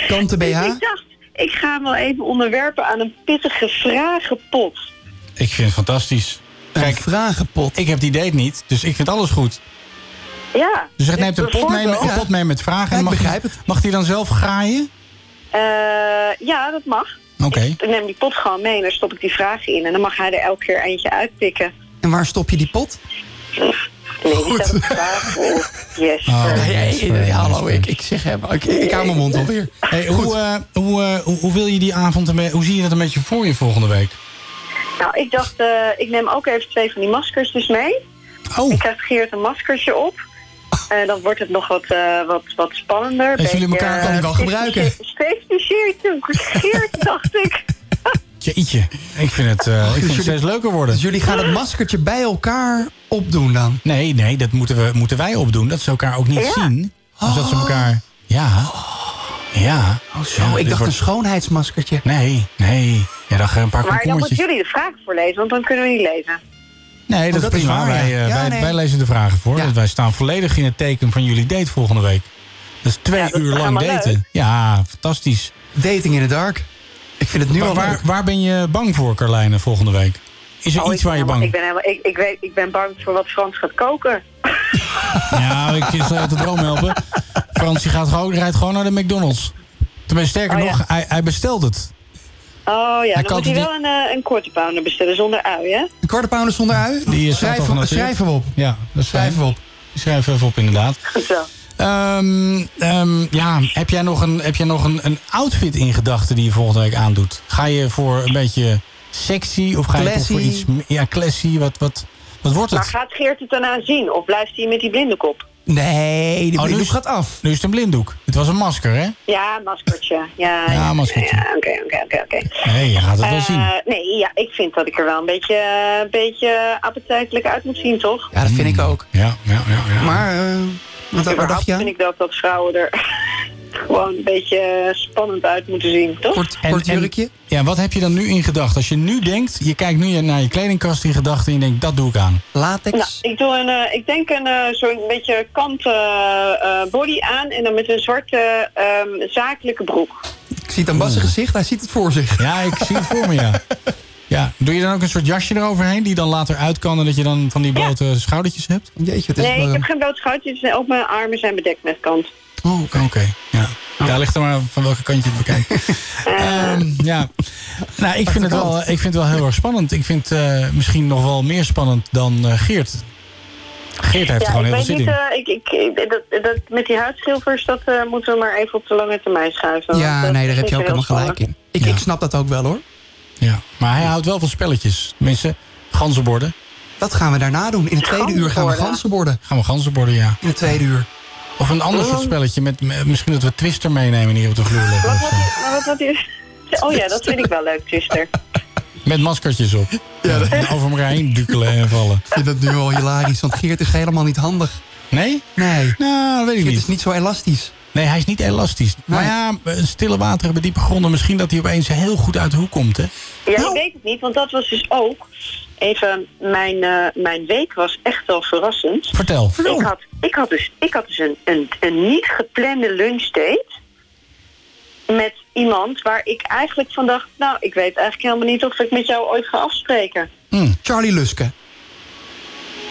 Kante
BH? Dus ik dacht, ik ga hem wel even onderwerpen aan een pittige vragenpot.
Ik vind het fantastisch. Kijk,
vragenpot.
Ik heb die date niet, dus ik vind alles goed.
Ja.
Dus hij neemt een pot mee,
bijvoorbeeld.
een pot mee met vragen. En mag, hij, mag hij dan zelf graaien?
Eh, ja, dat mag.
Oké.
Ik neem die pot gewoon mee en daar stop ik die vragen in. En dan mag hij er elke keer eentje uitpikken.
En waar stop je die pot?
Nee, die staat op tafel. Yes.
Oh,
Eh,
nee, nee, hallo, ik, ik zeg hem. Ik, ik hou mijn mond alweer.
Hey, hoe, eh, hoe, eh, hoe, hoe wil je die avond, een be- hoe zie je dat een beetje voor je volgende week?
Nou, ik dacht, eh, ik neem ook even twee van die maskers dus mee.
Oh.
Ik krijg Geert een maskertje op. En dan wordt het nog wat, eh, wat, wat spannender.
Dat jullie
Beetje,
elkaar kan ik wel
eh,
gebruiken.
50 Geert, Geert, dacht ik.
Jeetje, ik vind het, eh, ik vind het steeds leuker worden.
Dus jullie gaan het maskertje bij elkaar opdoen dan?
Nee, nee, dat moeten, we, moeten wij opdoen. Dat ze elkaar ook niet
Oh Ja.
zien. Dus dat ze
Oh.
elkaar... Ja. Ja. Oh
zo, ik dacht een schoonheidsmaskertje.
Nee, nee. Ja, dan gaan een paar
Maar dan moeten
komkommertjes.
jullie de vraag voorlezen, want dan kunnen we niet lezen.
Nee,
Oh,
dat,
dat
is
is
prima.
waar,
wij,
ja.
eh,
Ja,
wij,
nee.
wij lezen de vragen voor. Want Wij staan volledig in het teken van jullie date volgende week. Dat is twee
dat is
uur lang
allemaal
daten.
leuk.
Ja, fantastisch.
Dating in the dark. Ik vind het nu
maar
al
waar,
leuk.
waar ben je bang voor, Carlijne, volgende week? Is er
Oh,
iets
ik
waar je
ben helemaal-
bang
Ik ben, helemaal, ik, ik, weet, ik ben bang voor wat Frans gaat koken. Oh
Ja, ik zal je uit de droom helpen. Fransie gaat gewoon, rijdt gewoon naar de McDonald's. Tenminste, sterker
Oh, ja.
nog, hij, hij bestelt het.
Oh ja,
Hij
dan
kookt
moet hij
die-
wel een, eh, een korte pounder bestellen zonder ui, hè?
Een kwart pounder zonder ui?
Die is
Schrijf- schrijf hem op.
Ja, dat schrijven we op. Schrijf even op, inderdaad.
Zo.
Ehm, ehm, ja, heb jij nog, een, heb jij nog een, een outfit in gedachten die je volgende week aandoet? Ga je voor een beetje sexy of ga je toch
Classy.
voor iets... m- Ja, classy. Wat, wat, wat wordt
Maar
het?
gaat Geert het daarna zien of blijft hij met die blinde kop?
Nee, de
Oh, nu
blinddoek
is-
gaat af.
Nu is het een blinddoek. Het was een masker, hè?
Ja, maskertje. Ja,
Ja,
ja,
maskertje.
ja, Oké, oké, oké, oké.
Nee, je gaat het wel
Eh,
zien.
Nee, ja, ik vind dat ik er wel een beetje, eh, beetje appetijtelijk uit moet zien, toch?
Mm. Ja, dat vind ik ook.
Ja, ja, ja. ja.
Maar, eh, wat, wat dacht
Dus Überhaupt
je aan?
vind ik dat, dat vrouwen er [laughs] gewoon een beetje eh, spannend uit moeten zien, toch?
ja, wat heb je dan nu in gedachten? Als je nu denkt, je kijkt nu naar je kledingkast in gedachten en je denkt, dat doe ik aan.
Latex?
Nou, ik doe een, eh, ik denk een eh, zo'n beetje kant eh, eh, body aan en dan met een zwarte ehm, zakelijke broek.
Ik zie het aan Bas' gezicht, hij ziet het voor zich.
Ja, ik zie het voor me, ja. Ja, doe je dan ook een soort jasje eroverheen die dan later uit kan en dat je dan van die blote schoudertjes hebt?
Jeetje,
nee, ik heb geen bloot goudjes en ook mijn armen zijn bedekt met kant.
Oh, oké. Ja. Daar ligt er maar van welke kant je het bekijkt. Ehm, ja. Nou, ik vind, het wel, ik vind het wel heel erg spannend. Ik vind het eh, misschien nog wel meer spannend dan eh, Geert. Geert heeft er gewoon
ik
heel veel
weet
zin
niet,
in.
eh, ik, ik, ik- dat, dat, met die huidschilfers, dat eh, moeten we maar even op de lange termijn schuiven. want
Ja,
dat
nee, daar
is
heb je ook
niet
helemaal
heel
gelijk in. Ik, ik snap dat ook wel hoor.
Ja, maar hij houdt wel van spelletjes. Tenminste, ganzenborden.
Dat gaan we daarna doen. In het tweede uur gaan we
Ganzenborden?
ganzenborden.
Gaan we ganzenborden, ja.
In het tweede uur.
Of een ander soort spelletje. Met, m- misschien dat we Twister meenemen en hier op de vloer leggen. of zo.
spannend. Maar wat, wat is... [laughs] Oh ja, dat vind ik wel leuk, Twister.
Met maskertjes op. Ja, en over elkaar heen dukkelen en vallen.
Ik vind dat nu al hilarisch, want Geert is helemaal niet handig.
Nee?
Nee.
Nou, weet ik
Geert is niet zo elastisch.
Nee, hij is niet elastisch. Maar ja, eh, stille wateren bij diepe gronden. Misschien dat hij opeens heel goed uit de hoek komt, hè?
Ja,
Nou.
ik weet het niet, want dat was dus ook... Even, mijn, eh, mijn week was echt wel verrassend.
Vertel.
Ik had, ik had dus, ik had dus een, een, een niet geplande lunchdate... met iemand waar ik eigenlijk van dacht... nou, ik weet eigenlijk helemaal niet of ik met jou ooit ga afspreken.
Charlie Luske.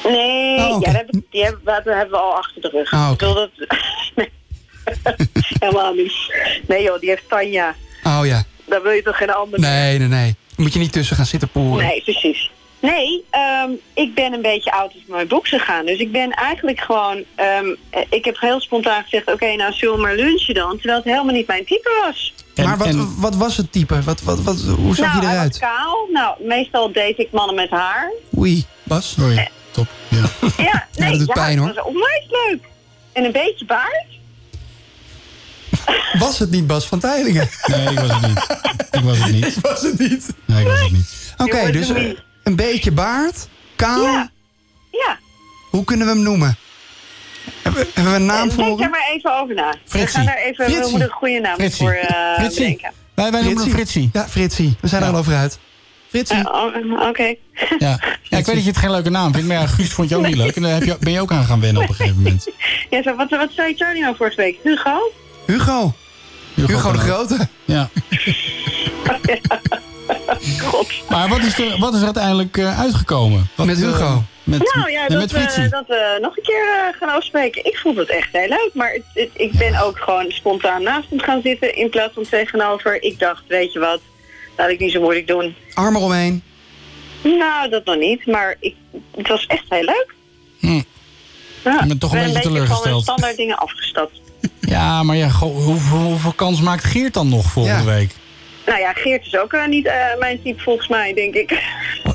Nee,
Oh, oké.
ja, dat, die hebben, dat hebben we al achter de rug.
Ah, oké.
Ik bedoel, dat... [laughs] Nee. Helemaal niet. Nee joh, die heeft Tanja.
Oh ja.
Daar wil je toch geen ander
Nee, nee, nee. Moet je niet tussen gaan zitten poeren.
Nee, precies. Nee, ehm, ik ben een beetje out of my box gegaan. Dus ik ben eigenlijk gewoon... ehm, eh, ik heb heel spontaan gezegd... Oké, nou zullen we maar lunchen dan? Terwijl het helemaal niet mijn type was.
maar wat, wat was het type? Wat, wat, wat, hoe zag
nou,
hij
hij
eruit?
was kaal. Nou, meestal date ik mannen met
[laughs]
haar.
Oei, Bas.
Eh,
Oei, top. Ja.
Ja, nee,
dat doet
ja,
pijn, hoor.
het was onwijs leuk. En een beetje baard.
Was het niet Bas van [laughs] Teilingen?
Nee, ik was het niet. Ik was het niet.
[laughs] Was het niet?
Nee, ik was het niet.
Oké, dus eh, een beetje baard, kaal. Ja.
Ja.
Hoe kunnen we hem noemen? Hebben we, hebben we een naam voor
Denk daar
hem?
maar even over na. We
Fritsie.
gaan daar even we
Fritsie.
moeten een goede naam
Fritsie.
voor eh,
Fritsie.
bedenken.
Wij, wij noemen hem Fritsie.
Ja, Fritsie. We zijn er al over uit. Fritsie.
Eh, oh, Oké.
Ja. ja, ik weet dat je het geen leuke naam vindt, maar ja, Guus vond je ook niet leuk. En daar heb je, ben je ook aan gaan wennen op een gegeven moment.
Ja, zo, wat, wat zei Charlie nou vorige week? Hugo?
Hugo. Hugo, de Grote.
Ja. Maar wat is er, wat is er uiteindelijk eh, uitgekomen? Wat,
Met Hugo.
eh, met,
nou ja,
nee,
dat,
met
we-
Fritsie.
dat we nog een keer eh, gaan afspreken. Ik vond het echt heel leuk. Maar het, het- ik ben ook gewoon spontaan naast hem gaan zitten in plaats van tegenover. Ik dacht, weet je wat, laat ik niet zo moeilijk doen.
Arm eromheen.
Nou, dat nog niet. Maar ik, het was echt heel leuk. Ja,
Ik ben toch een beetje
van
teleurgesteld.
de standaard dingen afgestapt.
Ja, maar ja, goh, hoeveel, hoeveel kans maakt Geert dan nog volgende week?
Nou ja, Geert is ook eh, niet eh, mijn type volgens mij, denk ik. [laughs]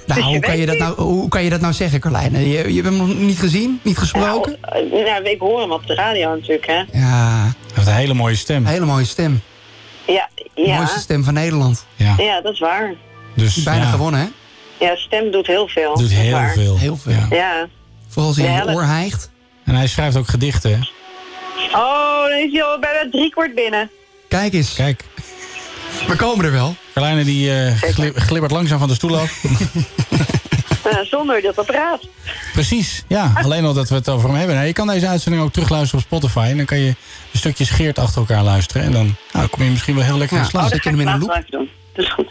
Nou, hoe kan, je dat nou, hoe kan je dat nou zeggen, Carlijn? Eh, Je, je hebt hem nog niet gezien, niet gesproken?
Eh, Nou, ik hoor hem op de radio natuurlijk, hè.
Ja. Hij
heeft een hele mooie stem.
Hele mooie stem.
Ja,
De
ja.
mooiste stem van Nederland.
Ja,
dat is waar.
Dus,
Bijna
ja.
gewonnen, hè?
Ja, stem doet heel veel.
Doet
dat is
heel
waar.
veel.
Heel veel.
Ja.
Vooral als
hij in je oor
hijgt.
En hij schrijft ook gedichten, hè?
Oh, dan is hij al bijna driekwart binnen.
Kijk eens.
Kijk.
We komen er wel.
Carlijne die eh, gli- glibbert langzaam van de stoel af.
[laughs] Eh, zonder dat apparaat.
Precies, ja. Alleen al dat we het over hem hebben. Nou, je kan deze uitzending ook terugluisteren op Spotify. En dan kan je de stukjes Geert achter elkaar luisteren. En dan nou, kom je misschien wel heel lekker in
Oh,
slaap.
dat ga ik later even doen. Dat is goed.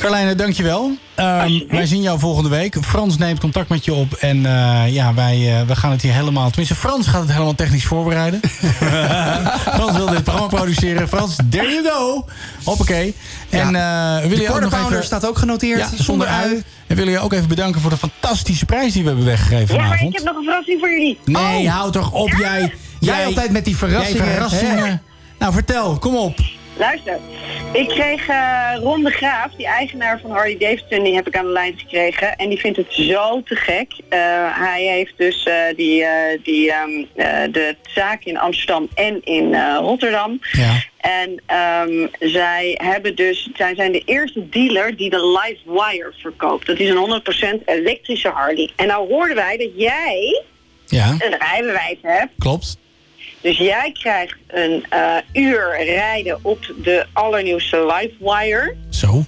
Carlijne, dankjewel. Ehm wij zien jou volgende week. Frans neemt contact met je op. En eh, ja, wij, eh, we gaan het hier helemaal... Tenminste, Frans gaat het helemaal technisch
[laughs]
voorbereiden. Eh, Frans wil dit programma produceren. Frans, there you go. Hoppakee. En eh
De
wil je ook nog
quarterpounder
even...
staat ook genoteerd.
Ja,
Zonder
zonder
ui.
ui. En wil je ook even bedanken voor de fantastische prijs die we hebben weggegeven
Ja, maar
vanavond.
ik heb nog een verrassing voor jullie. Oh.
Nee, hou toch op, jij, jij...
Oh. altijd met die verrassingen,
jij verrassingen.
hè?
Nou, vertel, kom op.
Luister, ik kreeg eh Ron de Graaf, die eigenaar van Harley Davidson, die heb ik aan de lijn gekregen. En die vindt het zo te gek. Eh, hij heeft dus eh, die, eh, die, ehm, eh, de zaak in Amsterdam en in eh, Rotterdam. En ehm, zij, hebben dus, zij zijn de eerste dealer die de Live Wire verkoopt. Dat is een 100% elektrische Harley. En nou hoorden wij dat jij
Ja,
een rijbewijs hebt.
klopt.
Dus jij krijgt een eh, uur rijden op de allernieuwste Livewire.
Zo.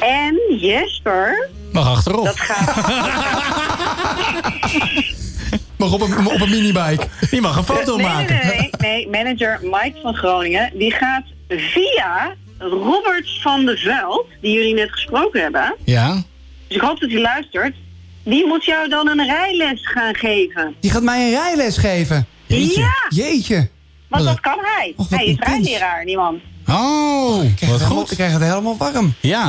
En
[laughs]
Jesper...
Mag achterop.
Dat gaat...
Mag op een, op een minibike.
Die mag een foto
nee,
maken.
Nee, nee, nee, nee. Manager Mike van Groningen, die gaat via Robert van der Veld, die jullie net gesproken hebben.
Ja.
Dus ik hoop dat hij luistert. Die moet jou dan een rijles gaan geven.
Die gaat mij een rijles geven.
Jeetje. Ja.
Jeetje.
Want dat kan hij. hij is rijleraar, die man.
Oh,
wat goed. Ik krijg het helemaal warm.
Ja,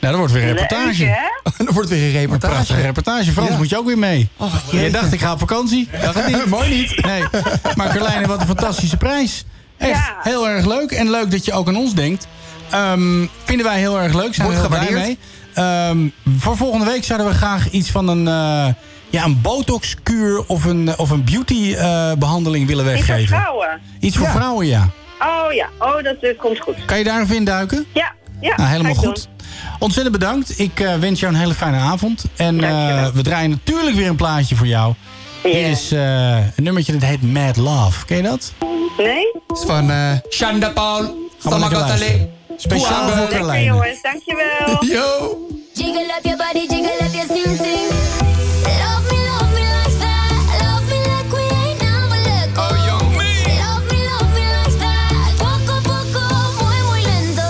nou, dat wordt weer een [laughs] reportage.
Leuk, hè?
dat wordt weer een reportage.
Prachtige reportage. Frans,
Ja.
moet je ook weer mee.
jeetje.
Jij dacht, ik ga op vakantie. Dat gaat
[laughs]
niet.
Mooi niet.
Nee. Maar Carlijne, wat een fantastische prijs. Echt heel erg leuk. En leuk dat je ook aan ons denkt. Ehm, vinden wij heel erg leuk. Zijn we
Wordt
heel blij
gewaardeerd.
mee. Ehm, voor volgende week zouden we graag iets van een, eh, ja, een botox-kuur of een, eh, of een beauty-behandeling willen
Iets voor
weggeven.
vrouwen.
Iets voor vrouwen, ja.
Oh ja, oh, dat eh, komt goed.
Kan je daar even induiken?
Ja, ja.
nou, helemaal
ga ik
goed. Ontzettend bedankt. Ik eh, wens jou een hele fijne avond. En eh, we draaien natuurlijk weer een plaatje voor jou. Hier is eh, een nummertje dat heet Mad Love. Ken je dat?
Nee?
is van eh Shanda Paul. Samagatale.
Speciaal voor
Lekker
Carlijn.
jongens, dankjewel.
Yo.
Jiggle up your body, jiggle up your sing sing. Love me, love me like that. Love me like we ain't never let go. Love me, love me like that. Poco a poco, muy muy lento.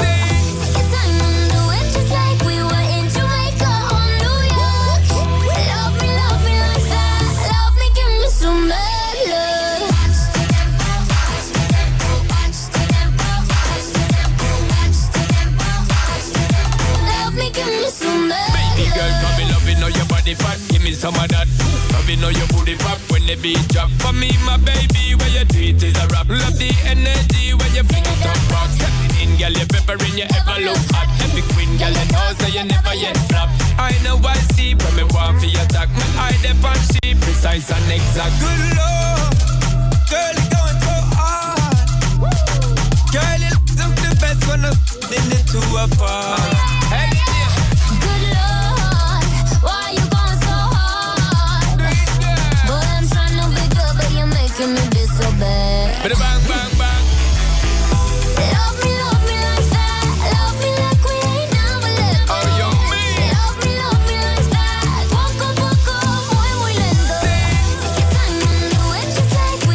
Take your time and do it just like we were in Jamaica on New York. Love me, love me like that. Love me, give me some mad love. Watch the tempo, watch the tempo, watch the tempo, watch the tempo, watch the tempo, watch the tempo. Love me, give me some love.
Baby girl, come me loving how your body fat. Give me some of that. Loving how your booty pop when the beat drop. For me, my baby, where your treat is a rap. Love the energy when your finger top rock. Step it in, girl, you're peppering, you ever look hot. Every queen, girl, you know, so you never yet flop. I know I see when me want for your attack. My eye, the she precise and exact. Good lord, girl, you going so hard. Girl, you look the best when I'm in the two apart. Hey, yeah.
Good Lord, why you going so hard? Boy, I'm trying to be good, but you're making me disobey.
Bang, bang, bang.
Love me, love me like that. Love me like we ain't never let go. Love me, love me like that. Poco a poco, muy muy lento. Take your time and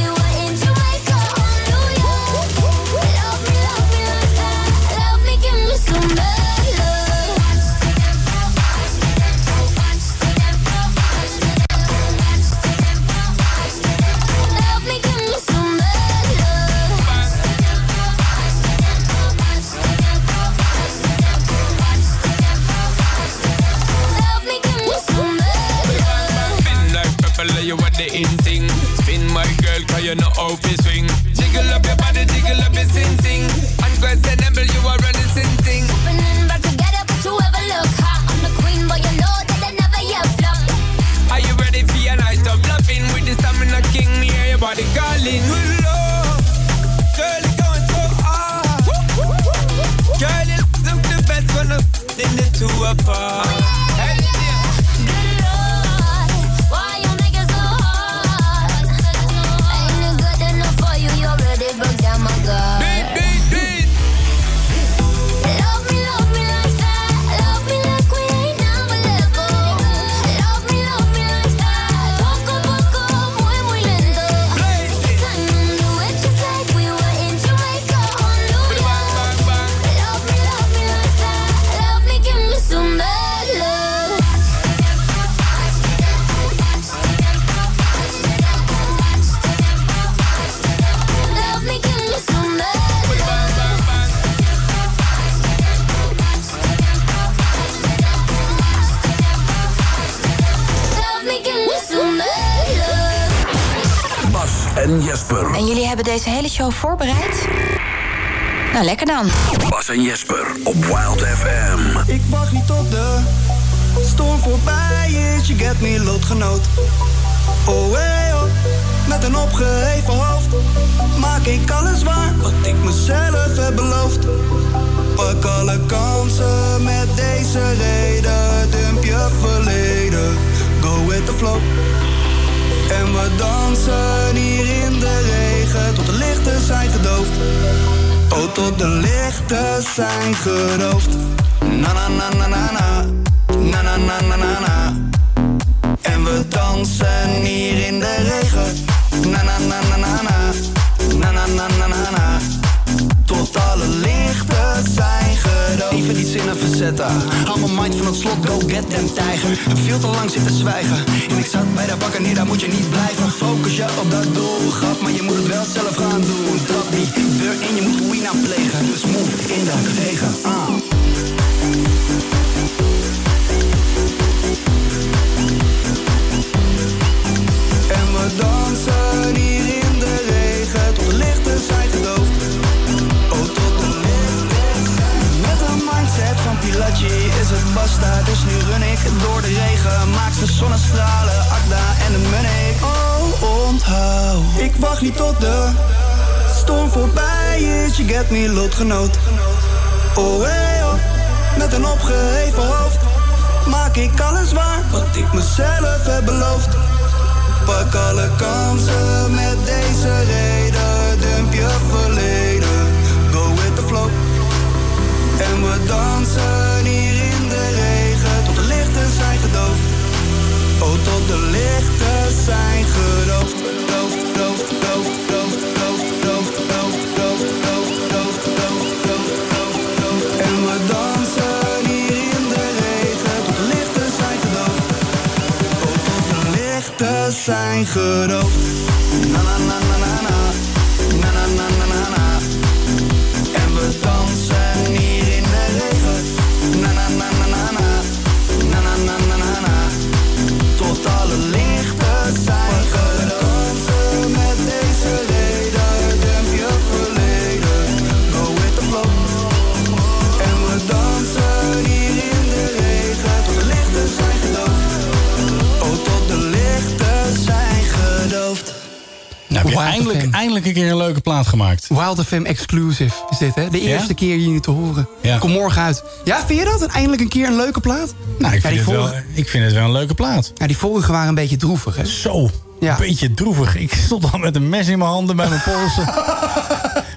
you what the in thing. Spin my girl, cause you know how to swing. Jiggle up your body, jiggle up your sing sing. Unquestionable, you are running sin thing.
Opening back together, but you ever look hot. I'm the queen, but you know that I never yet flop.
Are you ready for your night of loving? With the stamina king, me hear your body calling. Ooh, love. Girl, you're going so hard. Girl, you look the best when I'm in the two apart. Hey,
Why you make it so hard? Ain't it good enough for you? You already broke down my guard. Love me, love me like that. Love me like we ain't never let go. Love me, love me like that. Poco a poco, muy muy lento. Take time and do it just like we were in Jamaica on New Year's. Love me, love me like that. Love me, give me some bad love. Love me, give me some bad love. Love me, give me some bad love.
Bas en Jesper.
En jullie hebben deze hele show voorbereid? Nou, lekker dan.
Bas en Jesper op Wild FM.
Ik wacht niet op de storm voorbij is. Je get me lotgenoot. Oh, hey, oh, met een opgeheven hoofd. Maak ik alles waar wat ik mezelf heb beloofd. Pak alle kansen met deze reden. Dump je verleden. Go with the flow. En we dansen hier in de regen tot de lichten zijn gedoofd. Oh, tot de lichten zijn gedoofd. Na na na na na na. Na na na na na na. En we dansen hier in de regen. Na na na na na na. Na na na na na na. Tot alle lichten zijn gedoofd. Even die zinnen verzetten. Haal mijn mind van het slot, go get them tijger. Heb veel te lang zitten zwijgen. En ik zat bij de bakker neer, daar moet je niet blijven. Focus je op dat doel, grap, maar je moet het wel zelf gaan doen. Trap die deur in, je moet win plegen. Dus move in de regen, ah. En we dansen hier in de regen tot de lichten zijn gedoofd. Oh, tot de lichten zijn. Met een mindset van Pilatje is het basta. Dus nu run ik door de regen. Maak ze zonnestralen, Akda en de munnik. Oh, onthoud. Ik wacht niet tot de storm voorbij is. Je get me lotgenoot. Oh, hey, oh. Met een opgeheven hoofd maak ik alles waar wat ik mezelf heb beloofd. Pak alle kansen met deze reden. Dump je verleden, go with the flow. En we dansen hier in de regen tot de lichten zijn gedoofd. Oh, tot de lichten zijn gedoofd. Doof, doof, doof, doof, doof, doof, doof, doof, doof, doof, doof, doof, doof, doof. En we dansen hier in de regen tot de lichten zijn gedoofd. Oh, tot de lichten zijn gedoofd. Na na na na na na. Na na na na na na. En we dansen hier in de regen. Na na na na na na. Na na na na na na. Tot alle lichten zijn gedoofd. Met deze reden dump je verleden. Go with the flow. En we dansen hier in de regen. Tot de lichten zijn gedoofd. Oh, tot de lichten zijn gedoofd.
Nou, heb je eindelijk, eindelijk een keer een leuke plaat gemaakt.
Wild FM exclusive is dit, hè? De
Ja?
eerste keer hier nu te horen.
Ja.
Kom morgen uit. Ja, vind je dat? En Eindelijk een keer een leuke plaat?
Nou, ik
Ja,
vind,
die
het wel,
vorige-
ik vind het wel een leuke plaat.
Ja, die vorige waren een beetje droevig, hè?
Zo, een beetje droevig. Ik stond al met een mes in mijn handen bij mijn
[laughs]
polsen.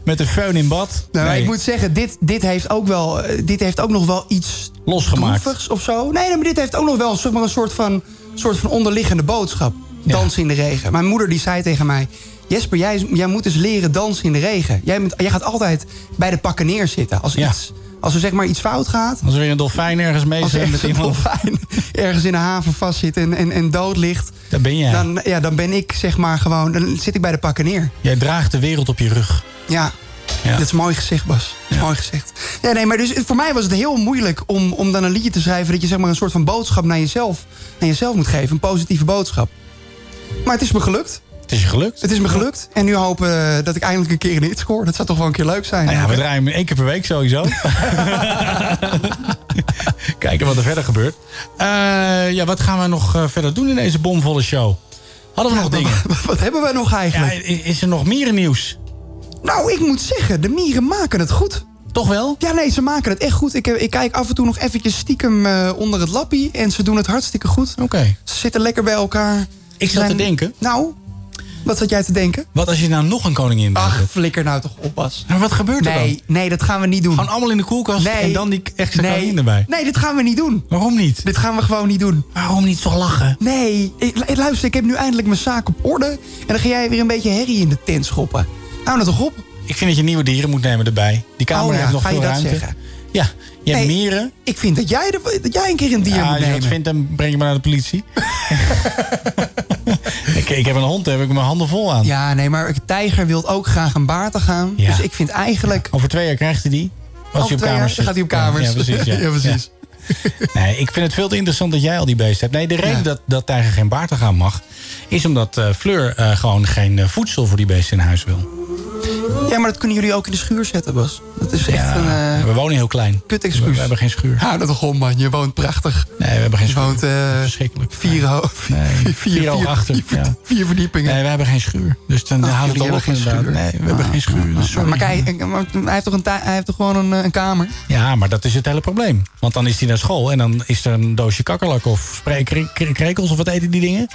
met een föhn in bad.
Nou, maar
Nee.
ik moet zeggen, dit, dit, heeft ook wel, eh, dit heeft ook nog wel iets
Losgemaakt.
droevigs of zo. Nee, nee, maar dit heeft ook nog wel zeg maar, een soort van, soort van onderliggende boodschap. Dansen in de regen. Mijn moeder die zei tegen mij... Jesper, jij, jij moet eens leren dansen in de regen. Jij, moet- jij gaat altijd bij de pakken neerzitten. Als, iets, als er zeg maar iets fout gaat...
Als er weer een dolfijn ergens mee
Als er
is met
ergens een
iemand.
dolfijn ergens in een haven vastzit en, en, en dood ligt...
Dan ben jij.
Dan, ja, dan ben ik zeg maar gewoon... Dan zit ik bij de pakken neer.
Jij draagt de wereld op je rug.
Ja. Dat is mooi gezegd, Bas. Dat is mooi gezegd. Ja, nee, maar dus voor mij was het heel moeilijk om, om dan een liedje te schrijven... dat je zeg maar een soort van boodschap naar jezelf, naar jezelf moet geven. Een positieve boodschap. Maar het is me gelukt.
Het is je gelukt.
Het is me gelukt. En nu hopen eh, dat ik eindelijk een keer een hit score. Dat zou toch wel een keer leuk zijn.
Nou ja, we draaien hem één keer per week
[laughs]
sowieso. Kijken wat er verder gebeurt. Eh, ja, wat gaan we nog eh, verder doen in deze bomvolle show? Hadden we nog dingen?
[laughs] Wat, hebben we nog eigenlijk?
is er nog mierennieuws?
Nou, ik moet zeggen, de mieren maken het goed.
Toch wel?
Ja, nee, ze maken het echt goed. Ik, ik kijk af en toe nog eventjes stiekem eh, onder het lappie. En ze doen het hartstikke goed. Oké. Ze zitten lekker bij elkaar.
Ik zat te denken.
Nou, wat zat jij te denken?
Wat als je nou nog een koningin bent?
Ach, flikker nou toch op, Bas.
Maar wat gebeurt er
Nee, nee, dat gaan we niet doen. Gewoon
allemaal in de koelkast en dan die extra koningin erbij.
Nee, dit gaan we niet doen.
Waarom niet?
Dit gaan we gewoon niet doen.
Waarom niet zo lachen?
Nee, ik- luister, ik heb nu eindelijk mijn zaak op orde. En dan ga jij weer een beetje herrie in de tent schoppen. Hou nou toch op.
dan? Ik vind dat je nieuwe dieren moet nemen erbij. Die camera
Oh ja,
heeft nog
ga je
veel
dat
ruimte.
zeggen?
Ja, je hebt mieren.
Ik vind dat jij, er- dat jij een keer een dier
Ja,
moet
als je
nemen.
dat vindt, dan breng je me naar de
[laughs]
politie. [laughs] ik, ik heb een hond, daar heb ik mijn handen vol aan.
Ja, nee, maar een tijger wil ook graag een baard te gaan.
Ja.
Dus ik vind eigenlijk...
Over twee jaar krijgt hij die. Als
Over
hij op
twee
kamers
jaar gaat hij op
zit. Ja,
kamers.
Ja, precies. Ja,
[laughs] Ja, precies.
Ja. Nee, ik vind het veel te interessant dat jij al die beesten hebt. Nee, de reden dat, dat tijger geen baard te gaan mag... is omdat eh, Fleur eh, gewoon geen eh, voedsel voor die beesten in huis wil.
Ja, maar dat kunnen jullie ook in de schuur zetten, Bas. Dat is echt een... eh,
we wonen heel klein.
Kut
We,
excuus.
we hebben geen schuur.
Hou dat toch om, man. Je woont prachtig.
Nee, we hebben geen
Je
schuur.
woont eh, vier, ho- vier, vier,
Vier,
vier-
oog achter. ja.
vier verdiepingen.
Nee, we hebben geen schuur. Dus dan
Ah,
houden we
jullie
het al op
hebben geen
inderdaad. Nee,
schuur. Ah,
we hebben geen schuur. dus sorry.
Maar kijk, maar hij heeft toch, een tij- hij heeft toch gewoon een, eh, een kamer?
Ja, maar dat is het hele probleem. Want dan is hij naar school en dan is er een doosje kakkerlak of spray- kre- kre- krekels of wat eten die dingen.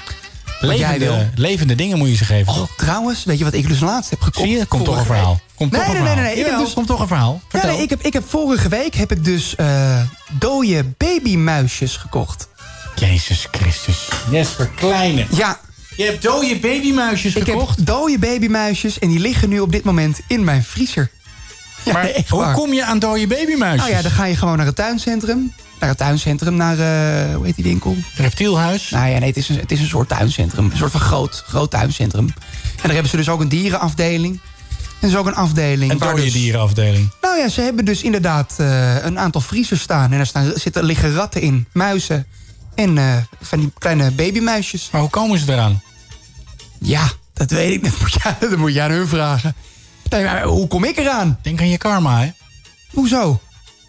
Wat jij wil.
Levende, levende dingen moet je ze geven. toch?
Trouwens, weet je wat ik dus laatst heb gekocht?
Zie je, komt toch
Vorige
een verhaal.
week.
Komt
nee,
toch
nee,
een
nee, nee,
verhaal.
nee. Ik
Jawel,
heb dus,
komt toch een verhaal.
Ja, nee, ik, heb, ik heb vorige week heb ik dus eh dode babymuisjes gekocht.
Jezus Christus. Jesper Kleine.
dus- Ja.
Je hebt dode babymuisjes
gekocht? Ik heb dode babymuisjes en die liggen nu op dit moment in mijn vriezer. Ja, [laughs]
maar
nee, echt
hoe
waar.
kom je aan dode babymuisjes?
Nou ja, dan ga je gewoon naar het tuincentrum. Naar het tuincentrum, naar, eh, hoe heet die winkel?
Reptielhuis?
Nou ja, nee, het is, een, het is een soort tuincentrum. Een soort van groot, groot tuincentrum. En daar hebben ze dus ook een dierenafdeling. En is ook een afdeling
Een
waar
dode
dus-
dierenafdeling.
Nou ja, ze hebben dus inderdaad eh, een aantal vriezers staan. En daar staan, zitten, liggen ratten in, muizen en eh, van die kleine babymuisjes.
Maar hoe komen ze eraan?
Ja, dat weet ik. [laughs] Dat moet jij, dat moet jij aan hun vragen. Nee, maar hoe kom ik eraan?
Denk aan je karma, hè?
Hoezo?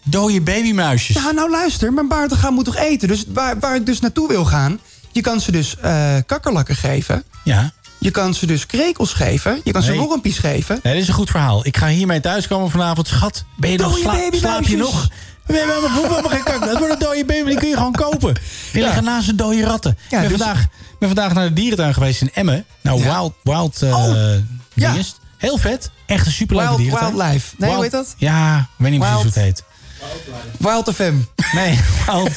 Dode babymuisjes.
Ja, nou luister, mijn baardengaan moet toch eten? Dus waar, waar ik dus naartoe wil gaan... je kan ze dus eh, kakkerlakken geven.
Ja.
Je kan ze dus krekels geven. Je kan ze
Nee.
wormpies geven.
Nee, dit is een goed verhaal. Ik ga hiermee thuiskomen vanavond. Schat, ben je nog
Dode
sla slaap je
babymuisjes.
nog? We hebben helemaal, we hoeven helemaal geen kak. Dat worden dode baby, die kun je gewoon kopen. Die liggen naast de dode ratten.
Ja,
ik ben,
dus-
vandaag, ik ben vandaag naar de dierentuin geweest in Emmen. Nou, wild, wild eh
Oh, ja.
ding is het. Heel vet. Echt een superleuke
Wild-
dierentuin.
Wildlife. Nee, hoe heet dat?
Ja, ik weet niet precies hoe
Wild-
het heet.
Wild FM.
Nee, [laughs] Wild,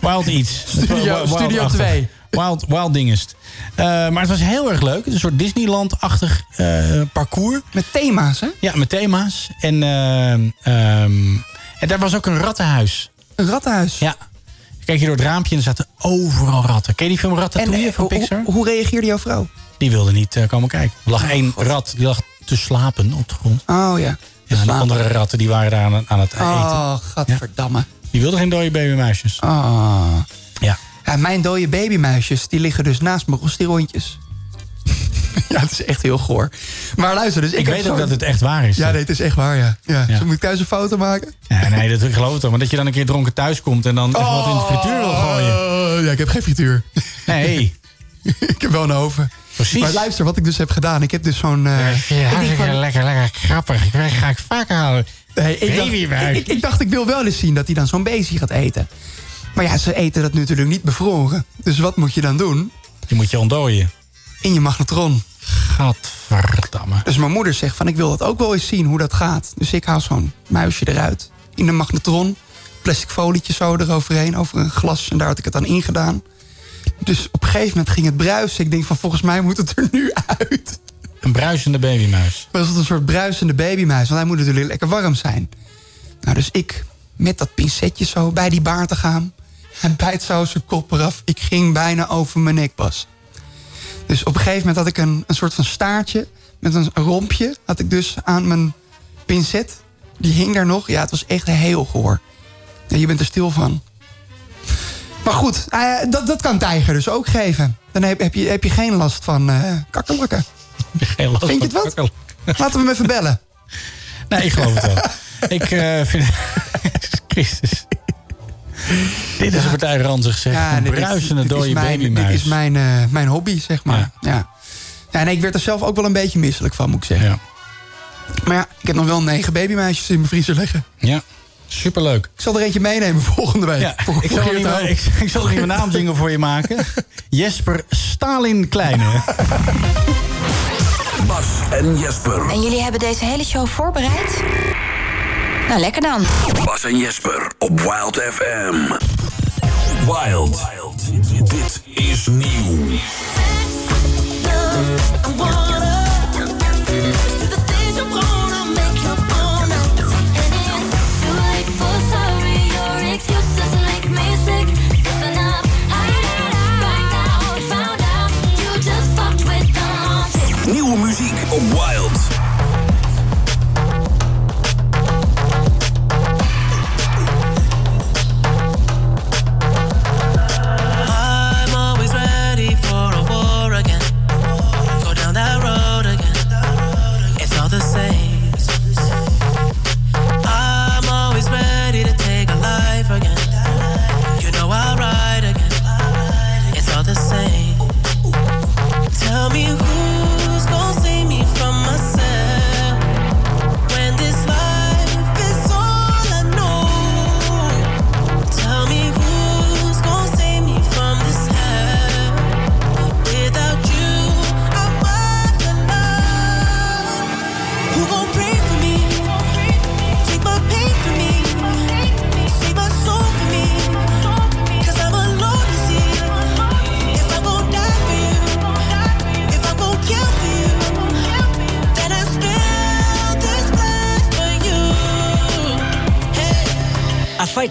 wild iets.
Studio- Studio 2.
Wild, wild dingest. Eh, maar het was heel erg leuk. Het is Een soort Disneyland-achtig eh, parcours.
Met thema's, hè?
Ja, met thema's. En, ehm, ehm, en daar was ook een rattenhuis.
Een rattenhuis?
Ja. Kijk je door het raampje en er zaten overal ratten. Ken je die film Ratatouille
eh,
van
hoe-
Pixar?
Hoe, hoe reageerde jouw vrouw?
Die wilde niet eh, komen kijken. Er lag één rat, die lag te slapen op de grond.
Oh ja.
Ja, en de andere ratten die waren daar aan, aan het eten.
Oh, gadverdamme.
Die wilden geen dode babymuisjes.
Oh.
Ja.
Ja, mijn dode babymuisjes, die liggen dus naast mijn roestirondjes. ja, het is echt heel goor. Maar luister, dus ik,
Ik
heb
weet ook
zo'n-
dat het echt waar is.
Ja, nee, het is echt waar, ja. ja. Zo moet ik thuis een foto maken?
Ja, nee, dat ik geloof ik toch. Maar dat je dan een keer dronken thuis komt en dan even wat in de frituur wil gooien.
Oh, ja, ik heb geen frituur.
Nee.
[laughs] ik heb wel een oven.
Precies.
Maar luister, wat ik dus heb gedaan. Ik heb dus zo'n... eh, ik denk van-
lekker, lekker grappig. Ik ga ik vaker houden.
Nee, ik, dacht, ik, ik- ik dacht, ik wil wel eens zien dat hij dan zo'n beestje gaat eten. Maar ja, ze eten dat natuurlijk niet bevroren. Dus wat moet je dan doen?
Je moet je ontdooien.
In je magnetron.
Gadverdamme.
Dus mijn moeder zegt van, ik wil dat ook wel eens zien hoe dat gaat. Dus ik haal zo'n muisje eruit. In de magnetron. Plastic folietje zo eroverheen, over een glas. En daar had ik het dan ingedaan. Dus op een gegeven moment ging het bruisen. Ik denk van, volgens mij moet het er nu uit.
Een bruisende babymuis.
Maar het was een soort bruisende babymuis. Want hij moet natuurlijk lekker warm zijn. Nou, dus ik met dat pincetje zo bij die baard te gaan. Hij bijt zo zijn kop eraf. Ik ging bijna over mijn nek pas. Dus op een gegeven moment had ik een, een soort van staartje. Met een rompje had ik dus aan mijn pincet. Die hing daar nog. Ja, het was echt heel goor. En je bent er stil van. Maar goed, eh, dat, dat kan Tijger dus ook geven. Dan heb, heb, je, heb je geen last van eh kakkerlakken.
Geen last
Vind je het
van
wat? Laten we hem even bellen.
Nee, ik geloof het
[laughs]
wel. ik eh, vind... [laughs] Christus. Dit is een partij ranzig, zeg.
Ja,
een
dit is-
bruisende
dit is
dode
mijn-
babymuis.
Dit is mijn, eh, mijn hobby, zeg maar. Ja. Ja. en ik werd er zelf ook wel een beetje misselijk van, moet ik zeggen. Maar ja, ik heb nog wel negen babymuisjes in mijn vriezer liggen.
Ja, superleuk.
Ik zal er eentje meenemen volgende week.
Ja,
Voor-
ik,
voor
zal er
Geert
iemand,
Hoog.
ik, ik zal er iemand naamzingen voor je
[laughs]
maken. Jesper Stalin Kleine.
Bas en Jesper.
En jullie hebben deze hele show voorbereid? Nou, lekker dan.
Bas en Jesper op Wild FM. Wild. Dit is nieuw. Nieuwe muziek op Wild.
I'm always ready for a war again. Go down that road again. It's all the same. I'm always ready to take a life again. You know I'll ride again. It's all the same. Tell me who's gonna save me from myself when this life is all I know. Tell me who's gonna save me from this hell? Without you, I'm not alone. Who gon' pray for me? Take my pain for me. Save my soul for me. 'Cause I'm alone to see. If I gon' die for you, if I gon' kill for you, then I spill this blood for you. Hey.
I fight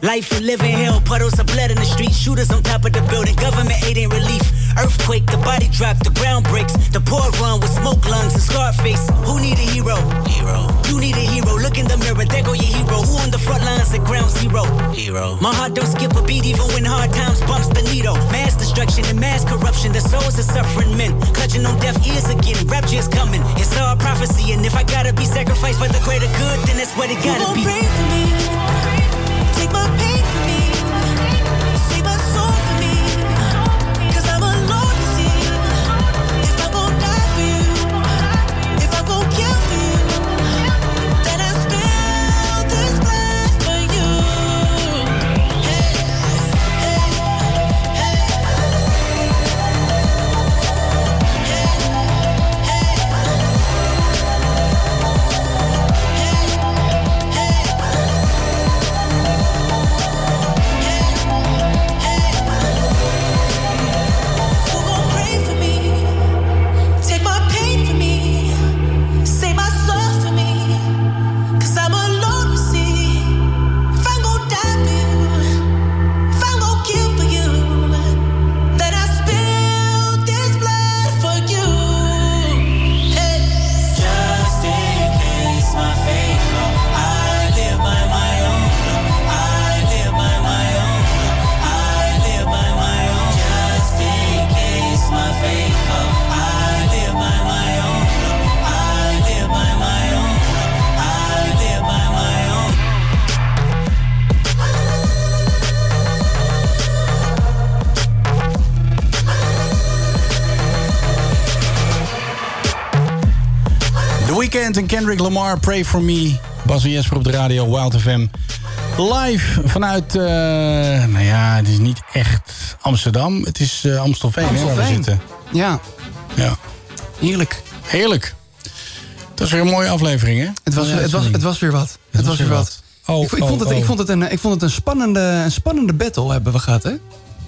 Life you live in hell, puddles of blood in the street, shooters on top of the building, government aid ain't relief. Earthquake, the body drop, the ground breaks. The poor run with smoke lungs and scarred face. Who need a hero? Hero. You need a hero. Look in the mirror, there go your hero. Who on the front lines at ground zero? Hero. My heart don't skip a beat, even when hard times bumps the needle. Mass destruction and mass corruption. The souls of suffering men clutching on deaf ears again. Rapture's coming. It's all prophecy, and if I gotta be sacrificed for the greater good, then that's what it
You
gotta
gon'
be.
pray for me. Take my pain for me. Save my soul for me. 'Cause I'm alone to see. If I gon' die for you, if I gon' kill for you, then I spill this blood for you. Hey, hey, hey. Pray for me. Take my pain for me. Save my soul for me. 'Cause I'm alone to see. If I'm gonna die for you, if I'm gonna kill for you, then I spill this blood for you. Just in case my faith goes, I live by my own law. I live by my own law. I live by my own. Just in case my faith goes, I live by my own law. I live by my own law. I live by my own.
The Weeknd en Kendrick Lamar, Pray For Me. Bas en Jesper op de radio, Wild FM. Live vanuit, eh, nou ja, het is niet echt Amsterdam. Het is eh, Amstelveen, Hè, waar we
Amstelveen.
zitten.
Ja.
Ja.
Heerlijk.
Heerlijk. Dat is weer een mooie aflevering, hè?
Het was, het, was,
Mooie uitzending.
het was weer wat. Het was weer wat.
Oh,
Ik vo- ik
oh,
vond het-
oh.
Ik vond het een- ik vond het een spannende, een spannende battle hebben we gehad, hè?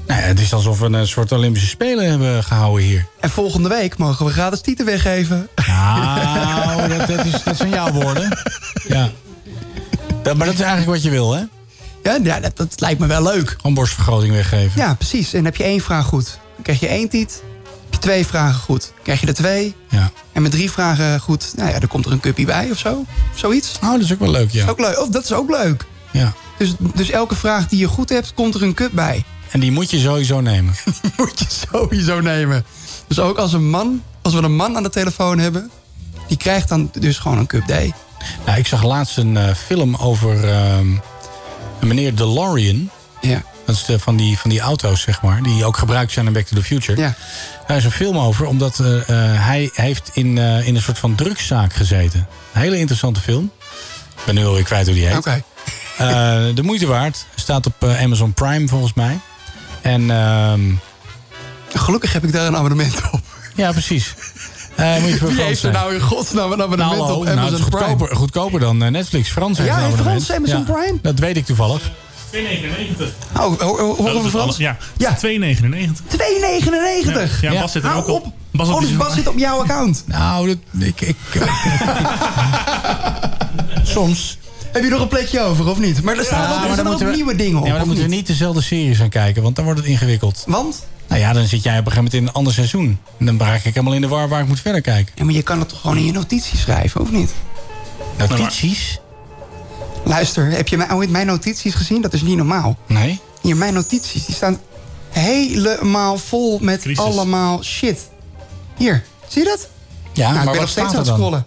Nou ja, het is alsof we een soort Olympische Spelen hebben gehouden hier.
En volgende week mogen we gratis tieten weggeven. [laughs]
Nou, dat, dat, is, dat zijn jouw woorden. Ja. Dat, maar dat is eigenlijk wat je wil, hè?
Ja, ja dat, dat lijkt me wel leuk.
Gewoon borstvergroting weggeven.
Ja, precies. En heb je één vraag goed. Dan krijg je één tiet. Heb je twee vragen goed, krijg je er twee.
Ja.
En met drie vragen goed, nou ja, dan komt er een cupje bij of zo. Zoiets.
Oh, dat is ook wel leuk, ja.
Ook leuk. Of dat is ook leuk.
Ja.
Dus, dus elke vraag die je goed hebt, komt er een cup bij.
En die moet je
[laughs]
sowieso nemen.
moet je sowieso nemen. Dus ook als een man, als we een man aan de telefoon hebben, die krijgt dan dus gewoon een cup day.
Nou, ik zag laatst een eh, film over ehm, een meneer DeLorean.
Ja.
Dat is de, van, die, van die auto's, zeg maar. Die ook gebruikt zijn in Back to the Future.
Ja.
Daar is een film over, omdat eh, eh, hij heeft in, eh, in een soort van drugszaak gezeten. Een hele interessante film. Ik ben nu alweer kwijt hoe die heet.
Oké.
Eh, de moeite waard. Staat op eh, Amazon Prime, volgens mij. En... ehm,
Gelukkig heb ik daar een abonnement op.
Ja, precies. Eh, moet je voor
Wie
Frans
heeft er
zijn.
nou in godsnaam een abonnement
Nou, hallo,
op
nou,
Amazon
het is
Prime?
goedkoper, goedkoper dan eh, Netflix. Frans heeft
Ja,
een
in
abonnement.
Frans Amazon Prime?
Dat weet ik toevallig.
2,99.
Oh, ho- ho-
Dat is
horen we
het
Frans?
alles. Ja,
Ja.
2,99.
2,99!
Ja, ja, Bas zit er
Hou
ook op. Bas
oh,
op
dus
die-
Bas zit op jouw account.
Nou, dat, ik, ik, Soms.
Heb je nog een plekje over, of niet? Maar er staan ook, er staan ook nieuwe dingen op,
Ja, maar dan
of
moeten we niet dezelfde series aan kijken, want dan wordt het ingewikkeld.
Want?
Nou ja, dan zit jij op een gegeven moment in een ander seizoen. En dan raak ik helemaal in de war waar ik moet verder kijken.
Ja, maar je kan het toch gewoon in je notities schrijven, of niet?
Notities?
Luister, heb je mijn, ooit mijn notities gezien? Dat is niet normaal.
Nee.
Hier, mijn notities, die staan helemaal vol met allemaal shit. Hier, zie je dat?
Ja,
nou, ik ben
maar wat
nog steeds
staat
aan
er
het
dan?
scrollen.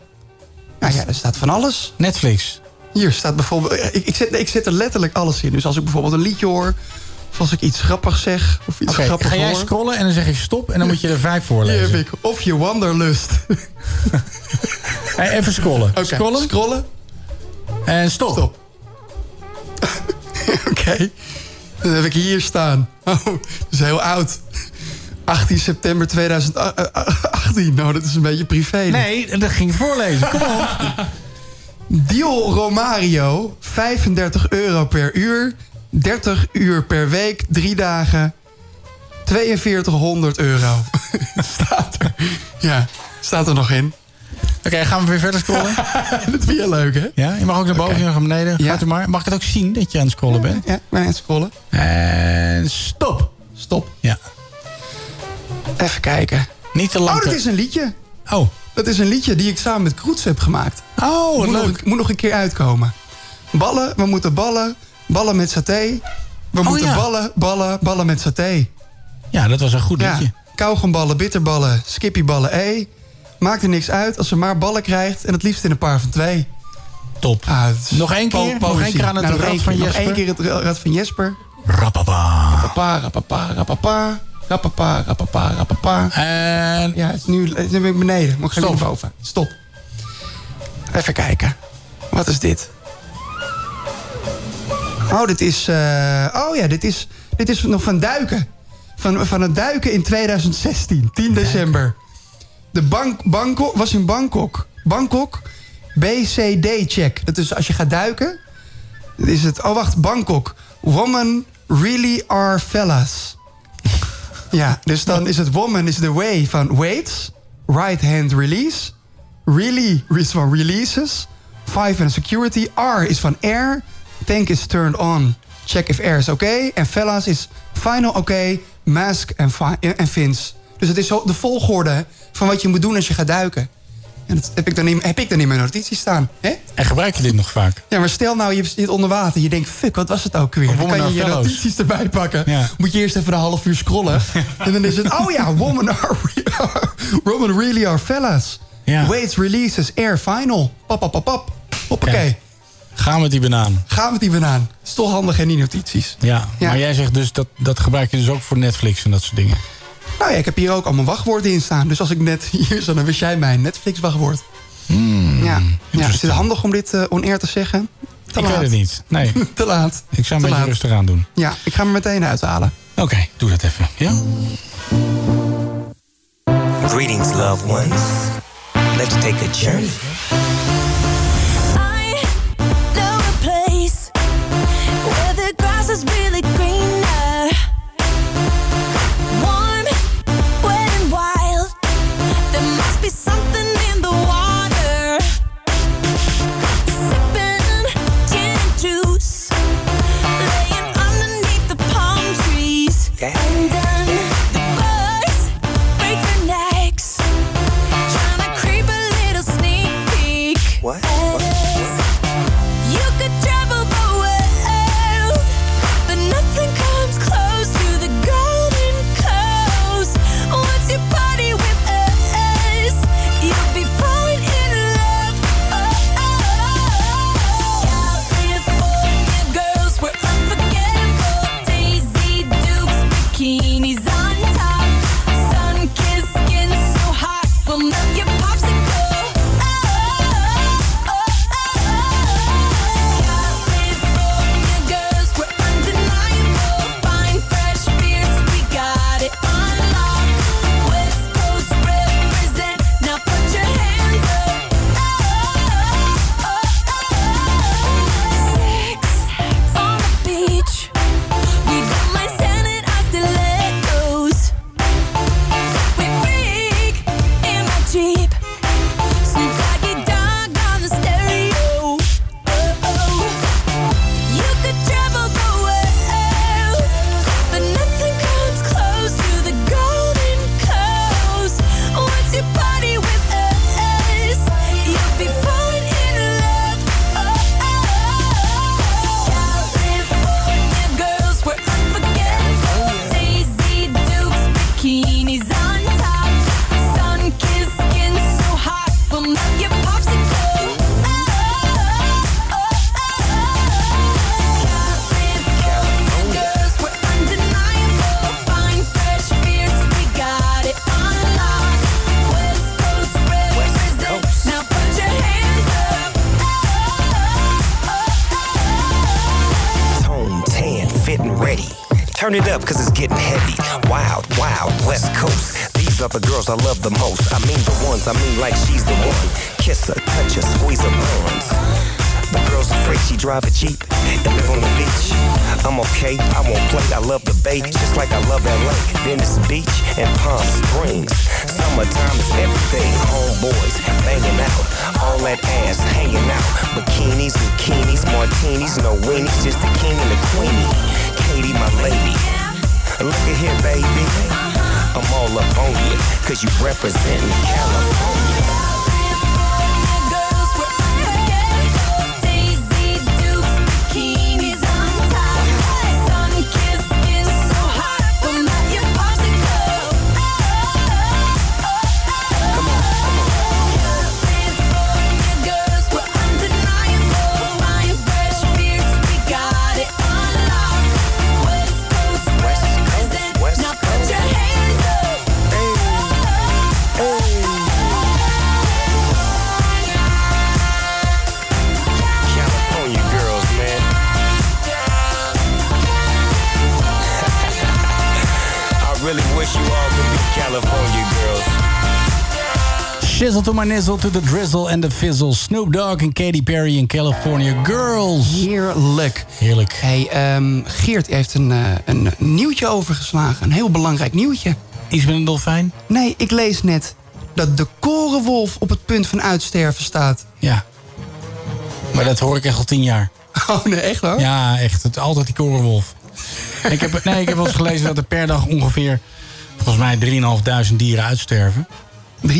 Nou ja, er staat van alles.
Netflix.
Hier staat bijvoorbeeld... eh, Ik, ik, zet, ik zet er letterlijk alles in. Dus als ik bijvoorbeeld een liedje hoor... of als ik iets grappigs zeg... of iets
Oké,
grappigs
ga jij
hoor...
scrollen en dan zeg ik stop en dan moet je er vijf
Hier
voorlezen.
heb ik. Of je wanderlust.
Hey, even scrollen.
Oké,
Scrollen.
Scrollen.
En stop. [laughs]
Oké. Dan heb ik hier staan. Oh, dat is heel oud. 18 september 2018. Nou, dat is een beetje privé.
Nee, dat ging voorlezen. Kom
[laughs]
op.
Deal Romario, 35 euro per uur, 30 uur per week, 3 dagen, 4200 euro. [laughs] staat er. Ja, staat er nog in.
Oké, gaan we weer verder
[laughs]
scrollen?
[laughs] dat vind je leuk, hè?
Ja, je mag ook naar boven en naar beneden. Gaat u maar. Mag ik het ook zien dat je aan het scrollen bent?
Ja, ik ben aan het scrollen.
En stop.
Stop.
Ja.
Even kijken.
Niet te lang.
Oh, dat
te-
is een liedje.
Oh.
Dat is een liedje die ik samen met Kroets heb gemaakt.
Oh,
moet
leuk.
Nog, moet nog een keer uitkomen. Ballen, we moeten ballen. Ballen met saté. We
Oh,
moeten
ja.
ballen, ballen, ballen met saté.
Ja, dat was een goed
Ja,
liedje.
kauwgomballen, bitterballen, skippyballen, E. Maakt er niks uit als ze maar ballen krijgt. En het liefst in een paar van twee.
Top.
Ah, het is
Nog één
po-
keer? Nog
poëzie.
één keer aan het
nog
rad
één
van
keer-
Jesper?
Nog één keer het ra- rad van Jesper.
Rappapa.
Rappapa, rappapa, rappapa. Rappapa, rappapa, rappapa.
En...
Ja, het is nu, nu ben ik beneden. Maar ik ga weer naar boven. Stop. Even kijken. Wat is dit? Oh, dit is... eh, oh ja, dit is, dit is nog van duiken. Van, van het duiken in 2016. 10 december. De bank, Bangkok was in Bangkok. Bangkok BCD-check. Dat is als je gaat duiken... dan Is het... Oh, wacht. Bangkok. Women really are fellas. [laughs] Ja, dus dan is het woman is the way van waits, right hand release, really is van releases, five and security, R is van air, tank is turned on, check if air is okay, en fellas is final okay, mask en fi- en fins. Dus het is zo de volgorde van wat je moet doen als je gaat duiken. En dat heb ik dan in, heb ik dan in mijn notities staan. Hè?
En gebruik je dit nog vaak?
Ja, maar stel nou, je zit onder water. Je denkt, fuck, wat was het ook weer? Dan
Woman
kan je
are
je
fellows.
notities erbij pakken.
Ja.
Moet je eerst even een half uur
[laughs]
scrollen. en dan is het, oh ja, woman are, [laughs] woman really are fellas.
Ja.
Weights, releases, air, final. Pap, pap, pap, pap. Hoppakee.
Kijk. Gaan met die banaan.
Ga met die banaan. Is toch handig en die notities.
Ja,
Ja.
maar jij zegt dus dat, dat gebruik je dus ook voor Netflix en dat soort dingen.
Nou ja, ik heb hier ook allemaal wachtwoorden in staan. Dus als ik net [laughs] hier zo, dan wist jij mijn Netflix wachtwoord.
Hmm,
ja. ja, is het handig om dit eh on-air te zeggen? Te
Ik weet het niet. Nee.
[laughs] Te laat.
Ik zou
Te
een beetje
laat.
rustig aan doen.
Ja, ik ga hem er meteen uithalen.
Oké, doe dat even. Ja?
Greetings, loved ones. Let's take a journey.
I know a place where the grass is really greener, warm, wet and wild. There must be something in the water. Sipping gin and juice, laying underneath the palm trees. And then the birds break their
Oh,
Turn it up, cause it's getting heavy. Wild, wild, West Coast. These are the girls I love the most. I mean the ones, I mean like she's the one. Kiss her, touch her, squeeze her buns. The girl's afraid she drive a Jeep and live on the beach. I'm okay, I won't play, I love the bay, just like I love LA, Venice Beach, and Palm Springs. Summertime is everything, homeboys banging out, all that ass hanging out. Bikinis, bikinis, martinis, no weenies, just the king and the queenie. Katie, my lady. Look at here, baby. I'm all up on you, cause you represent California. [laughs]
Shizzle to my nizzle to the drizzle and the fizzle. Snoop Dogg en Katy Perry in California Girls.
Heerlijk.
Heerlijk.
Hey, um, Geert heeft een, uh, een nieuwtje overgeslagen. Een heel belangrijk nieuwtje.
Iets met een dolfijn?
Nee, ik lees net dat de korenwolf op het punt van uitsterven staat.
Ja. Maar dat hoor ik echt al tien jaar.
[laughs] Oh nee, echt hoor?
Ja, echt. Het, altijd die korenwolf. ik heb, nee, ik heb wel eens gelezen dat er per dag ongeveer... volgens mij 3.500 dieren uitsterven.
3.500?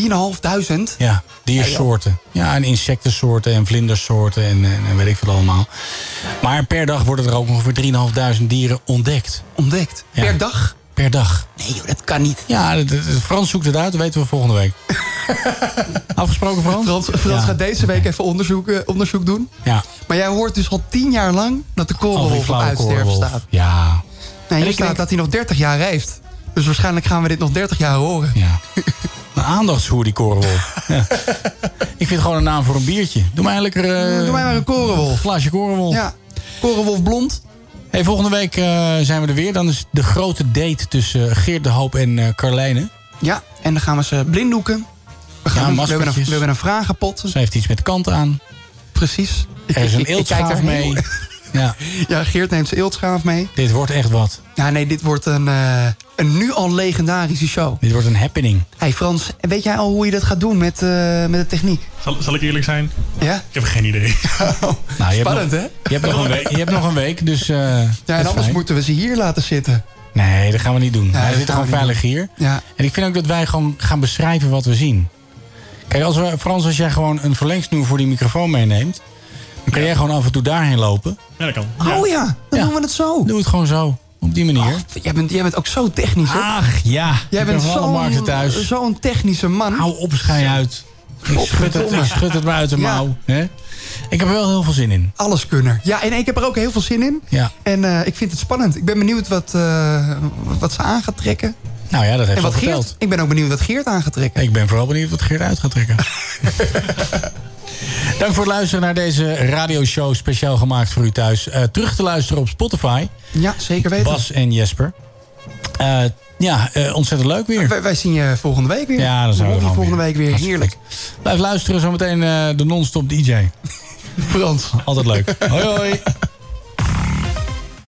Ja, diersoorten.
Ah,
Ja, en insectensoorten en vlindersoorten en, en, weet ik veel allemaal. Maar per dag worden er ook ongeveer 3.500 dieren ontdekt.
Ontdekt? Ja. Per dag?
Per dag.
Nee joh, dat kan niet.
Ja, de, de, de Frans zoekt het uit, dat weten we volgende week. Afgesproken Frans?
Frans, Frans ja. gaat deze week even onderzoek, uh, onderzoek doen.
Ja.
Maar jij hoort dus al tien jaar lang dat de koolwolf op uitsterven staat.
Ja.
Nou, hier en staat denk... dat hij nog 30 jaar heeft. Dus waarschijnlijk gaan we dit nog 30 jaar horen.
Ja. Een aandachtshoer, die
[laughs]
korenwolf. Ja. Ik vind het gewoon een naam voor een biertje. Doe mij lekker... Uh,
Mm, Doe mij maar een korenwolf. Een
glaasje korenwolf.
Ja, korenwolf blond.
Hey, volgende week uh, zijn we er weer. Dan is de grote date tussen eh, Geert de Hoop en uh, Carlijne.
Ja, en dan gaan we ze blinddoeken. We, gaan, ja, we, hebben een, we hebben een vragenpot.
Ze heeft iets met kant aan.
Precies.
Er is een eeltschaaf mee. Heel... [laughs] Ja.
ja, Geert neemt zijn eeltschaaf mee.
Dit wordt echt wat.
Ja, nee, dit wordt een, uh, een nu al legendarische show.
Dit wordt een happening.
hey Frans, weet jij al hoe je dat gaat doen met, uh, met de techniek?
Zal, zal, ik eerlijk zijn?
Ja?
Ik heb geen idee.
[laughs] Oh, nou, spannend,
hè? Je hebt, nog een week, je hebt nog een week, dus... Uh,
ja, en anders moeten we ze hier laten zitten.
Nee, dat gaan we niet doen. Ja, we zitten gewoon veilig doen. hier.
Ja.
En ik vind ook dat wij gewoon gaan beschrijven wat we zien. Kijk, als we, Frans, als jij gewoon een verlengsnoer voor die microfoon meeneemt... Dan kan jij gewoon af en toe daarheen lopen.
Ja, dat kan.
Oh ja, dan ja. doen we het zo.
Doe het gewoon zo. Op die manier.
Oh, jij, bent, jij bent ook zo technisch, hè?
Ach, ja.
Ah, Jij bent zo'n zo technische man.
Hou op, schijn uit. Ik schud, het, ik schud het maar uit de ja. mouw. Hè? Ik heb er wel heel veel zin in.
Alles kunnen. Ja, en ik heb er ook heel veel zin in.
Ja.
En uh, ik vind het spannend. Ik ben benieuwd wat, uh, wat ze aan gaat trekken.
Nou ja, dat heeft
en wat
al
Geert,
verteld.
Ik ben ook benieuwd wat Geert aan gaat trekken.
Ik ben vooral benieuwd wat Geert uit gaat
[laughs]
trekken. Dank voor het luisteren naar deze radioshow speciaal gemaakt voor u thuis. Uh, terug te luisteren op Spotify.
Ja, zeker weten.
Bas en Jesper. Uh, ja, uh, ontzettend leuk weer.
Wij, wij, zien je volgende week weer.
Ja, dan zijn we, we
volgende weer. week weer. Hartstikke Heerlijk.
Leuk. eh, Blijf luisteren, zometeen de non-stop DJ.
[laughs] Frans.
Altijd leuk. hoi hoi.